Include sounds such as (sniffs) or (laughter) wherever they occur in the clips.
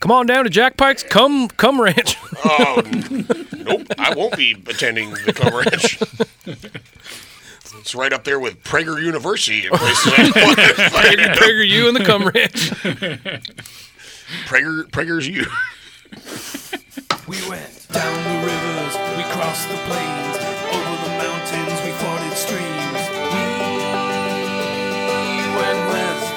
Come on down to Jack Pike's Cum Cum (laughs) Ranch. Oh, n- nope. I won't be attending the Cum Ranch. It's right up there with Prager University uh, and places like Prager, that. Prager you in the Cum Ranch. (laughs) Prager, Prager's you. We went down the rivers, we crossed the plains, over the mountains, we forded streams. We went west.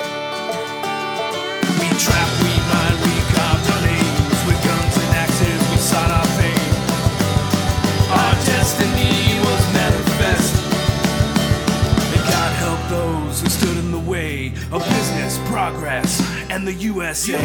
We trapped, we mined, we carved our names with guns and axes. We sought our fame. Our destiny was manifest. And God help those who stood in the way of business, progress, and the USA.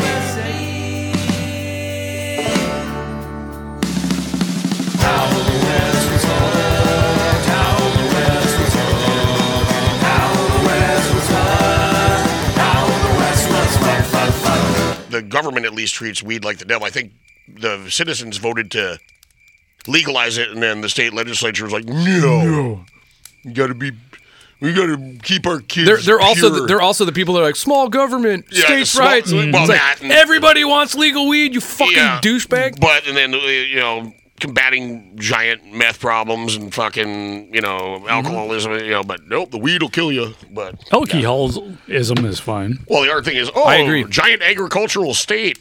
The government at least treats weed like the devil. I think the citizens voted to legalize it, and then the state legislature was like, "No, you got to be, we got to keep our (laughs) kids." They're, they're also the, pure." they're also the people that are like small government, Yeah, states' small- rights. well, It's like, that and- everybody wants legal weed. You fucking Yeah. douchebag. But and then uh, you know combating giant meth problems and fucking Mm-hmm. you know alcoholism. You know, but nope, the weed will kill you. But Alcoholism is fine. well, the other thing is, oh, I agree. giant agricultural state.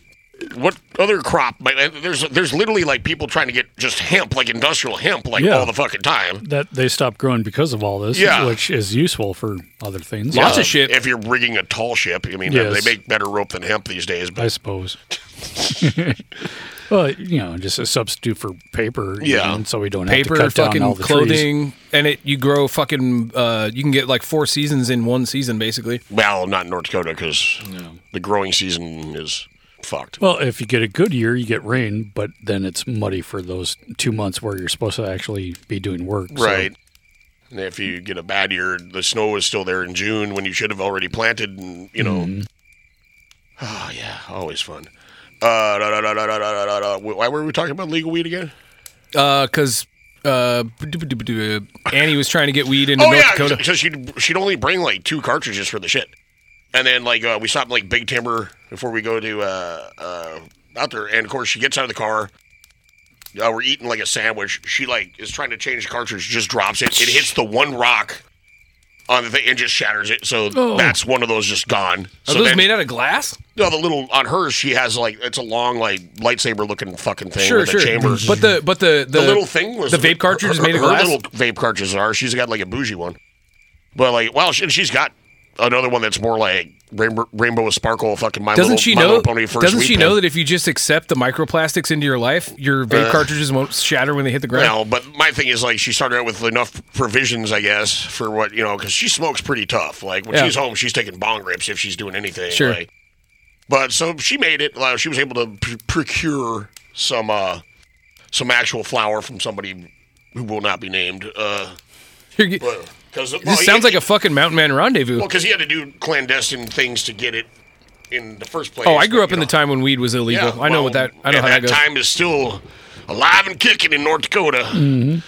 What other crop? might- There's there's literally like people trying to get just hemp, like industrial hemp, like Yeah. all the fucking time. That they stopped growing because of all this, Yeah. which is useful for other things. Lots Uh, of shit. If you're rigging a tall ship, I mean, Yes. they make better rope than hemp these days. But I suppose. (laughs) well, you know, just a substitute for paper. you Yeah. know, so we don't Paper, have to cut down all fucking the trees. clothing, and it you grow fucking. Uh, you can get like four seasons in one season, basically. well, not in North Dakota because the growing season is fucked. Well, if you get a good year, you get rain, but then it's muddy for those two months where you're supposed to actually be doing work. so- Right. And if you get a bad year, the snow is still there in June when you should have already planted, and you know. Oh yeah, always fun. Uh, da, da, da, da, da, da, da, da. Why were we talking about legal weed again? Because uh, Annie was trying to get weed into oh North yeah, Dakota. so she'd she'd only bring like two cartridges for the shit, and then like uh, we stopped in, like Big Timber before we go to uh, uh, out there, and of course she gets out of the car. Uh, we're eating like a sandwich. She like is trying to change the cartridge, just drops it. It hits the one rock on the thing and just shatters it. So that's one of those just gone. Oh. Are so those then- made out of glass? no, the little on hers. She has like it's a long like lightsaber looking fucking thing Sure, with sure. a chamber. But the but the the, The little thing was the vape cartridge is her- made of her glass. Little vape cartridges are. She's got like a bougie one, but like, well, she, she's got another one that's more like rainbow, rainbow sparkle, fucking my doesn't little, she My know? Little Pony first Doesn't Wheat she Pin. know that if you just accept the microplastics into your life, your vape Uh, cartridges won't shatter when they hit the ground? No, but my thing is like she started out with enough provisions, I guess, for what you know, because she smokes pretty tough. Like when Yeah. she's home, she's taking bong rips if she's doing anything. Sure. like. but so she made it. Like, she was able to pr- procure some uh, some actual flour from somebody who will not be named. Uh, (laughs) You're ge- because this sounds like a fucking mountain man rendezvous. well, because he had to do clandestine things to get it in the first place. oh, I grew but, up you in the know. time when weed was illegal. I know what well, that. I know and how that, that, goes. time is still alive and kicking in North Dakota. Mm-hmm.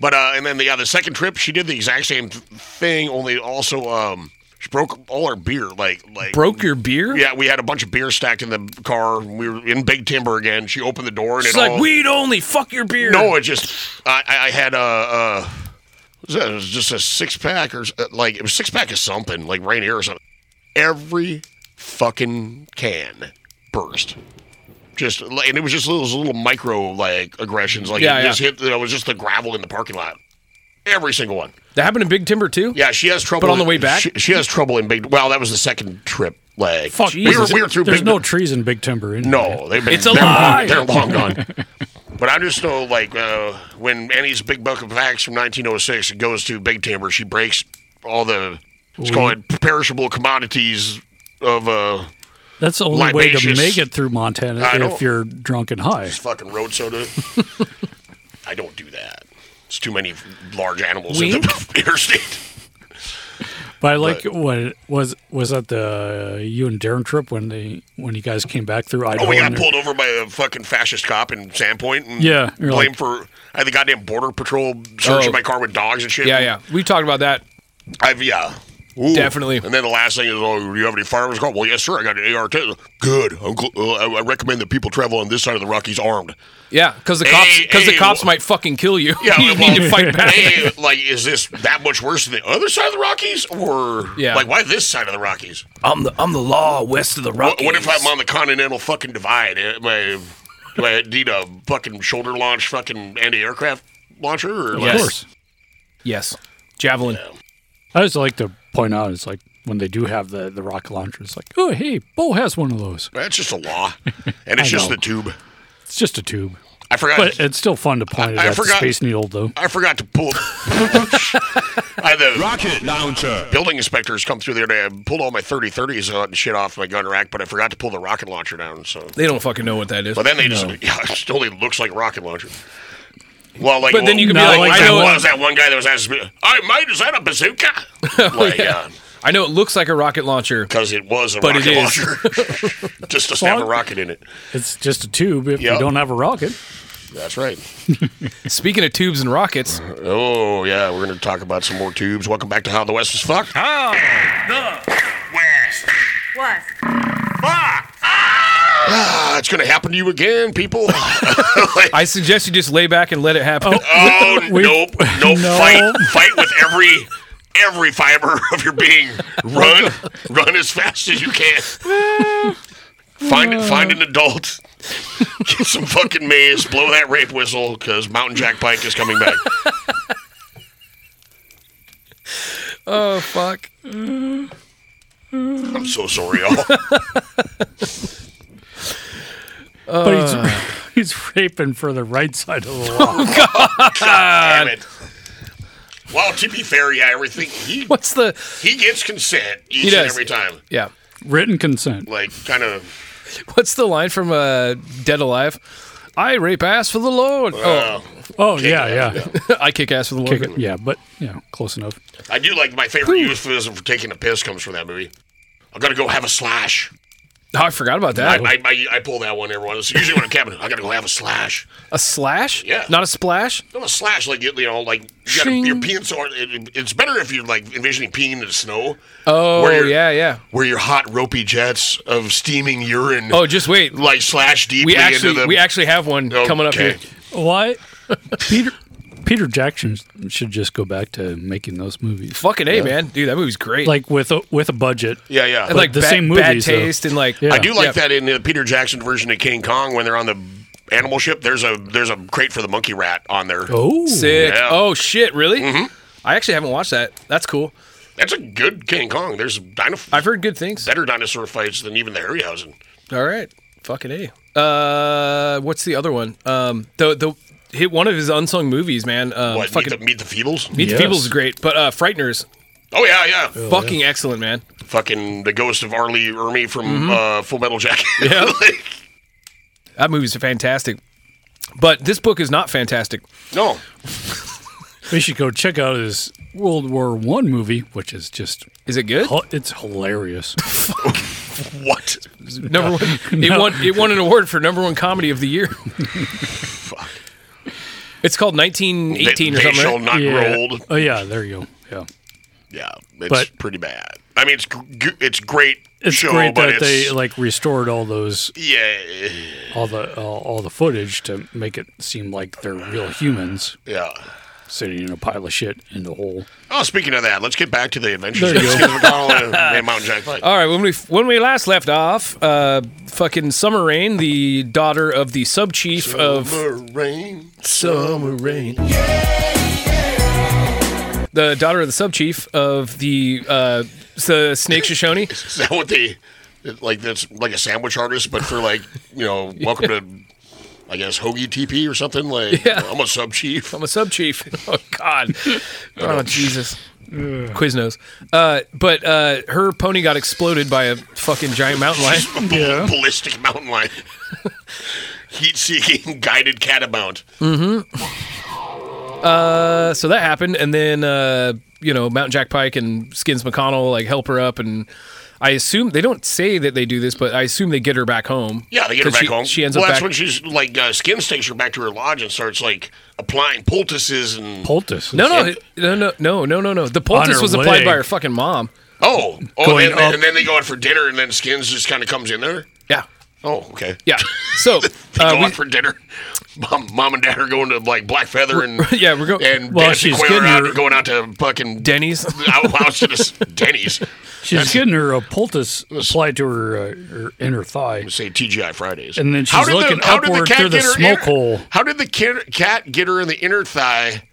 But uh, and then the other second trip, she did the exact same th- thing, only also um, she broke all our beer. Like like Broke your beer? Yeah, we had a bunch of beer stacked in the car. We were in Big Timber again. She opened the door and It's it like all, weed only. Fuck your beer. (laughs) No, it just I I I had a. uh what was that? It was just a six pack or s- uh, like it was six pack of something like Rainier or something. Every fucking can burst. Just like- and it was just those little micro like aggressions. Like Yeah, it yeah. just hit. It was just the gravel in the parking lot. Every single one. that happened in Big Timber too. Yeah, she has trouble. But on the way back? she, she has trouble in big. Well, that was the second trip. Like Fuck, we were, Jesus. we were through. There's big, no trees in Big Timber. Anyway. no, they've been. It's a they're lie. Long, they're long gone. (laughs) But I just know, like, uh, when Annie's Big Buck of Facts from 1906 goes to Big Timber, she breaks all the, let's call it perishable commodities of uh, That's the only way to Libaceous. make it through Montana I know. if you're drunk and high. fucking (laughs) road soda. I don't do that. It's too many large animals in the (laughs) interstate. But I like what it was was that the you and Darren trip when they when you guys came back through Idaho. Oh, we got and they're- pulled over by a fucking fascist cop in Sandpoint. And Yeah, you're Blamed like- for I had the goddamn border patrol searching Oh. my car with dogs and shit. yeah, yeah. We talked about that. I've yeah. Ooh. Definitely. And then the last thing is, oh, do you have any firearms? Call? Well, yes, sir. I got an AR 10. Good. I'm gl- uh, I- I recommend that people travel on this side of the Rockies armed. Yeah, because the cops Hey, because hey, the cops wha- might fucking kill you. (laughs) Yeah, you well, need to fight back. hey, like, is this that much worse than the other side of the Rockies? Or, Yeah. like, why this side of the Rockies? I'm the I'm the law west of the What, Rockies. what if I'm on the continental fucking divide? Am I, do I need a fucking shoulder launch fucking anti aircraft launcher? Or Yes. Of course. Yes, javelin. I just like to point out it's like when they do have the, the rocket launcher, it's like, oh, hey, Bo has one of those. That's just a law. And it's I just know. the tube. It's just a tube. I forgot. But it's still fun to point it I- I at the forgot- Space Needle, though. I forgot to pull. I had the (laughs) Rocket launcher. building inspectors come through there and I pulled all my 3030s out and shit off my gun rack, but I forgot to pull the rocket launcher down. So, They don't fucking know what that is. but then they just (laughs) yeah, it just only looks like a rocket launcher. Well, like, But then well, you can be well, like, I that know- was that one guy that was asking me, "I mate, is that a (laughs) bazooka?" Oh, Like, I know it looks like a rocket launcher. because it was a But rocket it is. launcher. (laughs) just doesn't have a Well, rocket in it. It's just a tube if Yep. you don't have a rocket. That's right. Speaking of tubes and rockets, Oh yeah, we're gonna talk about some more tubes. Welcome back to How the West is Fucked. What? Ah, it's gonna happen to you again, people. (laughs) I suggest you just lay back and let it happen. Oh (laughs) We- nope, nope. No. Fight, fight with every every fiber (laughs) of your being. Run, run as fast as you can. Find find an adult. Get some fucking maze. Blow that rape whistle because Mountain Jack Pike is coming back. Oh fuck! I'm so sorry, (laughs) y'all. but he's, (laughs) he's raping for the right side of the law. Damn it. Well, to be fair, yeah, everything he (laughs) What's the? he gets consent each He and does. every time. Yeah. Written consent. Like kind of What's the line from uh, Dead Alive? I rape ass for the Lord. uh, Oh, kick yeah, it yeah. out. Oh, (laughs) I kick ass for the Lord. Kick it. Yeah, but, yeah, close enough. I do like my favorite euphemism for taking a piss comes from that movie. I'm gonna go have a slash. Oh, I forgot about I, that. I, I, I pull that one every once. Usually when I'm camping, I gotta go have a slash. a slash? Yeah. Not a splash. No, a slash like you, you know, like you gotta, Shing. you're peeing so hard. It, it's better if you're like envisioning peeing in the snow, Oh Where- yeah, yeah. where your hot ropey jets of steaming urine Oh, just wait. like slash We deeply into actually the. we actually have one coming up here. Okay. Why? (laughs) Peter Peter Jackson should just go back to making those movies. Fucking a man, dude, that movie was great. Like with a, with a budget. Yeah, yeah. And, like the bad, same bad movies, though. taste and like Yeah. I do like Yeah. that in the Peter Jackson version of King Kong when they're on the animal ship. There's a there's a crate for the monkey rat on there. Oh, sick. Yeah. Mm-hmm. Oh shit, really? I actually haven't watched that. That's cool. That's a good King Kong. There's dino- I've heard good things. better dinosaur fights than even the Harryhausen. All right, fucking a. Uh, what's the other one? Um, the the hit one of his unsung movies, man. Um, What fucking meet the, meet the Feebles? Meet Yes. the Feebles is great, but uh, Frighteners, oh yeah, yeah. fucking excellent, man. Fucking the ghost of Arlie Ermy from Mm-hmm. uh, Full Metal Jacket. (laughs) Yeah. Like, That movie's fantastic. But this book is not fantastic. no, we should go check out his World War One movie, which is just Is it good? hu- it's (laughs) hilarious. what? Number (laughs) one, it won. It won an award for number one comedy of the year. It's called 1918 they, or they something. shall right? not yeah. grow old. Oh yeah, there you go. Yeah, Yeah, it's But- pretty bad. I mean, it's g- g- it's great it's show, great but that it's they like restored all those yeah, all the all, all the footage to make it seem like they're real humans yeah. sitting in a pile of shit in the hole. Oh, speaking of that, let's get back to the adventures There of you Skip McDonald (laughs) and, and Mountain Jack Pike. All right, when we when we last left off, uh, fucking Summer Rain, the daughter of the sub chief of Rain. Summer Rain, the daughter of the sub chief of the uh, the Snake Shoshone. Is that what they like? That's like a sandwich artist, but for like you know, welcome to I guess Hoagie TP or something. (laughs) Like Yeah. I'm a sub (laughs) chief. I'm a sub chief. (laughs) Oh God. Oh Jesus. Quiznos. Uh, but uh, her pony got exploded by a fucking giant mountain (laughs) lion. Ball- ballistic mountain lion, (laughs) heat seeking (laughs) guided catamount. Uh, so that happened, and then uh, you know Mountain Jack Pike and Skins McConnell like help her up, and I assume they don't say that they do this, but I assume they get her back home. Yeah, they get her 'Cause back she, home. She ends well, up that's back. when she's like uh, Skins takes her back to her lodge and starts like applying poultices and Poultice. no, no, no, no, no, no, no, no. The poultice her was applied leg. by her fucking mom. Oh, oh, Going and, then- up. and then they go out for dinner, and then Skins just kind of comes in there. Yeah. Oh, okay. (laughs) Yeah. So They uh, go we- out for dinner. (laughs) Mom, mom and dad are going to like Black Feather and (laughs) yeah, we're go- and Well, Nancy she's Quayle getting are out- her- going out to fucking Denny's. (laughs) out, out to this Denny's. She's getting her uh, poultice applied to her, uh, her inner thigh. Say TGI Fridays. And then she's How did looking how did upward cat through the get her smoke inner- hole. How did the kid, cat get her in the inner thigh?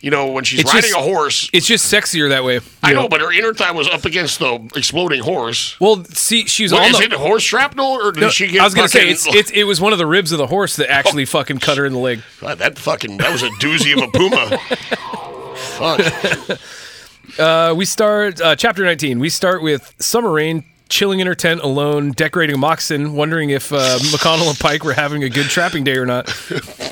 You know, when she's It's riding just- a horse. It's just sexier that way. I know, but her inner thigh was up against the exploding horse. Well, see, she was What, on is the. it horse shrapnel, or did No, she get? I was gonna say fucking- Oh. it's, it's it was one of the ribs of the horse that actually fucking cut her in the leg. God, (laughs) that fucking that was a doozy of a puma. (laughs) Fuck. Uh, we start uh, chapter nineteen. We start with summer rain. Chilling in her tent alone, decorating a moxon, wondering if uh, McConnell and Pike were having a good trapping day or not. (laughs)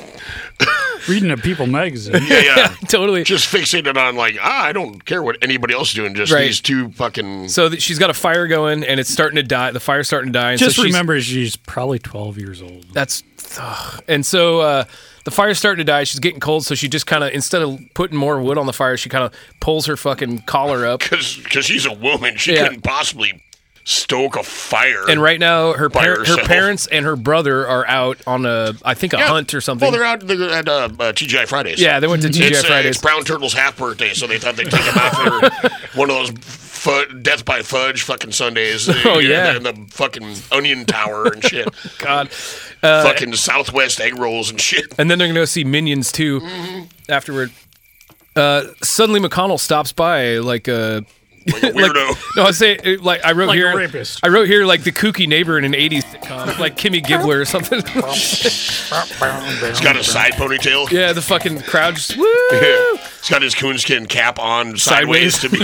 Reading a People magazine. (laughs) Yeah, yeah. totally. uh, Just fixated on like ah, I don't care what anybody else is doing. Just Right. these two fucking. So that she's got a fire going, and it's starting to die. The fire's starting to die. And Just so she's- remember, she's probably 12 years old. That's ugh. and so uh, the fire's starting to die. She's getting cold, so she just kind of instead of putting more wood on the fire, she kind of pulls her fucking collar up. Because she's a woman, she Yeah. couldn't possibly stoke a fire. And right now, her By par- her herself. parents and her brother are out on a I think a Yeah. hunt or something. Well, they're out they're at uh, uh, TGI Fridays. yeah, they went to TGI It's, uh, Fridays. it's Brown Turtle's half birthday, so they thought they'd take him out (laughs) for one of those fu- Death by Fudge fucking Sundays. Oh, You know, yeah. and the fucking Onion Tower and (laughs) shit, Uh, God. fucking Southwest egg rolls and shit. And then they're gonna go see Minions too Mm-hmm. afterward. Uh, suddenly, McConnell stops by like a. Like a (laughs) Like, weirdo. no, I say it, like I wrote Like a here. rapist. I wrote here like the kooky neighbor in an '80s sitcom, like Kimmy Gibbler or something. He's got a side ponytail. yeah, the fucking crowd just woo. Yeah. (laughs) He's got his coonskin cap on sideways, to be,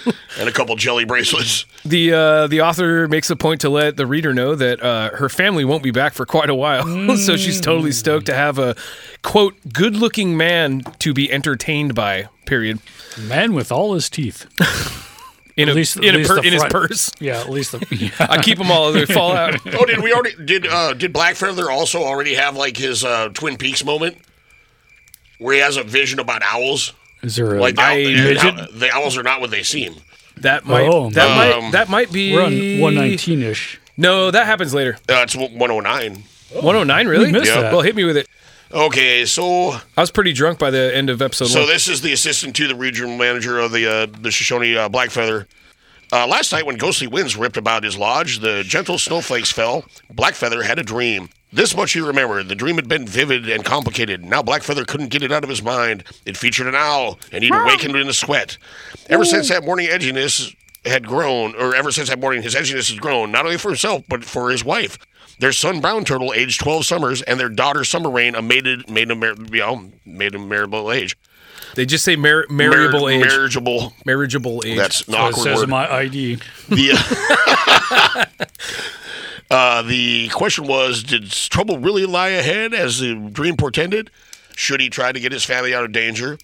(laughs) (laughs) and a couple jelly bracelets. The uh, the author makes a point to let the reader know that uh, her family won't be back for quite a while, (laughs) so she's totally Mm. stoked to have a quote good looking man to be entertained by. Period. Man with all his teeth. In At a, least- at in, a least pur- the in his front. purse. Yeah, at least the. (laughs) Yeah. I keep them all. They fall (laughs) out. Oh, did we already did uh did Black Feather also already have like his uh Twin Peaks moment where he has a vision about owls? Is there a. Like the, owl- I- and how- vision? the owls are not what they seem. That might. Oh, that man. might. That might be. we're on 119 ish. No, that happens later. Uh, it's 109. 109, really? We Oh, missed Yeah. that. Well, hit me with it. Okay, so I was pretty drunk by the end of episode so one. this is the assistant to the regional manager of the uh, the Shoshone uh, Black Feather. Uh, last night, when ghostly winds ripped about his lodge, the gentle snowflakes fell. Blackfeather had a dream. This much he remembered. The dream had been vivid and complicated. Now Blackfeather couldn't get it out of his mind. It featured an owl, and he'd awakened in a sweat. Ever since that morning, edginess had grown, or ever since that morning, his edginess had grown, not only for himself, but for his wife. Their son, Brown Turtle, aged 12 summers, and their daughter, Summer Rain, a mated, made, a, mar- you know, made a marriable age. they just say mar- marriable Mar- age. Marriageable. marriageable age. That's an It awkward says word. in my ID. (laughs) The, uh, uh, the question was Did trouble really lie ahead as the dream portended? Should he try to get his family out of danger?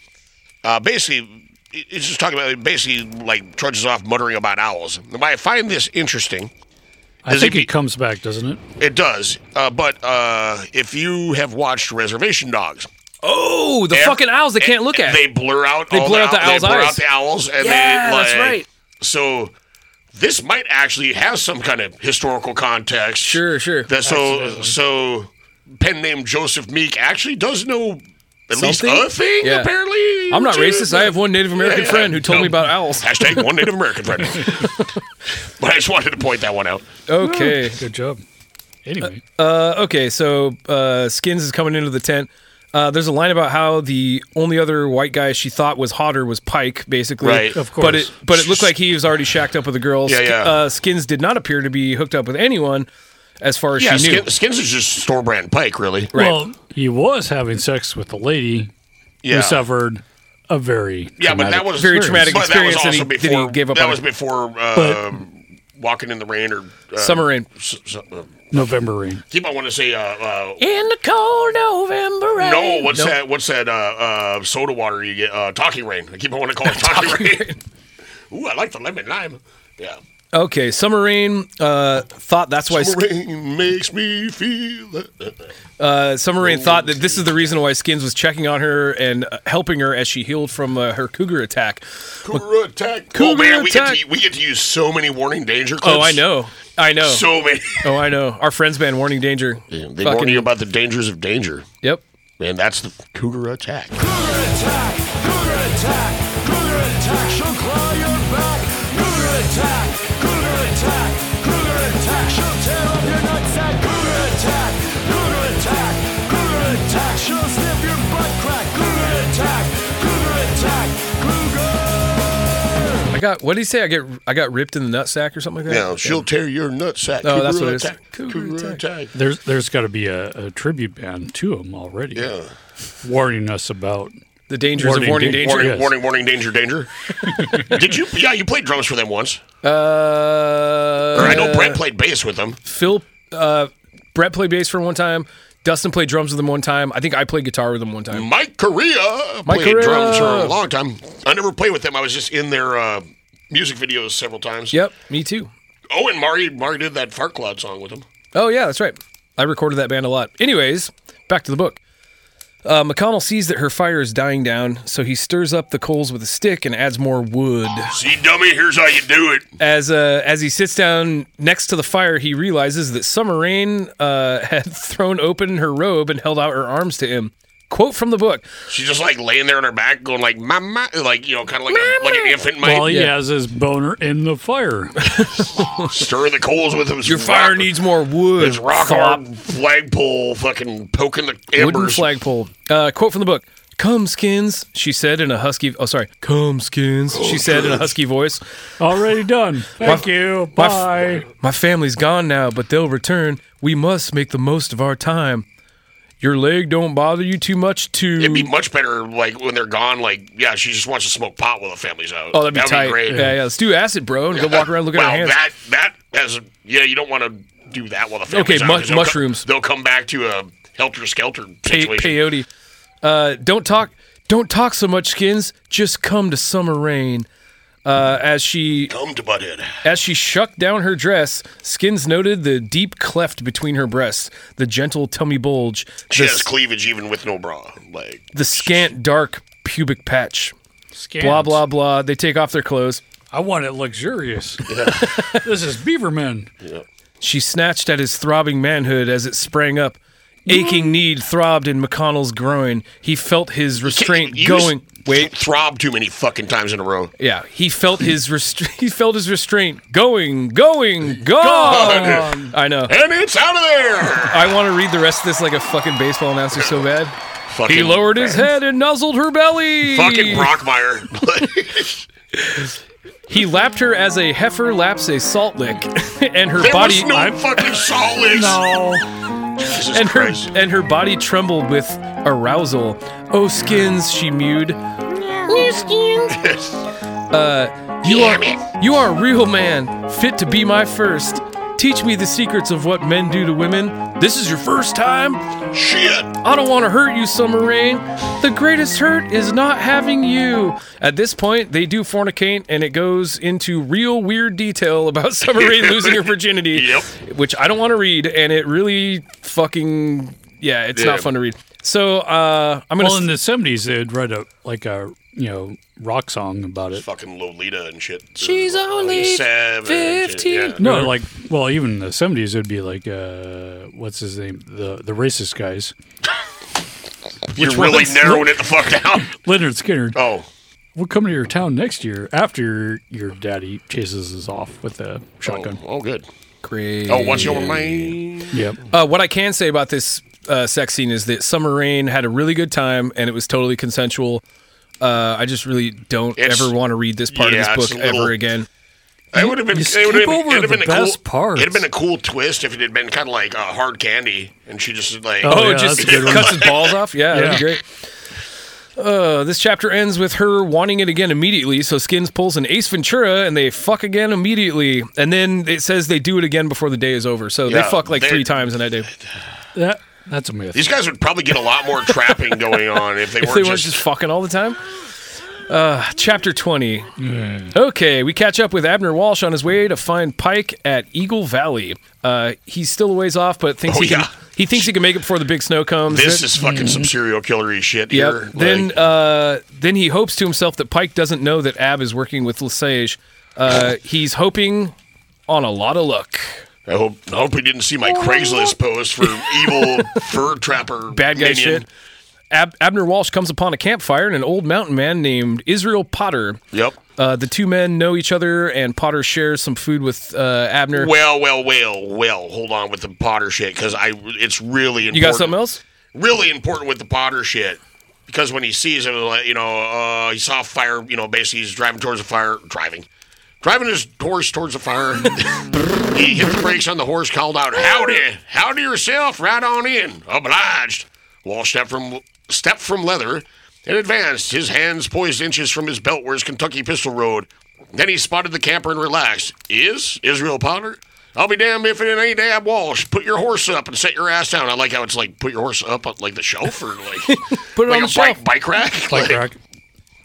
Uh, basically, it- it's just talking about it basically like trudges off muttering about owls. Now, I find this interesting. I Does think it be- it comes back, doesn't it? It does. Uh, but uh, if you have watched Reservation Dogs, oh, the fucking owls they can't look at. They blur out. They blur out the owl's They blur eyes. out the owls, and Yeah, they like, that's right. So this might actually have some kind of historical context. sure, sure. That so so pen name Joseph Meek actually does know at least Something? a thing. Yeah. Apparently, I'm not which racist. is- I have one Native American Yeah, yeah. friend who told me No. about owls. hashtag one Native American friend. (laughs) but I just wanted to point that one out. (laughs) Okay. Good job. Anyway, Uh, okay, so uh, Skins is coming into the tent. Uh, there's a line about how the only other white guy she thought was hotter was Pike, basically. Right. Of But course. it but it looked like he was already shacked up with a girl. Yeah, Sk- yeah. Uh, Skins did not appear to be hooked up with anyone, as far as Yeah, she knew. Skin, Skins is just store brand Pike, really. Right. well, he was having sex with a lady Yeah. who suffered a very Yeah, but that traumatic- was Very traumatic but that was experience, and also he- that he before- gave up That on was it. before uh, walking in the rain or uh, Summer rain. s- s- uh, November rain. keep on want to say uh, uh, In the cold November rain. no. What's Nope. that? What's that? Uh, uh, soda water (laughs) (laughs) you get? Uh, talking rain. I keep on want to call it talking rain. Ooh, I like the lemon lime. Yeah. Okay, Summer Rain uh, thought that's why Sk- Rain makes me feel. uh, Summer Rain thought that this is the reason why Skins was checking on her and uh, helping her as she healed from uh, her cougar attack. Cougar attack. Cougar oh man, we get, attack. to, we get to use so many warning danger clips. Oh, I know, I know. So (laughs) many. oh, I know. Our friends band warning danger. they warn you about the dangers of danger, Yep. and that's the cougar attack. Cougar attack, cougar attack, cougar attack, she'll claw your back. Cougar attack, cougar attack, cougar attack, she'll tear up your nutsack. Cougar attack, cougar attack, cougar attack, she'll snip your butt crack. Cougar attack, cougar attack, cougar. I got. What did he say? I get. I got ripped in the nutsack or something like that. Now she'll tear your nutsack. Oh, that's Cougar what it is. attack, Cougar Cougar attack. attack. There's there's got to be a, a tribute band to him already. Yeah. warning us about. The dangers Warning of warning da- danger. Warning, Yes. warning, warning, danger, danger. Did you? Yeah, you played drums for them once. Uh, Or I know Brett played bass with them. Phil, uh, Brett played bass for him one time. Dustin played drums with him one time. I think I played guitar with him one time. Mike Correa Mike played drums for Correa. a long time. I never played with them. I was just in their uh, music videos several times. Yep, me too. Oh, and Mari, Mari did that Fart Cloud song with them. Oh yeah, that's right. I recorded that band a lot. Anyways, back to the book. Uh, McConnell sees that her fire is dying down, so he stirs up the coals with a stick and adds more wood. See, dummy, here's how you do it. As uh, as he sits down next to the fire, he realizes that Summer Rain uh, (laughs) had thrown open her robe and held out her arms to him. Quote from the book: She's just like laying there on her back, going like "mama," like you know, kind of like a, like an infant might Well, he Yeah. has his boner in the fire. stir the coals with him. "Your fire needs more wood." his rock Thop. hard flagpole, fucking poking the wooden embers. flagpole. Uh, quote from the book. Come, Skins, she said in a husky. Oh, sorry. Come, Skins, she said in a husky voice. already (laughs) done. Thank you. my f- Bye. My family's gone now, but they'll return. We must make the most of our time. Your leg don't bother you too much, too. It'd be much better like when they're gone. Like yeah, she just wants to smoke pot while the family's out. oh, that'd be That'd tight. great. Yeah, yeah. Let's do acid, bro, and go walk around looking at wow, our hands. that that as yeah, you don't want to do that while the Okay, family's mu- out, 'cause they'll come- mushrooms. they'll come back to a helter skelter Pe- situation. peyote. Uh, don't talk. Don't talk so much, Skins. Just come to summer rain. Uh, as she Come to butthead. As she shucked down her dress, Skins noted the deep cleft between her breasts, the gentle tummy bulge, She the, has cleavage even with no bra. Like the scant dark pubic patch. Scans. Blah, blah, blah. They take off their clothes. I want (laughs) it luxurious. (laughs) this is Beaverman. She snatched at his throbbing manhood as it sprang up. Aching need throbbed in McConnell's groin. He felt his restraint You just going. Wait. throb too many fucking times in a row. Yeah, he felt (clears throat) his restra- (laughs) he felt his restraint going, going, gone. I know. And it's out of there. I want to read the rest of this like a fucking baseball announcer so bad. fucking, He lowered his head and nuzzled her belly. Fucking Brockmire. (laughs) He lapped her as a heifer laps a salt lick, (laughs) and her there body was no fucking salt licks. No. Jesus and her (laughs) Christ. and her body trembled with arousal. Oh skins, she mewed. You Damn are you are a real man, fit to be my first. Teach me the secrets of what men do to women. This is your first time. Shit. I don't want to hurt you, Summer Rain. The greatest hurt is not having you. At this point, they do fornicate, and it goes into real weird detail (laughs) about Summer (laughs) Rain losing her virginity, Yep. which I don't want to read, and it really fucking yeah, it's Yeah. not fun to read. So uh, I'm gonna Well, in the seventies, they'd write a like a you know rock song about it. Fucking Lolita and shit. She's only Seven, 15. Yeah. No, like well, even in the seventies, it'd be like uh, what's his name, the the racist guys, You're really one's- narrowing it the fuck down. Leonard Skinner. Oh. We'll come to your town next year after your, your daddy chases us off with a shotgun. Oh, good. crazy. Oh, what's your name? Yep. Uh, what I can say about this uh, sex scene is that Summer Rain had a really good time, and it was totally consensual. Uh, I just really don't It's- ever want to read this part yeah, of it's this book a little- ever again. It would have been. you It would have skip been, over it'd have been the a cool. best parts. It'd have been a cool twist if it had been kind of like uh, hard candy, and she just like. Oh, Oh, yeah, just that's a good one. cuts his balls off. Yeah, that'd Yeah. be great. Uh, this chapter ends with her wanting it again immediately. So Skins pulls an Ace Ventura and they fuck again immediately. And then it says they do it again before the day is over. So Yeah, they fuck like they- three times in that day. That that's a myth. These guys would probably get a lot more trapping going on if they If weren't they weren't just. just fucking all the time. Uh, Chapter 20. Okay, we catch up with Abner Walsh on his way to find Pike at Eagle Valley. Uh, he's still a ways off, but thinks Oh, he can, yeah. he thinks he can make it before the big snow comes. This Then- is fucking some serial killery shit Yep. here. then Like, uh, then he hopes to himself that Pike doesn't know that Ab is working with Lesage. Uh, he's hoping on a lot of luck. I hope I hope we didn't see my Craigslist post for evil fur trapper Bad guy minion. shit. Ab- Abner Walsh comes upon a campfire and an old mountain man named Israel Potter. Yep. Uh, the two men know each other, and Potter shares some food with uh, Abner. Well, well, well, well. Hold on with the Potter shit because I it's really important. you got something else? Really important with the Potter shit because when he sees him, like, you know, uh, he saw fire. You know, basically he's driving towards the fire, driving, driving his horse towards the fire. (laughs) he hit the brakes on the horse, called out, "Howdy, howdy yourself, right on in, obliged." Walsh stepped from stepped from leather and advanced, his hands poised inches from his belt where his Kentucky pistol rode. Then he spotted the camper and relaxed. Is Israel Potter? I'll be damned if it ain't Ab Walsh. Put your horse up and set your ass down. I like how it's like put your horse up on like the shelf or like (laughs) Put it like on a the shelf. bike bike rack. Like, Like,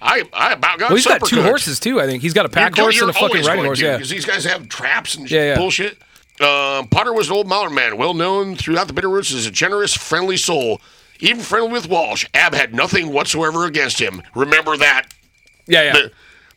I I about got. Well, he's got supper two cooked. horses too. I think he's got a pack You're- horse you're and a fucking always riding going horse. to, Yeah, 'cause these guys have traps and Yeah, yeah. bullshit. Uh, Potter was an old mountain man, well known throughout the Bitterroots as a generous, friendly soul. Even friendly with Walsh, Ab had nothing whatsoever against him. Remember that. yeah, yeah. The-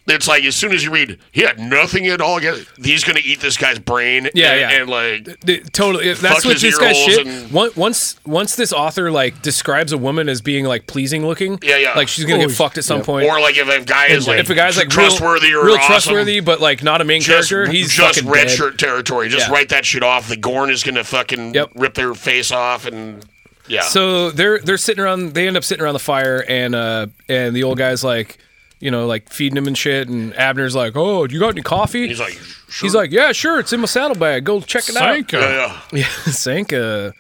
It's like as soon as you read, he had nothing at all against. He's gonna eat this guy's brain. Yeah, and, yeah. and like Th- totally. That's Fuck what his this ear guy holes shit. and- Once- Once once this author like describes a woman as being like pleasing looking, Yeah, yeah. like she's gonna Oh, get fucked at some point. or like if a guy is like if a guy's like real- trustworthy real, or awesome, trustworthy, but like not a main just, character, he's just fucking red dead. shirt territory. Just Yeah. write that shit off. The Gorn is gonna fucking Yep. rip their face off and yeah. So they're they're sitting around. They end up sitting around the fire, and uh and the old guy's like, you know, like feeding him and shit. And Abner's like, "Oh, you got any coffee?" he's like, sure. He's like, "Yeah, sure. It's in my saddlebag. Go check it out." Psycho. yeah, yeah. Yeah, (laughs) Sanka.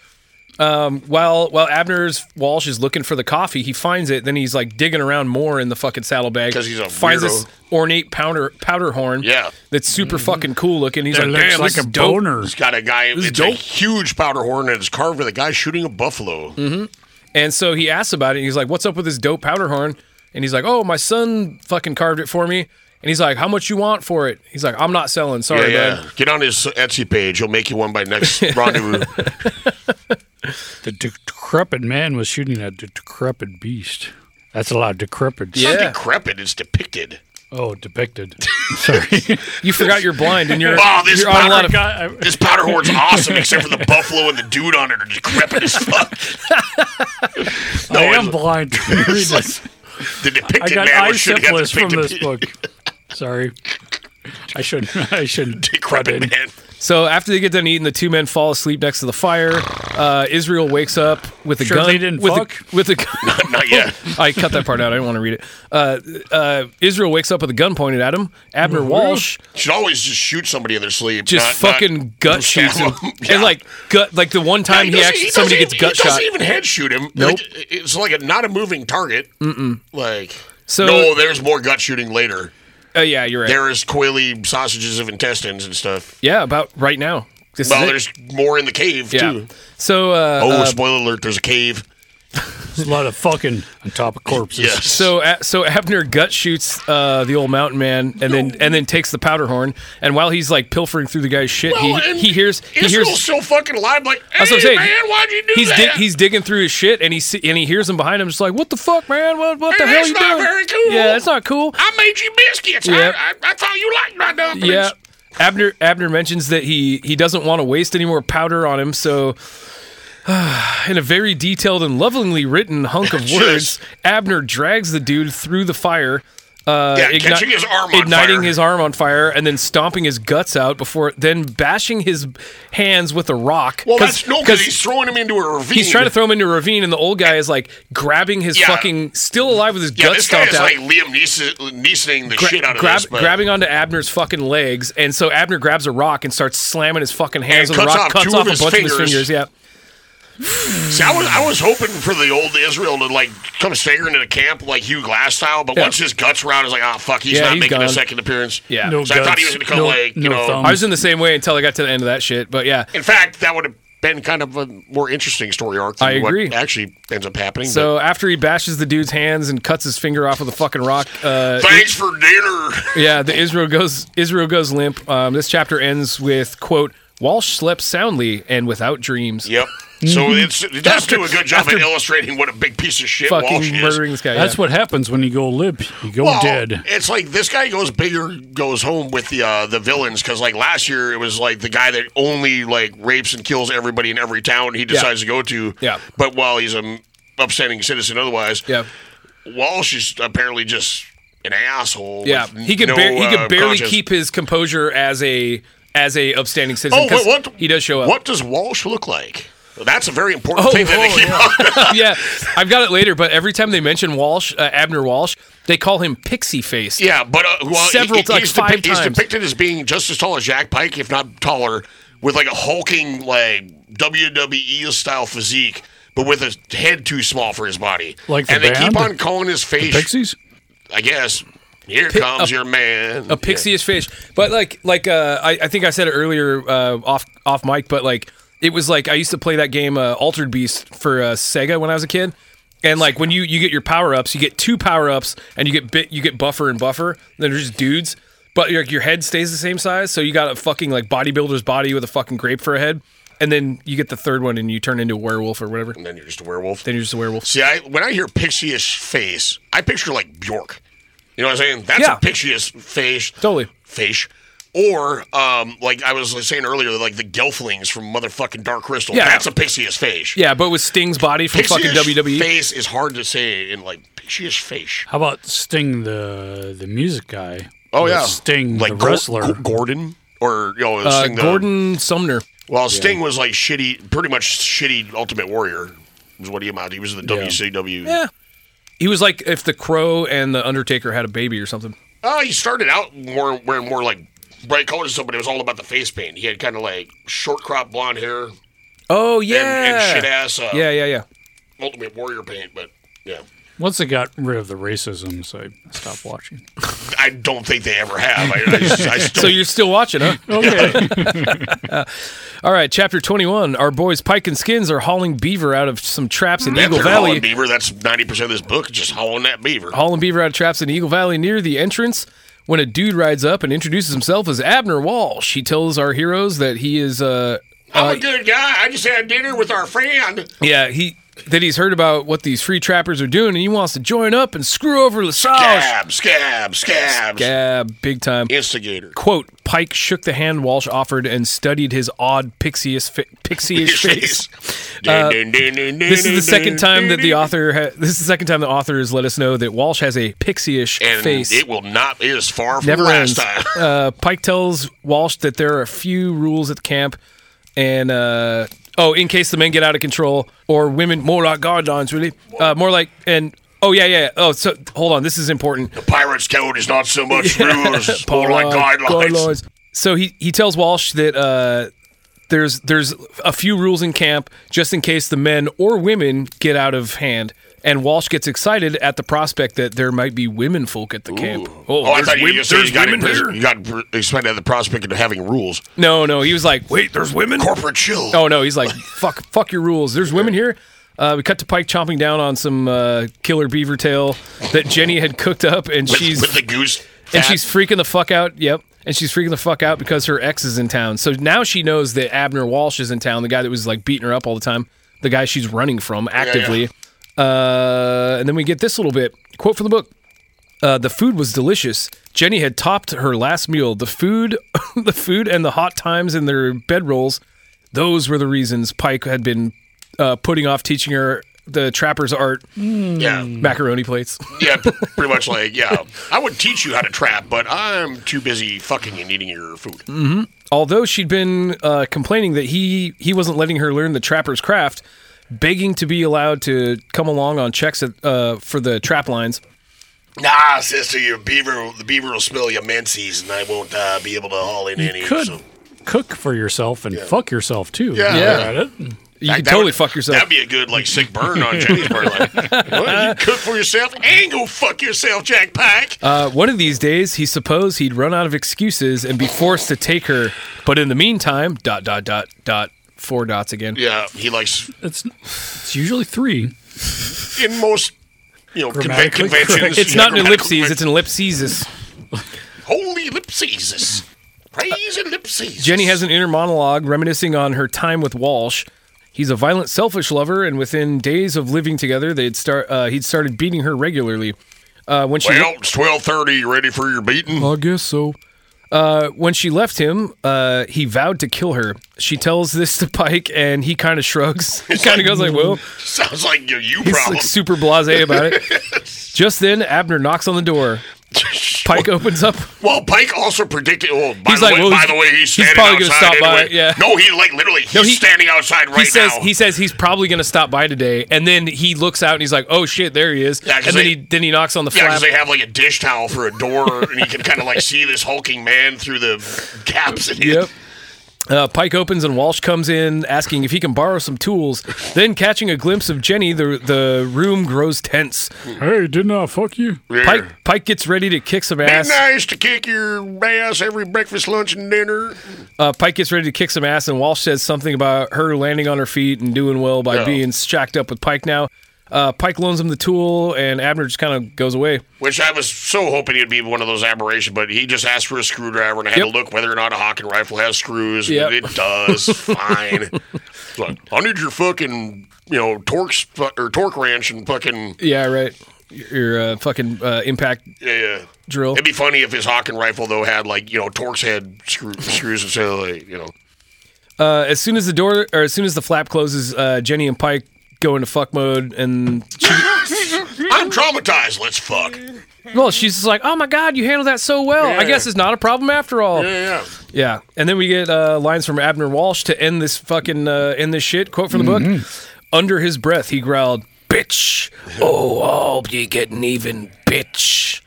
Um, while while Abner's Walsh is looking for the coffee, he finds it. Then he's like digging around more in the fucking saddlebag 'Cause he's a finds weirdo. this ornate powder powder horn. Yeah. that's super fucking cool looking. He's like, It Mm-hmm. looks damn, like this a is dope." boner. It's got a guy. is It's a dope. huge powder horn, and it's carved with a guy shooting a buffalo. Mm-hmm. And so he asks about it. And he's like, "What's up with this dope powder horn?" And he's like, "Oh, my son fucking carved it for me." And he's like, "How much you want for it?" He's like, "I'm not selling. Yeah, Sorry, yeah. bud." Get on his Etsy page. He'll make you one (laughs) by next rendezvous. The decrepit man was shooting a decrepit beast. That's a lot of decrepit. It's Yeah. not decrepit. It's depicted. Oh, depicted. Sorry. You forgot you're blind, (laughs) and you're Wow, this you're on a lot powder of God, (laughs) I- This powder horn's awesome, except for the buffalo and the dude on it are decrepit as (laughs) fuck. I it am was- blind. (laughs) to read It's like this. the I depicted got man eye was shooting at syphilis the from this depicted book. Sorry. I shouldn't. (laughs) I shouldn't. (laughs) decrepit cut in. man. So after they get done eating, the two men fall asleep next to the fire. Uh, Israel wakes up with a Sure gun. they didn't with fuck? A, (laughs) with a gun. Not yet. I cut that part out. I didn't want to read it. Uh, uh, Israel wakes up with a gun pointed at him. Abner Walsh Should always just shoot somebody in their sleep. just not- not fucking gut shoots him, stab (laughs) Yeah. and like gut like the one time Yeah, he, doesn't- actually somebody gets doesn't gut even, shot. He doesn't even head shoot him. Nope. Like, it's like a, not a moving target. Mm-mm. Like So- no, there's more gut shooting later. Oh yeah, you're right. There is coily sausages of intestines and stuff. yeah, about right now. This is Well, it. there's more in the cave yeah. too. So uh, Oh, uh, spoiler alert! There's a cave. There's a lot of fucking on top of corpses. Yes. So A- so Abner gut shoots uh, the old mountain man, and then and then takes the powder horn. And while he's like pilfering through the guy's shit, Well, he and he hears he Israel's hears. so fucking alive. Like, hey That's what I'm saying. man, why'd you do he's that? dig- he's digging through his shit, and he see- and he hears him behind him, just like, "What the fuck, man? What what the Hey, hell that's you not doing?" very cool. Yeah, it's not cool. I made you biscuits. Yep. I, I, I thought you liked my dumplings. Yeah. Abner Abner mentions that he he doesn't want to waste any more powder on him, so (sighs) in a very detailed and lovingly written hunk (laughs) of words, Abner drags the dude through the fire. Uh, Yeah, igni- catching his arm on igniting fire. his arm on fire, and then stomping his guts out before then bashing his hands with a rock. Well, that's no, because he's throwing him into a ravine. he's trying to throw him into a ravine, and the old guy is like grabbing his Yeah. fucking still alive with his Yeah, gut this guy stomped is out like Liam Neeson, Neesoning the shit out of grab- this. But grabbing onto Abner's fucking legs, and so Abner grabs a rock and starts slamming his fucking hands And on the cuts rock, off cuts two off of a his bunch of his fingers. fingers. Yeah, See, I was I was hoping for the old Israel to like come staggering into camp like Hugh Glass style, but Yeah. once his guts were out, I was like, ah, fuck, he's Yeah, not he's making a gone. second appearance. Yeah. No so I thought he was guts, gonna come no- like you no know. thumb. I was in the same way until I got to the end of that shit. But yeah, In fact, that would have been kind of a more interesting story arc than I agree. what actually ends up happening. So after he bashes the dude's hands and cuts his finger off with a fucking rock, uh, but thanks for dinner. (laughs) yeah, the Israel goes Israel goes limp. Um, this chapter ends with quote Walsh slept soundly and without dreams. yep. So it's, it does do a good job after- at illustrating what a big piece of shit Walsh Fucking is. murdering this guy. That's yeah. what happens when you go limp. You go Well, dead. It's like this guy goes bigger, goes home with the uh, the villains because like last year it was like the guy that only like rapes and kills everybody in every town he decides to go to. Yeah. But while he's an upstanding citizen, otherwise, Yeah. Walsh is apparently just an asshole. Yeah, with he could no, bar- he could uh, barely conscience. keep his composure as a as a upstanding citizen. Oh, 'cause wait, what? He does show up. What does Walsh look like? That's a very important Oh, thing that oh, they keep (laughs) up. yeah, I've got it later. But every time they mention Walsh, uh, Abner Walsh, they call him Pixie Face. Yeah, but uh, well, Several, he, like, he's, five depic- he's times. depicted as being just as tall as Jack Pike, if not taller, with like a hulking like WWE style physique, but with a head too small for his body. Like the and they keep band? on calling his face. Pixies? I guess here comes your man. a pixie is fish. But like like uh, I, I think I said it earlier uh, off off mic, but like it was like I used to play that game uh, Altered Beast for uh, Sega when I was a kid. And like when you you get your power ups, you get two power ups, and you get bit you get buffer and buffer. Then there's just dudes, but your your head stays the same size, so you got a fucking like bodybuilder's body with a fucking grape for a head. And then you get the third one, and you turn into a werewolf or whatever. And then you're just a werewolf. Then you're just a werewolf. See, I, when I hear pixie-ish face, I picture like Bjork. You know what I'm saying? That's Yeah. a pixie-ish face. Totally. Face. Or, um, like I was saying earlier, like the Gelflings from motherfucking Dark Crystal. Yeah. That's a pixie-ish face. Yeah, but with Sting's body from fucking E. Pixie-ish WWE. face is hard to say in like pixie-ish face. How about Sting, the the music guy? Oh With yeah, Sting, like the Gor- wrestler. G- Gordon or you know, Uh, Sting the- Gordon Sumner. Well, Sting was like shitty, pretty much shitty Ultimate Warrior. Was what he amounted. He was in the WCW. Yeah. He was like if the Crow and the Undertaker had a baby or something. Oh, he started out more wearing more like bright colors, but it was all about the face paint. He had kind of like short crop blonde hair and, Oh and yeah. shit ass uh, yeah, yeah, yeah. Ultimate Warrior paint. But yeah, Once they got rid of the racism, so I stopped watching. I don't think they ever have. I, I, (laughs) just- I still So you're still watching, (laughs) huh? Okay. (laughs) All right, chapter 21. Our boys Pike and Skins are hauling beaver out of some traps in If Eagle they're hauling Valley. Oh, beaver. That's ninety percent of this book. Just hauling that beaver. Hauling beaver out of traps in Eagle Valley near the entrance. When a dude rides up and introduces himself as Abner Walsh, he tells our heroes that he is uh Oh, I'm a good guy. I just had dinner with our friend. yeah, he that he's heard about what these free trappers are doing and he wants to join up and screw over Lesage. Scab, scab, scab. Yeah, big time. Instigator. Quote, Pike shook the hand Walsh offered and studied his odd pixie-ish, fa- pixie-ish (laughs) face. (laughs) Uh, This This is the second time that the author, ha- this is the second time the author has let us know that Walsh has a pixie-ish and face. it will not. It is far from Never the ends. last (laughs) time. (laughs) Uh, Pike tells Walsh that there are a few rules at camp and, uh, oh, in case the men get out of control or women, more like guidelines, really. Uh, more like, and, oh, yeah, yeah. Oh, so, hold on. This is important. Pirates Code is not so (laughs) much rules, it's more like Guidelines, guidelines. guidelines. So he, he tells Walsh that uh, there's there's a few rules in camp just in case the men or women get out of hand. And Walsh gets excited at the prospect that there might be women folk at the camp. Oh, I there's thought you were wom- gonna say there's you got, women imprisoned. here. you got br- excited at the prospect of having rules. No, no, he was like, wait, there's women. Corporate chill. Oh no, he's (laughs) like, fuck, fuck your rules. There's women here. Uh, we cut to Pike chomping down on some uh, killer beaver tail that Jenny had cooked up, and with, she's with the goose. and fat. she's freaking the fuck out. Yep. And she's freaking the fuck out because her ex is in town. So now she knows that Abner Walsh is in town, the guy that was like beating her up all the time, the guy she's running from actively. Uh, and then we get this little bit quote from the book. Uh, the food was delicious. Jenny had topped her last meal. The food, (laughs) the food, and the hot times in their bedrolls. Those were the reasons Pike had been uh, putting off teaching her the trapper's art yeah, macaroni plates. (laughs) yeah, p- pretty much like yeah. I would teach you how to trap, but I'm too busy fucking and eating your food. Mm. although she'd been uh, complaining that he he wasn't letting her learn the trapper's craft, begging to be allowed to come along on checks at, uh, for the trap lines. Nah, sister, your beaver, the beaver will smell your menses, and I won't uh, be able to haul in any. Could so- cook for yourself and fuck yourself too. Yeah. Yeah. You could That totally would- fuck yourself. That'd be a good like sick burn (laughs) on Jenny's burn. Like, well, you cook for yourself and go fuck yourself, Jack Pike. Uh, one of these days, he supposed he'd run out of excuses and be forced to take her. But in the meantime, dot dot dot dot. four dots again. Yeah, he likes It's it's usually three. in most you know conven- Grammatically conventions. correct. It's yeah, not an grammatically ellipses. It's an ellipses. correct. holy ellipses. Praise ellipses. Jenny has an inner monologue reminiscing on her time with Walsh. He's a violent, selfish lover, and within days of living together, they'd start. Uh, he'd started beating her regularly. Uh, when she Well, it's twelve thirty. You ready for your beating? I guess so. Uh, when she left him, uh, he vowed to kill her. She tells this to Pike, and he kind of (laughs) shrugs. He kind of goes like, "Well, Sounds like your you he's problem. like super blasé about it." Just then, Abner knocks on the door. Pike opens up. (laughs) well, Pike also predicted. Well, by, He's the, like, way, well, by he's- the way, he's he's standing probably gonna outside stop by, anyway. yeah. No, he like literally he's he- standing outside (laughs) right He says now. he says he's probably gonna stop by today, and then he looks out and he's like, "Oh shit, there he is!" Yeah, 'cause and then they- he then he knocks on the Yeah, flap. because they have like a dish towel for (laughs) a door, and you can kind of like see this hulking man through the gaps. In it. Yep. (laughs) Uh, Pike opens and Walsh comes in, asking if he can borrow some tools. Then, catching a glimpse of Jenny, the the room grows tense. Hey, didn't I fuck you? Yeah. Pike Pike gets ready to kick some Be ass. nice to kick your ass every breakfast, lunch, and dinner. Uh, Pike gets ready to kick some ass, and Walsh says something about her landing on her feet and doing well by Yeah. being shacked up with Pike now. Uh, Pike loans him the tool, and Abner just kind of goes away. Which I was so hoping he'd be one of those aberrations, but he just asked for a screwdriver, and I had Yep. to look whether or not a Hawking rifle has screws. and Yep. (laughs) It does. Fine. It's like, I need your fucking, you know, Torx fu- or torque wrench and fucking Yeah, right. Your uh, fucking uh, impact yeah. yeah. drill. It'd be funny if his Hawking rifle though had like you know Torx head screw, screws instead of like you know. Uh, as soon as the door, or as soon as the flap closes, uh, Jenny and Pike go into fuck mode, and I'm traumatized. Let's fuck. Well, she's just like, "Oh my god, you handled that so well. I guess it's not a problem after all." Yeah. Yeah. And then we get uh, lines from Abner Walsh to end this fucking uh, end this shit. Quote from the book. Under his breath, he growled, "Bitch, oh, I'll be getting even, bitch.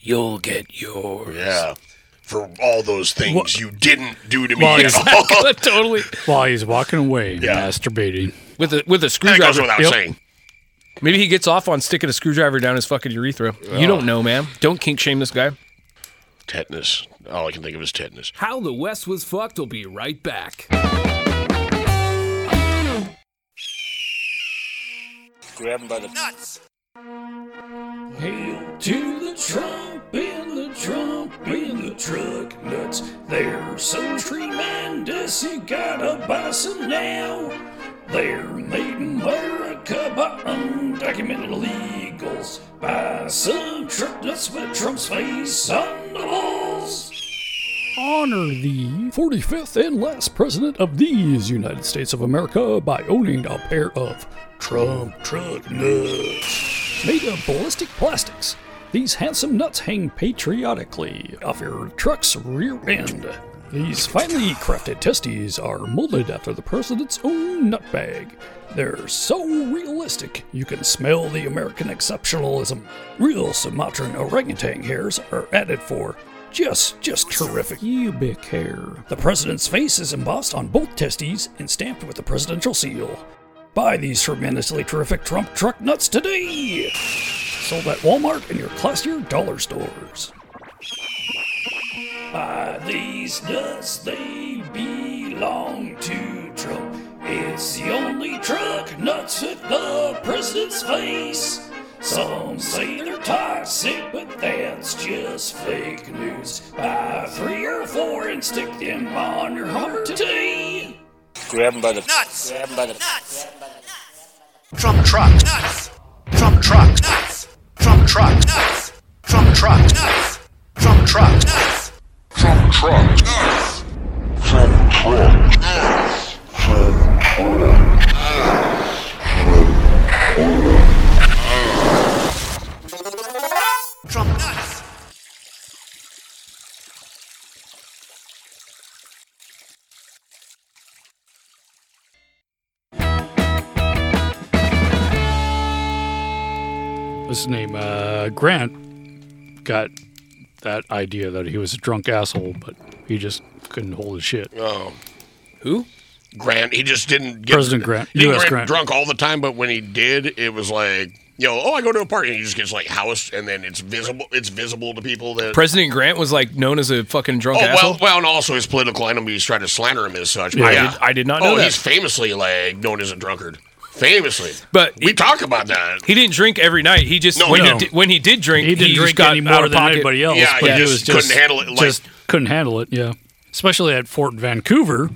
You'll get yours." (laughs) (laughs) Yeah. For all those things you didn't do to me Well, at all. (laughs) totally. While he's walking away, Yeah. masturbating. With a with a That goes screwdriver. without Yep. saying. Maybe he gets off on sticking a screwdriver down his fucking urethra. You don't know, man. Don't kink shame this guy. Tetanus. All I can think of is tetanus. How the West was fucked will be right back. Hail to the Trump in the Trump in the truck nuts. There's some tremendous you gotta buy some now. They're made in America by undocumented illegals. Buy some truck nuts with Trump's face on the walls. Honor the 45th and last president of these United States of America by owning a pair of Trump truck nuts made of ballistic plastics. These handsome nuts hang patriotically off your truck's rear end. These finely crafted testes are molded after the president's own nut bag. They're so realistic, you can smell the American exceptionalism. Real Sumatran orangutan hairs are added for just, just terrific pubic hair. The president's face is embossed on both testes and stamped with the presidential seal. Buy these tremendously terrific Trump truck nuts today! Sold at Walmart and your classier dollar stores. Buy these nuts, they belong to Trump. It's the only truck nuts with the president's face. Some say they're toxic, but that's just fake news. Buy three or four and stick them on your heart today. Trump truck nuts. Trump truck nuts. Trump truck nuts. Trump truck nuts. Trump truck nuts. Trump truck nuts. Trump truck nuts. Trump truck Trump nuts. What's his name? Uh, Grant got that idea that he was a drunk asshole, but he just couldn't hold his shit. Who? Grant, he just didn't get President Grant, he didn't US get Grant. drunk all the time, but when he did, it was like you know, oh, I go to a party, and he just gets like housed, and then it's visible. It's visible to people that. President Grant was like known as a fucking drunk Oh asshole. well, well, and also his political enemies try to slander him as such. I did- I did not know oh, that. he's famously like known as a drunkard. Famously, But we he- talk about that. He didn't drink every night. He just No, when no. he did, when he did drink, He didn't just drink got any out more of than pocket. anybody else. Yeah, but he he just was just couldn't handle it, like- just couldn't handle it. Yeah, especially at Fort Vancouver,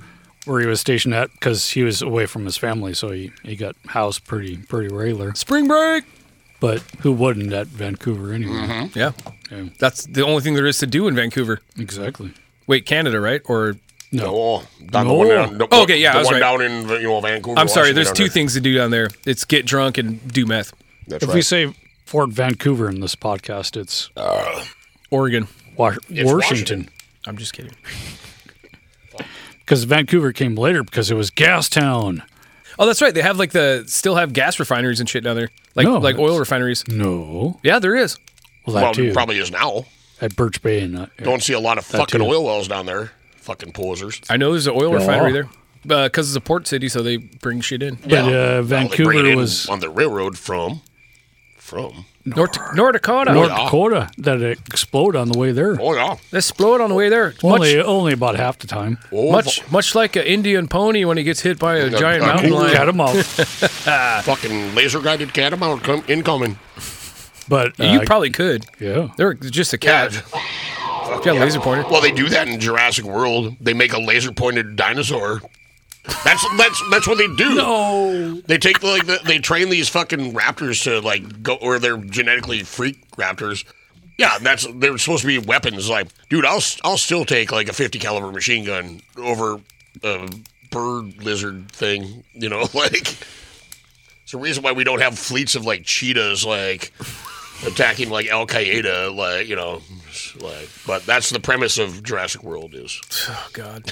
where he was stationed at, because he was away from his family, so he, he got housed pretty pretty regular. Spring break. But who wouldn't at Vancouver anyway? Hmm. Mm-hmm. Yeah. that's the only thing there is to do in Vancouver. Exactly. Wait, Canada, right? Or Oh, not the one No. down. the- Oh, okay, yeah, the I was one right. down in you know Vancouver. I'm sorry, Washington there's down two there. things to do down there. It's get drunk and do meth. That's If right. we say Fort Vancouver in this podcast, it's, uh, Oregon. Wa- Washington. I'm just kidding. Because Vancouver came later because it was Gastown. Oh, that's right. They have like the still have gas refineries and shit down there. Like No, like oil it's- refineries. No. Yeah, there is. Well, that well, too. it probably is now. At Birch Bay and that area. Don't see a lot of fucking too. oil wells down there. Fucking posers. I know there's an oil Yeah. refinery there. Because it's a port city, so they bring shit in. But Yeah. uh, Well, they bring it Vancouver in was on the railroad from from. North, North Dakota. North yeah. Dakota that it explode on the way there. Oh yeah. Let's blow it on the way there. Only, much, only about half the time. Oh, much, much like an Indian pony when he gets hit by a Yeah, giant uh, mountain cool. lion. Cut 'em (laughs) off. fu- Oh, fucking laser guided catamount com- incoming. But uh, You probably could. yeah. They're just a cat. Got a laser pointer. Well, they do that in Jurassic World. They make a laser pointed dinosaur. That's that's that's what they do. Oh, They take like the, they train these fucking raptors to like go, or they're genetically freak raptors. Yeah, that's they're supposed to be weapons. Like, dude, I'll s- I'll still take like a fifty caliber machine gun over a bird lizard thing. You know, (laughs) like it's the reason why we don't have fleets of like cheetahs like attacking like Al Qaeda. Like, you know, like. But that's the premise of Jurassic World is. Oh, God.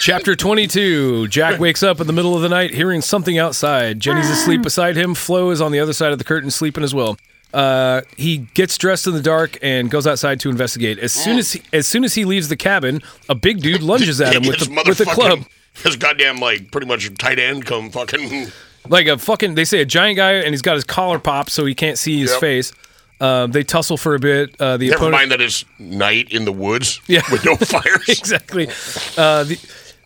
Chapter 22. Jack wakes up in the middle of the night hearing something outside. Jenny's asleep beside him. Flo is on the other side of the curtain sleeping as well. Uh, he gets dressed in the dark and goes outside to investigate. As soon as he, as soon as he leaves the cabin, a big dude lunges at him with His the, with a motherfucking- club. His goddamn like pretty much tight end come (laughs) fucking. like a fucking they say a giant guy and he's got his collar popped so he can't see his Yep. face um, they tussle for a bit uh, the Never opponent (laughs) mind that it's night in the woods Yeah. (laughs) with no (laughs) fires. exactly uh, the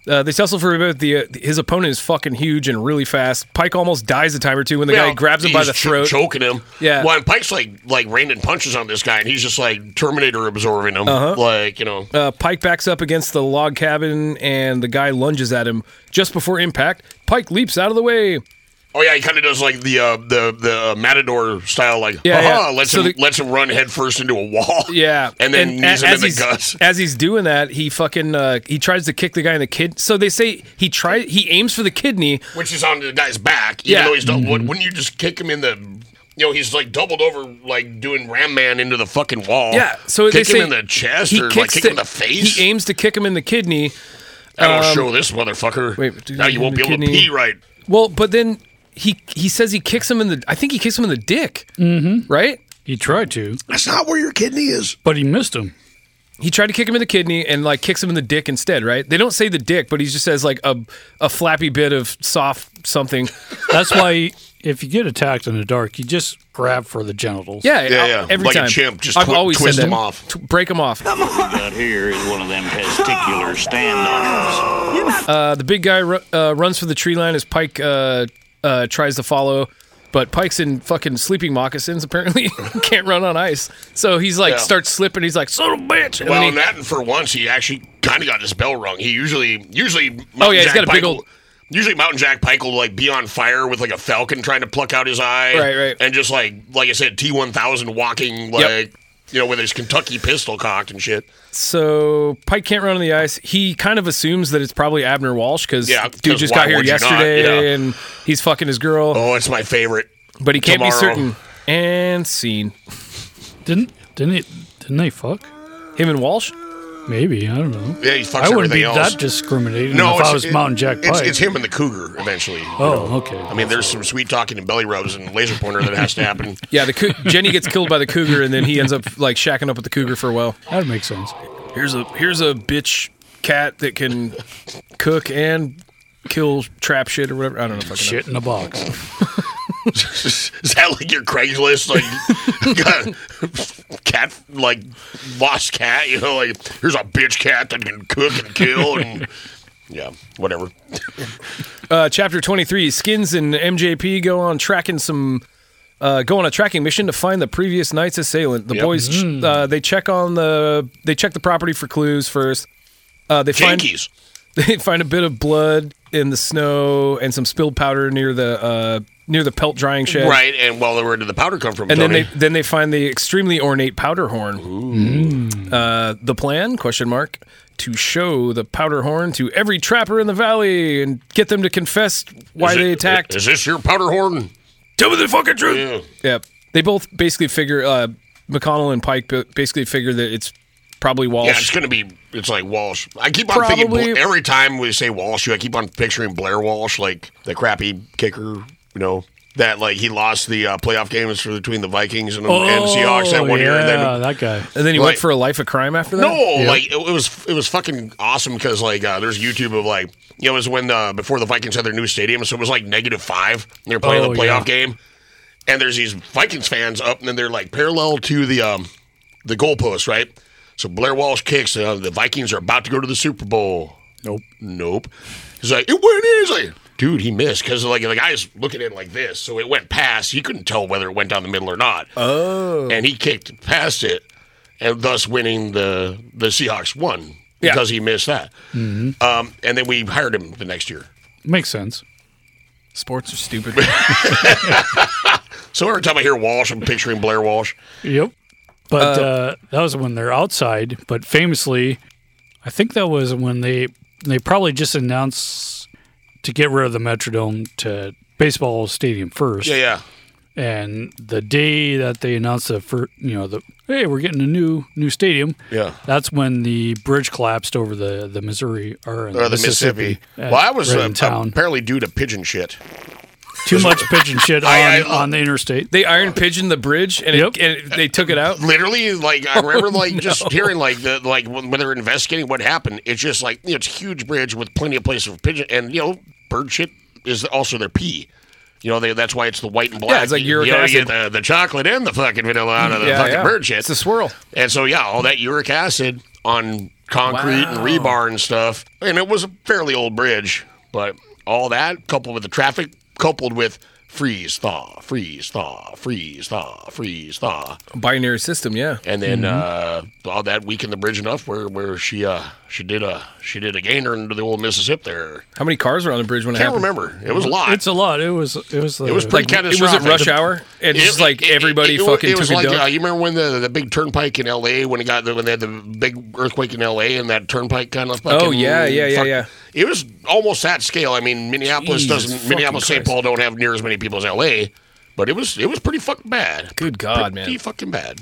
uh, they tussle for a bit. The uh, his opponent is fucking huge and really fast. Pike almost dies a time or two when the guy Well, grabs him by he's the cho- throat. choking him. Yeah. Well, and Pike's like like raining punches on this guy, and he's just like Terminator absorbing him. Like you know, Uh-huh. Uh, Pike backs up against the log cabin and the guy lunges at him. Just before impact, Pike leaps out of the way. oh yeah, he kind of does like the uh, the the uh, matador style, like Yeah, yeah. "Aha," lets So him the- lets him run headfirst into a wall. Yeah, and then a- knees him in the he's, guts. As he's doing that, he fucking uh, he tries to kick the guy in the kid. So they say he try he aims for the kidney, which is on the guy's back. Even Yeah. Mm-hmm. though he's done, mm wouldn't you just kick him in the? You know, he's like doubled over, like doing Ram Man into the fucking wall. Yeah, so kick they say him in the chest or like kicks kick him in the face. He aims to kick him in the kidney. I will show this motherfucker. wait, but do now you you won't be need able a to kidney? pee right. Well, but then he he says he kicks him in the. I think he kicks him in the dick. Mm-hmm. Right? he tried to, That's not where your kidney is. but he missed him. He tried to kick him in the kidney and like kicks him in the dick instead. Right? They don't say the dick, but he just says like a a flappy bit of soft something. That's why if you get attacked in the dark, you just grab for the genitals. Yeah, Yeah, I- yeah. Every Like a time, chimp, just I've twi- always twist said him that. off. T- break him off. Out here is one of them testicular standoffs. Uh, the big guy ru- uh, runs for the tree line as Pike uh, uh, tries to follow, but Pike's in fucking sleeping moccasins. Apparently, (laughs) can't run on ice, so he's like Yeah. starts slipping. He's like, "Son of a bitch!" And Well, then and he- that and for once he actually kind of got his bell rung. He usually, usually, Oh, yeah, he's Mountain Jack got a big Pike old- will- Usually, Mountain Jack Pike will like be on fire with like a falcon trying to pluck out his eye, Right, right. and just like like I said, T one thousand walking like you know with his Kentucky pistol cocked and shit. so Pike can't run on the ice. He kind of assumes that it's probably Abner Walsh because Yeah, dude 'cause just why got here would you not? yesterday Yeah. and he's fucking his girl, Oh, it's my favorite. but he can't be tomorrow. certain. And scene Didn't didn't it, didn't they fuck? him and Walsh. Maybe I don't know. Yeah, he fucks I wouldn't everything be else. that discriminating no, if it's, I was it- Mountain Jack Pike. It's, it's him and the cougar eventually. oh, okay. I mean, there's some sweet talking and belly rubs and laser pointer that has (laughs) to happen. Yeah, the cou- Jenny gets killed by the cougar, and then he ends up like shacking up with the cougar for a while. that makes sense. here's a here's a bitch cat that can cook and kill trap shit or whatever. I don't know. Fucking know. Shit in a box. Is that like your Craigslist? (laughs) Like, got cat, like, lost cat, you know, like, here's a bitch cat that can cook and kill (laughs) and, yeah, whatever. Uh, chapter 23 Skins and MJP go on tracking some. Uh, go on a tracking mission to find the previous night's assailant. The Yep. boys ch- uh, they check on the they check the property for clues first. Uh, they find Jinkies. (laughs) they find a bit of blood in the snow and some spilled powder near the uh, near the pelt drying shed. Right, and well, where did the powder come from, And Tony? then they then they find the extremely ornate powder horn. Uh, the plan? Question mark. To show the powder horn to every trapper in the valley and get them to confess why Is it- they attacked. Is this your powder horn? Tell me the fucking truth. Yeah. Yep. They both basically figure. Uh, McConnell and Pike ba- basically figure that it's probably Yeah, it's Walsh. going to be, it's like Walsh. I keep on thinking, Probably- Bla- every time we say Walsh, I keep on picturing Blair Walsh, like the crappy kicker, you know, that like he lost the uh, playoff games for, between the Vikings and, Oh, and Seahawks that one yeah, year. And then that guy. and then he Right. went for a life of crime after that. No, like it, it was it was fucking awesome because like uh, there's YouTube of like you know it was when the before the Vikings had their new stadium, so it was like negative five. and They're playing Oh, the playoff yeah. game, and there's these Vikings fans up, and then they're like parallel to the um the goalpost, right? So Blair Walsh kicks, uh, the Vikings are about to go to the Super Bowl. Nope. Nope. He's like, it went in. He's like, dude, he missed because like the guy's looking at it like this, so it went past. He couldn't tell whether it went down the middle or not. Oh. And he kicked past it, and thus winning the the Seahawks won Yeah. because he missed that. Mm-hmm. Um, and then we hired him the next year. Makes sense. Sports are stupid. (laughs) So every time I hear Walsh, I'm picturing Blair Walsh. Yep. But uh, that was when they're outside. But famously, I think that was when they they probably just announced to get rid of the Metrodome to baseball stadium first. Yeah, yeah. And the day that they announced the for you know the hey we're getting a new new stadium. Yeah. That's when the bridge collapsed over the the Missouri or, Or the Mississippi. at- Well, I was right uh, in town. apparently due to pigeon shit. Too much pigeon shit on, (laughs) I- I- on the interstate. they iron pigeon the bridge and, Yep. it, and it- they took it out. Literally, like I remember, (laughs) like just hearing, like the like when when they were investigating what happened. It's just like you know, it's a huge bridge with plenty of place for pigeon, and you know, bird shit is also their pee. You know, they, that's why it's the white and black. it's like You- uric you know, you acid. get the, the chocolate and the fucking vanilla out of the fucking bird shit. It's a swirl. And so, yeah, all that uric acid on concrete and rebar and stuff. And it was a fairly old bridge, but all that coupled with the traffic, coupled with freeze thaw, freeze thaw, freeze thaw, freeze thaw, Binary system. Yeah. and then Mm-hmm. uh, all that weakened the bridge enough where where she uh she did a she did a gainer into the old Mississippi there. How many cars were on the bridge when it Can't happened? remember. It was a lot. It's a lot. It was it was uh, the, it was pretty It was catastrophic. at rush hour, and It- just like it- it- everybody it- it- fucking it was took like, a dump. uh, you remember when the, the big turnpike in L.A. when it got the, when they had the big earthquake in L.A. and that turnpike kind of fucking Oh, yeah, yeah, yeah, yeah. It was almost that scale. I mean, Minneapolis Jesus doesn't fucking Minneapolis St. Christ. Paul don't have near as many people as L.A. But it was it was pretty fucking bad. Good God, pretty man. fucking bad.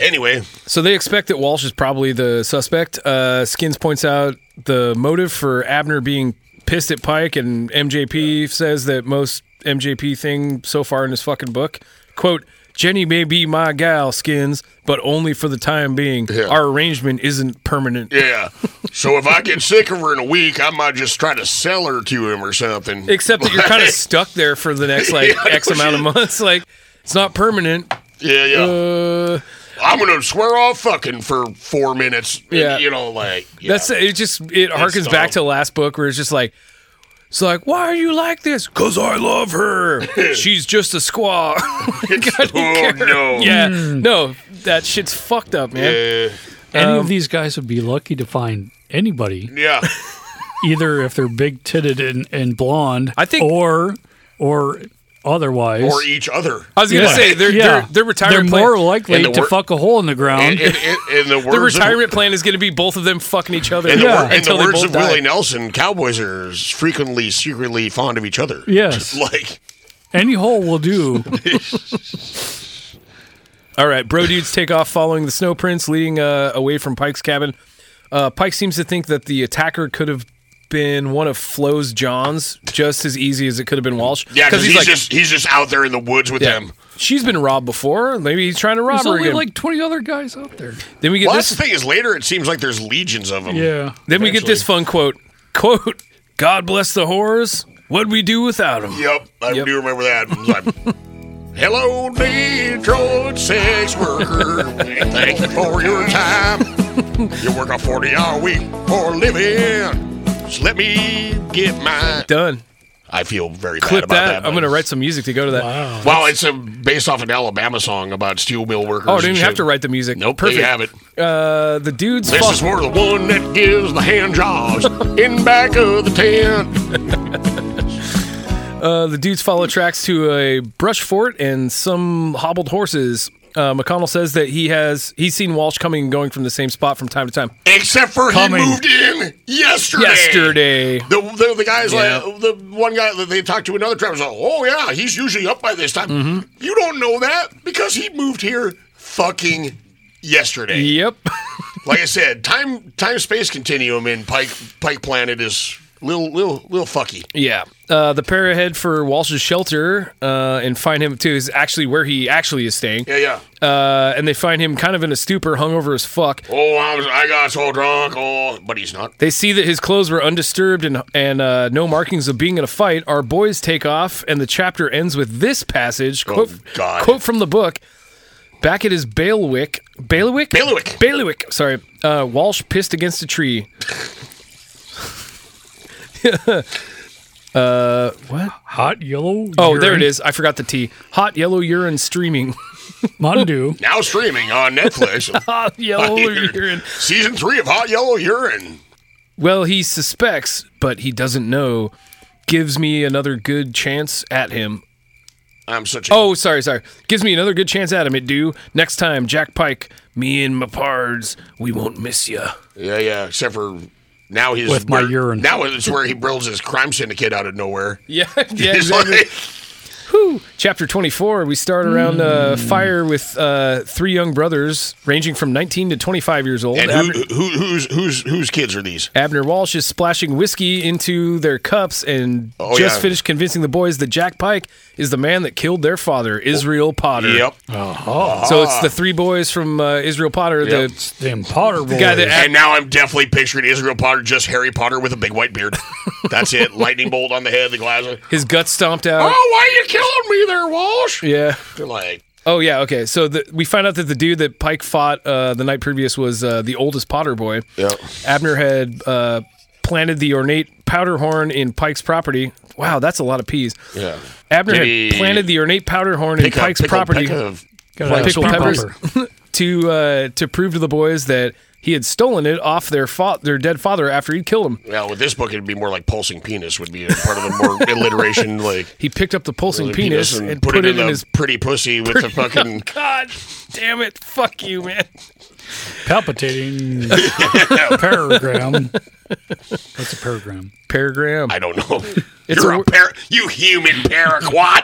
Anyway, So they expect that Walsh is probably the suspect. Uh, Skins points out the motive for Abner being pissed at Pike, and MJP says that most MJP thing so far in his fucking book. Quote, Jenny may be my gal, Skins, but only for the time being. Yeah. Our arrangement isn't permanent. yeah. so if I get sick of her in a week, I might just try to sell her to him or something. Except that you're kind of Like, stuck there for the next like (laughs) Yeah, I X know amount of shit. months. Like, it's not permanent. (laughs) yeah, yeah. Uh, I'm gonna swear off fucking for four minutes. Yeah. you know, like yeah. (laughs) That's it. Just it harkens dumb. back to last book where it's just like, it's like, why are you like this? Cause I love (laughs) her. She's just a squaw. (laughs) God, you oh care. no, Yeah, Mm. no, that shit's fucked up, man. Uh, Any of these guys would be lucky to find anybody, yeah. either if they're big titted and, and blonde, I think- or or otherwise. or (laughs) each other. I was gonna say their Yeah. their, their They're retirement plan, more likely And the to wor- fuck a hole in the ground. In, in, in, in the words their of, retirement plan is gonna be both of them fucking each other. in the, wor- in until the they words both of die. Willie Nelson, cowboys are frequently secretly fond of each other. Yes. (laughs) like Any hole (laughs) will do. All right, bro dudes take off following the snow prints leading uh, away from Pike's cabin. Uh, Pike seems to think that the attacker could have been one of Flo's Johns just as easy as it could have been Walsh. yeah, because he's, like, just he's just out there in the woods with yeah, them. she's been robbed before. Maybe he's trying to rob There's her only again. like 20 other guys out there. then we get Well, that's this. the thing is later it seems like there's legions of them. Yeah. Then we get this fun quote. Quote: God bless the horrors. What'd we do without him? Yep, I Yep. do remember that. It was like, (laughs) Hello, Detroit sex worker. Thank you for your time. You work a 40 hour week for a living. Just let me get mine. Done. I feel very bad Clip about that. that. I'm but- gonna write some music to go to that. Wow. Well, it's a, based off an Alabama song about steel mill workers. Oh, I and didn't shit. have to write the music. Nope, there perfect. you have it. Uh, the dude's This fuck- is for the one that gives the (laughs) hand jobs in back of the tent. Uh, the dudes follow tracks to a brush fort and some hobbled horses. Uh, McConnell says that he has he's seen Walsh coming and going from the same spot from time to time. Except for Coming. he moved in yesterday. Yesterday, The, the, the guy's Yeah. like, the one guy that they talked to another traveler's like, oh yeah, he's usually up by this time. Mm-hmm. You don't know that because he moved here fucking yesterday. yep, (laughs) Like I said, time time space continuum in Pike Pike Planet is little little little fucky. yeah. Uh, the pair head for Walsh's shelter uh, and find him too. Is actually where he actually is staying. Yeah, yeah. Uh, and they find him kind of in a stupor, hungover as fuck. Oh, I was I got so drunk. Oh, but he's not. They see that his clothes were undisturbed and and uh, no markings of being in a fight. Our boys take off, and the chapter ends with this passage Oh, quote, God. quote from the book. Back at his bailiwick, bailiwick, Bailiwick. bailiwick. Sorry, uh, Walsh pissed against a tree. Hot yellow. Oh, urine. there it is. I forgot the T. Hot yellow urine streaming. (laughs) Mountain Dew. Oh. Now streaming on Netflix. Hot (laughs) yellow urine. Season three of Hot Yellow Urine. Well, he suspects, but he doesn't know. Gives me another good chance at him. I'm such a Oh, sorry, sorry. Gives me another good chance at him. It do next time, Jack Pike. Me and my pards, we won't miss you. (laughs) Yeah, yeah. Except for now he's With my urine. Now it's where he builds his crime syndicate out of nowhere. (laughs) (laughs) Yeah, yeah. He's Exactly. like, Chapter twenty-four. We start around uh, Hmm. fire with uh, three young brothers ranging from nineteen to twenty-five years old. and Abner, who, who, who's who's whose kids are these? Abner Walsh is splashing whiskey into their cups and Oh, just yeah. finished convincing the boys that Jack Pike is the man that killed their father, Israel Potter. Yep. Oh, So it's the three boys from uh, Israel Potter. Ah. Yep. The Damn Potter boy. guy that And now I'm definitely picturing Israel Potter just Harry Potter with a big white (laughs) beard. That's it. Lightning bolt on the head, the glasses. his guts stomped out. Oh, why are you killing me there, Walsh? Yeah. They're like, Oh yeah, okay. So the, we find out that the dude that Pike fought uh, the night previous was uh, the oldest Potter boy. yeah. Abner had uh, planted the ornate powder horn in Pike's property. Wow, that's a lot of peas. Yeah. Abner Maybe had planted the ornate powder horn in Pick a- Pike's pick a- property pick a- Got an Pickled actual peppers. pepper. (laughs) to uh, to prove to the boys that he had stolen it off their fa- their dead father after he'd killed him. Well, with this book, it'd be more like pulsing penis would be a part of the (laughs) more alliteration, like He picked up the pulsing the penis, and, put, it in the his. Oh, pretty (laughs) pussy with the fucking God damn it! Fuck you, man. (laughs) Palpitating paragram. That's a paragram. Paragram. I don't know. (laughs) It's You're a a, wor- par- you human (laughs) paraquat.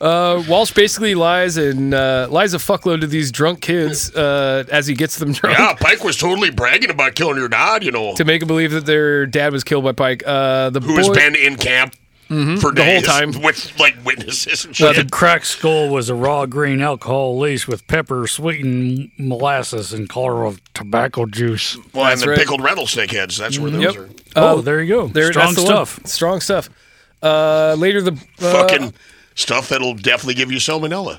Uh, Walsh basically lies and uh, lies a fuckload to these drunk kids uh, as he gets them drunk yeah, Pike was totally bragging about killing your dad. You know, to make them believe that their dad was killed by Pike. Uh, the who boy, Mm-hmm. has been in camp for the whole days time. with like witnesses and Well, shit. the cracked skull was a raw green alcohol laced with pepper, sweetened molasses, and color of tobacco juice. well, and the right. Mm-hmm. pickled rattlesnake heads. That's where those Yep. Uh, are. oh, there you go. there- Strong that's the one. (laughs) stuff. Strong stuff. Uh, later, the uh, Fucking stuff that'll definitely give (laughs) you salmonella.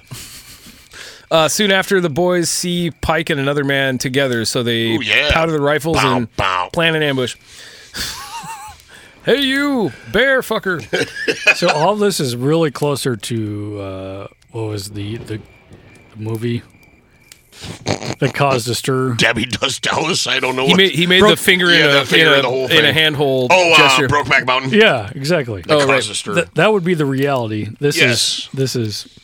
uh, soon after the boys see Pike and another man together, so they Ooh, yeah. powder the rifles Bow, and bow. plan an ambush. hey, you bear fucker! So all this is really closer to uh, what was the the movie that caused a stir. Debbie does Dallas. I don't know. He what. made, he made the finger yeah, in the a finger in in a, the whole in a thing. handhold oh, uh, gesture. Brokeback Mountain. Yeah, exactly. Oh, Caused right. a stir. Th- that would be the reality. This Yes. is this is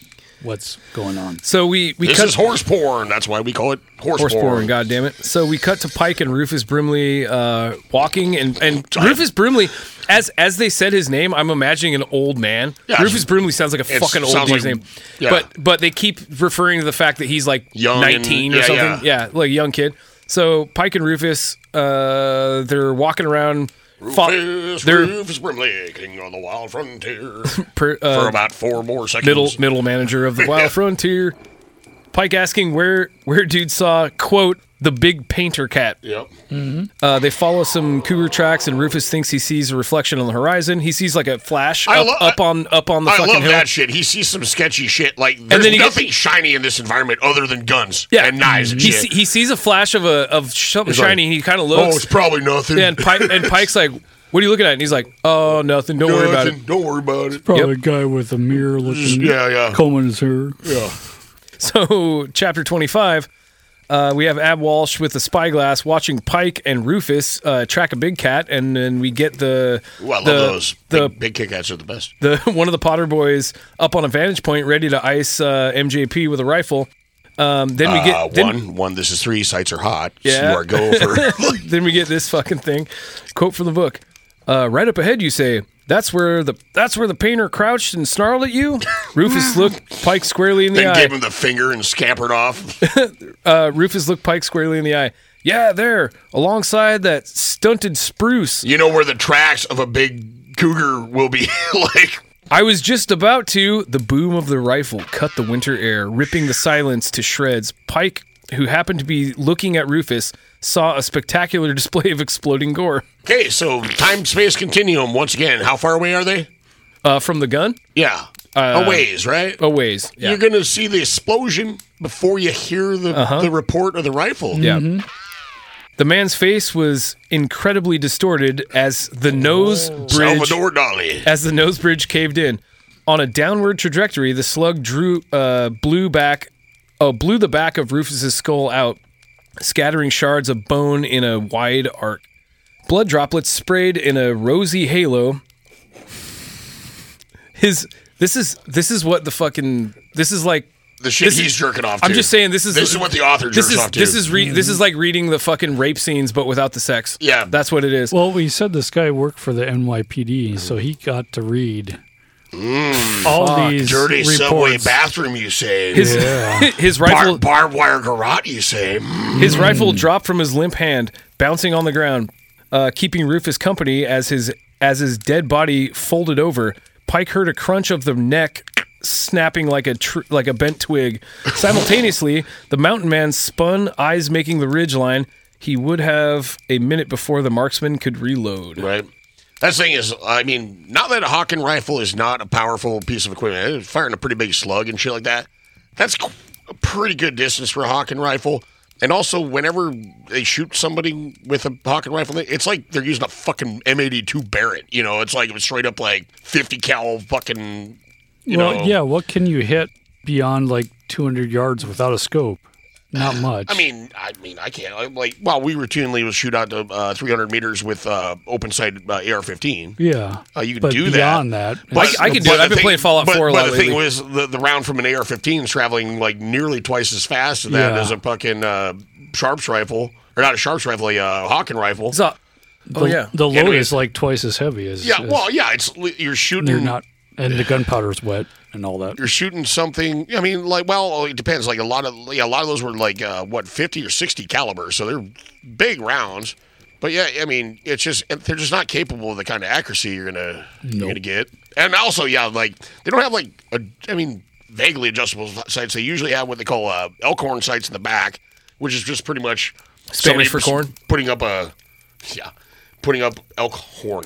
what's going on. so we we this cut is horse porn. That's why we call it horse, Horse porn, porn. God damn it! So we cut to Pike and Rufus Brimley uh, walking, and, and Rufus Brimley, as as they said his name, I'm imagining an old man. Yeah, Rufus Brimley sounds like a it fucking old sounds dude's like- name, yeah. but but they keep referring to the fact that he's like Young and- 19 or yeah, something. yeah. Yeah, like a young kid. So Pike and Rufus, uh, they're walking around. fo- Rufus, they're Rufus Brimley, king on the (laughs) wild frontier. per, for uh, about four more seconds. middle (laughs) middle manager of the Wild Frontier. Pike asking where where dude saw quote the big painter cat. Yep. Uh, they follow some cougar tracks, and Rufus thinks he sees a reflection on the horizon. He sees like a flash I up, lo- up on up on the I fucking love hill. (laughs) that shit. He sees some sketchy shit. Like there's then he gets- nothing shiny in this environment other than guns and knives and He, shit. see, he sees a flash of a of something like, shiny. and he kind of oh, it's looks, probably nothing. and Pike, and Pike's like, "What are you looking at?" And he's like, "Oh, nothing. Don't worry about it." Nothing. Don't worry about it. Probably a guy with a mirror looking. Yeah, yeah. Combing his hair. So, (laughs) chapter 25, uh, we have Ab Walsh with the spyglass watching Pike and Rufus uh, track a big cat, and then we get the Ooh, I love the, those. the, big, big kickouts are the best. the (laughs) one of the Potter boys up on a vantage point, ready to ice uh, MJP with a rifle. Um, then we get Uh, then, one, one. This is three. Sights are hot. Yeah. You are go (laughs) over. then we get this fucking thing. Quote from the book. Uh, right up ahead, you say, "That's where the that's where the painter crouched and snarled at (laughs) you." Rufus looked Pike squarely in the then eye. gave him the finger and scampered off. Uh, Rufus looked Pike squarely in the eye. Yeah, there, alongside that stunted spruce. you know where the tracks of a big cougar will be. (laughs) like I was just about to. The boom of the rifle cut the winter air, ripping the silence to shreds. Pike, who happened to be looking at Rufus, saw a spectacular (laughs) display of exploding gore okay, so time space continuum once again. How far away are they? uh, from the gun. Yeah, Uh, a ways, right? A ways. Yeah. Uh-huh. You're gonna see the explosion before you hear the the report of the rifle. Yeah. The man's face was incredibly distorted as the nose bridge Salvador Dali. as the nose bridge caved in. On a downward trajectory, the slug drew uh, blew back, oh, blew the back of Rufus's skull out, scattering shards of bone in a wide arc. Blood droplets sprayed in a rosy halo. His this is this is what the fucking this is like. The shit This is- he's jerking off. I'm to. just saying this is This is what the author this jerks is off to. this is re- this is like reading the fucking rape scenes but without the sex. Yeah. that's what it is. Well, we said this guy worked for the Mm. NYPD, so he got to read all these dirty reports. subway bathroom. You say his (laughs) his rifle Bar- barbed wire garage. You say. Mm. His rifle dropped from his limp hand, bouncing on the ground, uh, keeping Rufus company as his as his dead body folded over. Pike heard a crunch of the neck snapping like a tr- like a bent twig. Simultaneously, the mountain man spun, eyes making the ridge line. He would have a minute before the marksman could reload. Right. That's the thing is, I mean, not that a Hawken rifle is not a powerful piece of equipment. It's firing a pretty big slug and shit like that. That's qu- a pretty good distance for a Hawken rifle. And also, whenever they shoot somebody with a Hawken rifle, it's like they're using a fucking M82 Barrett. You know, it's like it's straight up like 50 cal fucking. You well, know, yeah, what can you hit beyond like 200 yards without a scope? Not much. (sighs) I mean, I mean, I can't. I'm like, well, we routinely will shoot out to uh, 300 meters with uh, open sight uh, AR-15. yeah, Oh, you can but do that. beyond that, I- I can do it. but I've the been playing Fallout but, 4 a but lot the thing lately. was, the, the round from an AR-15 is traveling like nearly twice as fast as that Yeah. as a fucking uh, sharps rifle, or not a sharps rifle, a uh, Hawken rifle. It's not- oh the, yeah. the Can't load do is like twice as heavy as. yeah, as- well, mm. yeah, it's li- you're they're shooting. not, and the gunpowder's wet and all that. You're shooting something. I mean, like, well, it depends. Like a lot of, yeah, a lot of those were like uh, what 50 or 60 caliber, so they're big rounds. But yeah, I mean, it's just they're just not capable of the kind of accuracy you're gonna you're gonna get. And also, yeah, like they don't have like a, I mean, vaguely adjustable sights. They usually have what they call uh, elkhorn sights in the back, which is just pretty much Spanish somebody for corn? Putting up a, yeah, putting up elk horn.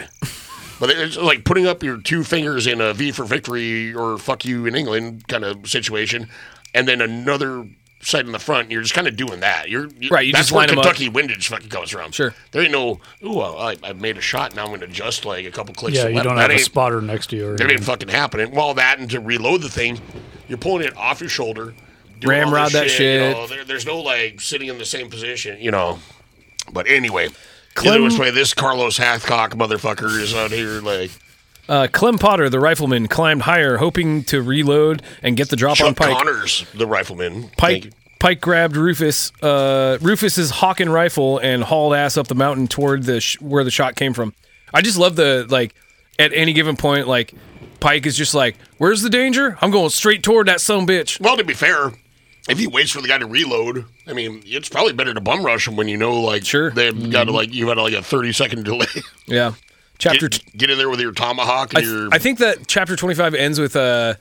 But it's like putting up your two fingers in a V for victory or fuck you in England kind of situation, and then another sight in the front. and You're just kind of doing that. You're you- Right, you that's just where line 'em up. Kentucky windage fucking comes from. Sure. There ain't no. Ooh, I, I made a shot. Now I'm going to adjust like a couple clicks. Yeah, to you left." don't That have a ain't- spotter next to you. Or That ain't fucking happening. Well, that and to reload the thing, you're pulling it off your shoulder. doing all Ramrod this that You shit. know, there, there's no like sitting in the same position. You know. But anyway. Either which way, this Carlos Hathcock motherfucker is out here like Uh, Clem Potter, the rifleman, climbed higher, hoping to reload and get the drop on Chuck Pike. Connors, the rifleman. Thank you. Pike Pike grabbed Rufus uh, Rufus's hawk and rifle and hauled ass up the mountain toward the sh- where the shot came from. I just love the like at any given point like Pike is just like, "Where's the danger? I'm going straight toward that son of a bitch." Well, to be fair, if he waits for the guy to reload, I mean, it's probably better to bum rush him when you know, like, Sure. Mm-hmm. they've got to like you had like a thirty (laughs) second delay. Yeah. Chapter get, t- get in there with your tomahawk and I, your. I think that chapter 25 ends with uh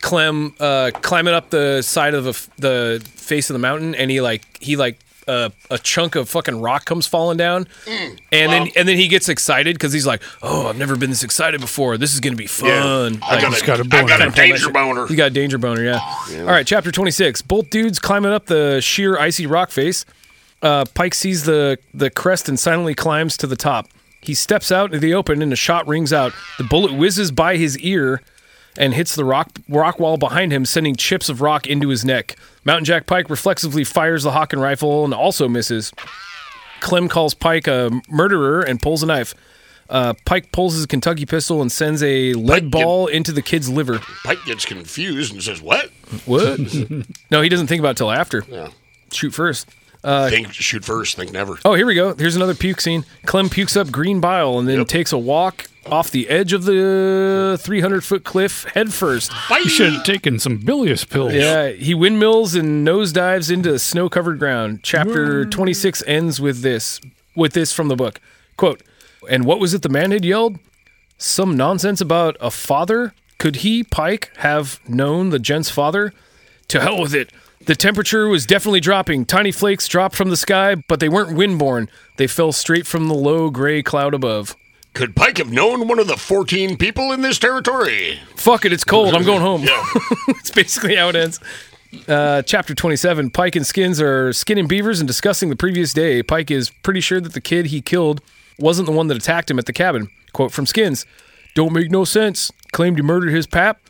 Clem uh climbing up the side of the, f- the face of the mountain and he like he like a, a chunk of fucking rock comes falling down, Mm, and then and then he gets excited because he's like, "Oh, I've never been this excited before. This is gonna be fun." I Like, got, just a, got a I got a boner. danger boner. you got danger boner, yeah. All right, chapter 26. Both dudes climbing up the sheer icy rock face. Uh, Pike sees the, the crest and silently climbs to the top. He steps out into the open and a shot rings out. The bullet whizzes by his ear and hits the rock rock wall behind him, sending chips of rock into his neck. Mountain Jack Pike reflexively fires the Hawken rifle and also misses. Clem calls Pike a murderer and pulls a knife. Uh, Pike pulls his Kentucky pistol and sends a lead Pike did- ball into the kid's liver. Pike gets confused and says, "What? What? (laughs) no, he doesn't think about it till after. Shoot first. think shoot first, think never." Uh, Oh, here we go. Here's another puke scene. Clem pukes up green bile and then takes a walk off the edge of the 300 foot cliff head first. Bye. You should have taken some bilious pills. Yeah, he windmills and nosedives into snow covered ground. Chapter 26 ends with this with this from the book. Quote, and what was it the man had yelled? Some nonsense about a father? Could he, Pike, have known the gent's father? To hell with it. The temperature was definitely dropping. Tiny flakes dropped from the sky, but they weren't windborne. They fell straight from the low gray cloud above. Could Pike have known one of the 14 people in this territory? Fuck it, it's cold. I'm going home. (laughs) Yeah. That's basically how it ends. Uh, chapter 27 Pike and Skins are skinning beavers and discussing the previous day. Pike is pretty sure that the kid he killed wasn't the one that attacked him at the cabin. Quote from Skins Don't make no sense. Claimed you murdered his pap.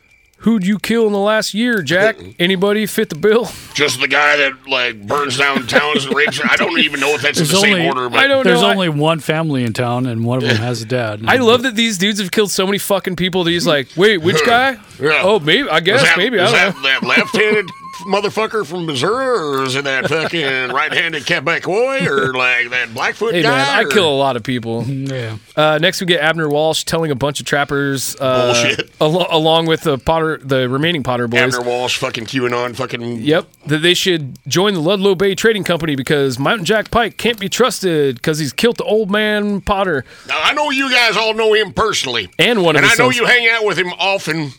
Who'd you kill in the last year, (laughs) Jack? Anybody fit the bill? Just the guy that like burns down towns and rapes. I don't even know if that's in the There's same only- order, but I don't There's know. I- only one family in town, and one of them has a dad. I love that these dudes have killed so many fucking people that he's like, wait, which guy? (laughs) Yeah. Oh, maybe. I guess. is that, maybe. I is don't know. that, that left-handed (laughs) motherfucker from Missouri, or is it that (laughs) fucking right-handed Quebecois, or like that Blackfoot Hey, guy? man, I or- kill a lot of (laughs) people. Yeah. Uh, next, we get Abner Walsh telling a bunch of trappers, uh, (laughs) Bullshit. al- along with the Potter, the remaining Potter boys. Abner Walsh, fucking QAnon, fucking Yep, that they should join the Ludlow Bay Trading Company because Mountain Jack Pike can't be trusted because he's killed the old man Potter Now, I know you guys all know him personally, and one of and I his know sons. you hang out with him often.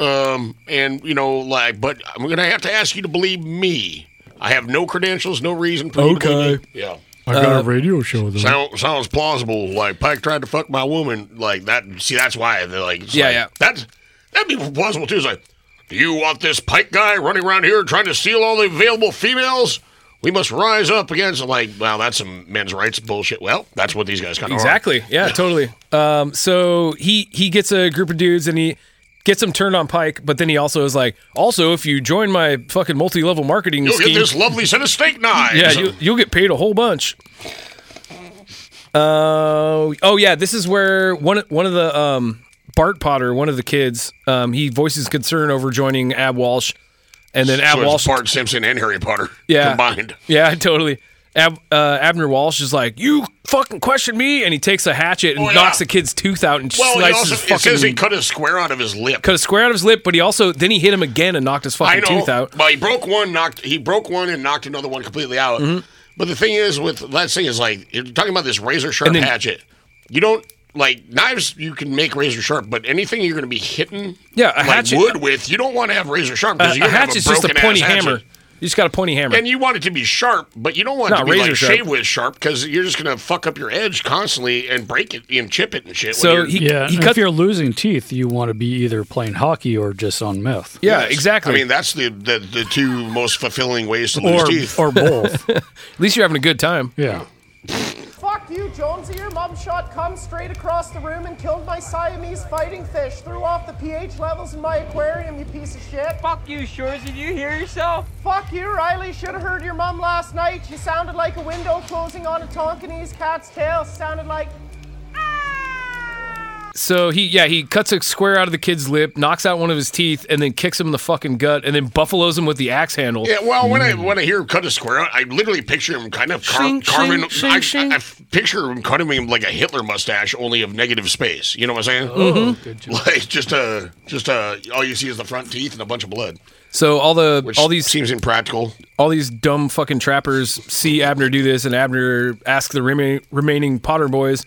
Um, and you know, like, but I'm gonna have to ask you to believe me. I have no credentials, no reason for you to believe me. Yeah. I got a radio show though. Uh, Mm-hmm. Sound, sounds plausible. Like Pike tried to fuck my woman. Like that. See, that's why. They're like, it's Yeah, like, yeah. That's that'd be plausible too. It's like, do you want this Pike guy running around here trying to steal all the available females? We must rise up against. Like, well, that's some men's rights bullshit. Well, that's what these guys kind of Exactly. Yeah, totally. Um, so he he gets a group of dudes and he gets them turned on Pike, but then he also is like, also if you join my fucking multi-level marketing You'll scheme, get this lovely set of steak knives. Yeah, you, you'll get paid a whole bunch. Uh, oh yeah, this is where one one of the um, Bart Potter, one of the kids, um, he voices concern over joining Ab Walsh, and then Ab so it's Walsh, Bart Simpson and Harry Potter Yeah. combined. yeah, (laughs) totally. Ab, uh, Abner Walsh is like, "You fucking question me," and he takes a hatchet and Oh, yeah. knocks the kid's tooth out and Well, he slices also his it says he fucking cut a square out of his lip. cut a square out of his lip. But he also then he hit him again and knocked his I fucking know. tooth out. Well, he broke one, knocked. He broke one and knocked another one completely out. Mm-hmm. But the thing is, with that thing is like you're talking about this razor sharp And then- hatchet. You don't like knives. You can make razor sharp, but anything you're going to be hitting, Yeah, a like hatchet- wood with, you don't want to have razor A, sharp because Uh, a you're going to have a hatchet's just a broken-ass pointy hatchet. hammer. You just got a pointy hammer. And you want it to be sharp, but you don't want it Not to be razor like sharp. shave with sharp because you're just going to fuck up your edge constantly and break it and chip it and shit. when so you're- he Yeah, he and cut if you're losing teeth, you want to be either playing hockey or just on meth. yeah Yes. exactly. I mean, that's the, the the two most fulfilling ways to lose Or, teeth. (laughs) or both. At least you're having a good time. Yeah. Fuck you, Jonesy. Your mum shot come straight across the room and killed my Siamese fighting fish. Threw off the pH levels in my aquarium, you piece of shit. Fuck you, Shores. Did you hear yourself? Fuck you, Riley. Should have heard your mum last night. She sounded like a window closing on a Tonkinese cat's tail. Sounded like. So he, yeah, he cuts a square out of the kid's lip, knocks out one of his teeth, and then kicks him in the fucking gut, and then buffaloes him with the axe handle. Yeah, well, when I when I hear him cut a square out, I literally picture him kind of car- carving. I, I- I f- picture him cutting him like a Hitler mustache, only of negative space. You know what I'm saying? (laughs) Like just a just a all you see is the front teeth and a bunch of blood. So all the Which all these seems impractical. all these dumb fucking trappers see Abner do this, and Abner asks the rema- remaining Potter boys,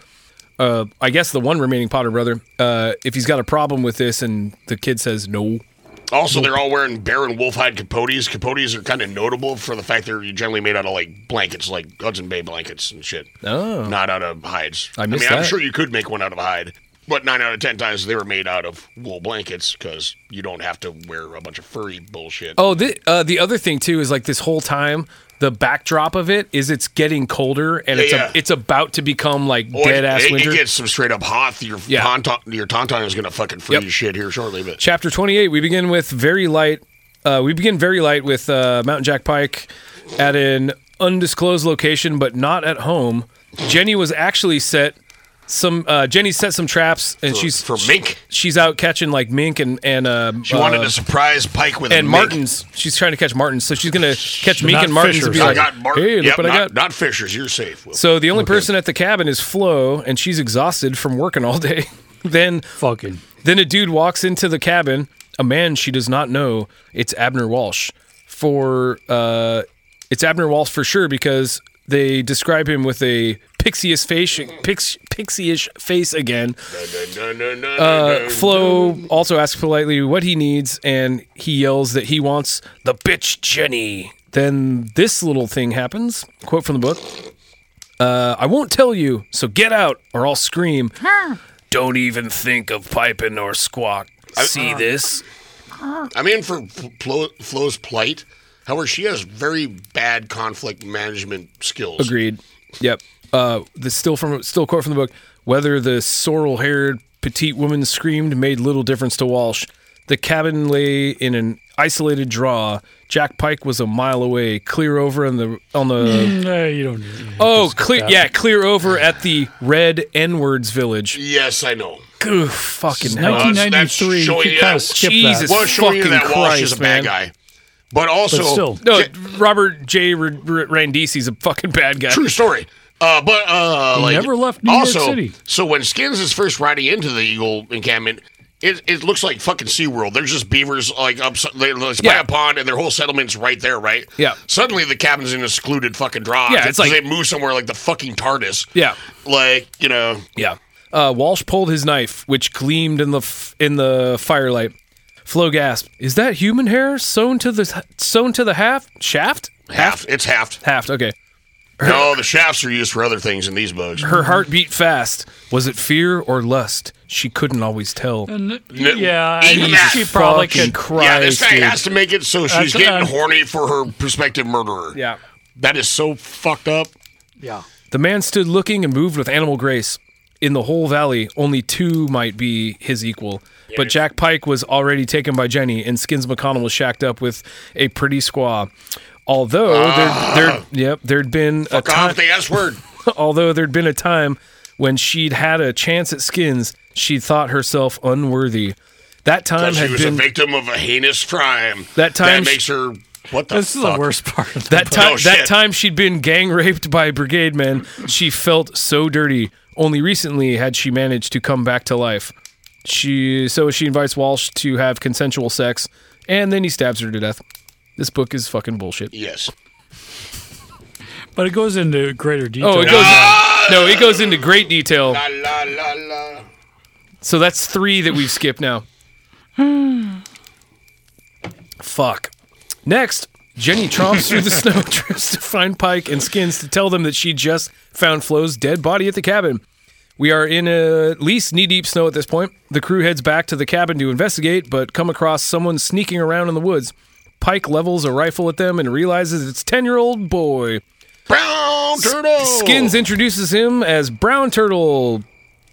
uh, I guess the one remaining Potter brother, uh, if he's got a problem with this, and the kid says no. Also, they're all wearing bear and wolf hide capotes. Capotes are kind of notable for the fact they're generally made out of like blankets, like Hudson Bay blankets and shit. Oh. Not out of hides. I mean, missed I'm that. sure you could make one out of a hide, but nine out of ten times they were made out of wool blankets because you don't have to wear a bunch of furry bullshit. Oh, the uh, the other thing too is like this whole time the backdrop of it is it's getting colder and Yeah, it's a, yeah. it's about to become like Oh, it- dead ass it, winter. It gets some straight up hot. Your Yeah. tauntaun, your tauntaun is gonna fucking freeze shit here shortly. But Chapter 28, we begin with very light. Uh, we begin very light with uh, Mountain Jack Pike at an undisclosed location, but not at home. Jenny was actually set some. Uh, Jenny set some traps, and she's for mink. She's out catching like mink and and. Uh, She wanted uh, to surprise Pike with a and mink. martins. She's trying to catch martins, so she's gonna catch mink Not and martins and be Fishers. like, I got Mar- "Hey, look yep, what not, I got." Not Fishers. You're safe. Will. So the only person at the cabin is Flo, and she's exhausted from working all day. (laughs) then fucking. Then a dude walks into the cabin. A man she does not know. It's Abner Walsh. For uh, it's Abner Walsh for sure because they describe him with a pixie-ish face, pix, pixie-ish face again. Uh, Flo also asks politely what he needs, and he yells that he wants the bitch Jenny. Then this little thing happens. Quote from the book. Uh, I won't tell you, so get out, or I'll scream. Don't even think of piping or squawk. See this? I'm in for Flo, Flo's plight. However, she has very bad conflict management skills. Agreed. Yep. Uh, the still from still quote from the book. Whether the sorrel-haired petite woman screamed made little difference to Walsh. The cabin lay in an isolated draw. Jack Pike was a mile away, clear over on the on (laughs) the. no, you don't. Need oh, clear. Yeah, clear over at the Red N Words Village. Yes, I know. Ooh, fucking hell. Uh, that's- that's showing you that- Jesus Well, it's showing you fucking that Walsh Christ, is a man. bad guy. But also, no. Robert J. R- R- Randisi's a fucking bad guy. True story. Uh, but uh, He like, never left New York also, City. So when Skins is first riding into the Eagle encampment, it, it looks like fucking SeaWorld. There's just beavers like up they, it's by a pond, and their whole settlement's right there, right? Yeah. Suddenly the cabin's in a secluded fucking draw. Yeah, it's like- they move somewhere like the fucking TARDIS. Yeah. Like you know. Yeah. Uh, Walsh pulled his knife, which gleamed in the f- in the firelight. Flo gasped, "Is that human hair sewn to the sewn to the half shaft? Half. It's halved. Halved. Okay." no, the shafts are used for other things in these bugs. Her heart beat fast. Was it fear or lust? She couldn't always tell. N- yeah, even I mean, that. she probably Fucking could. Christ, yeah, this guy dude. has to make it so she's That's what getting I'm- horny for her prospective murderer. Yeah. That is so fucked up. Yeah. The man stood looking and moved with animal grace. In the whole valley, only two might be his equal. But Jack Pike was already taken by Jenny, and Skins McConnell was shacked up with a pretty squaw. Although there, there, yep, there'd been a Ah. Fuck time, off the S word. (laughs) although there'd been a time when she'd had a chance at Skins, she thought herself unworthy. That time she had was a been victim of a heinous crime. That time that she- makes her what the This is fuck? the (laughs) worst part. Of the That book. time, No shit. that time she'd been gang raped by brigade men. She felt so dirty. Only recently had she managed to come back to life. She so she invites Walsh to have consensual sex, and then he stabs her to death. This book is fucking bullshit. Yes. But it goes into greater detail. Oh, it goes no, it goes into great detail. La la la la. So that's three that we've skipped now. Fuck. Next, Jenny tromps through the snow, (laughs) trips to find Pike and Skins to tell them that she just found Flo's dead body at the cabin. We are in uh, at least knee deep snow at this point. The crew heads back to the cabin to investigate, but come across someone sneaking around in the woods. Pike levels a rifle at them and realizes it's 10 year old boy. Brown turtle. Skins (laughs) introduces him as Brown Turtle,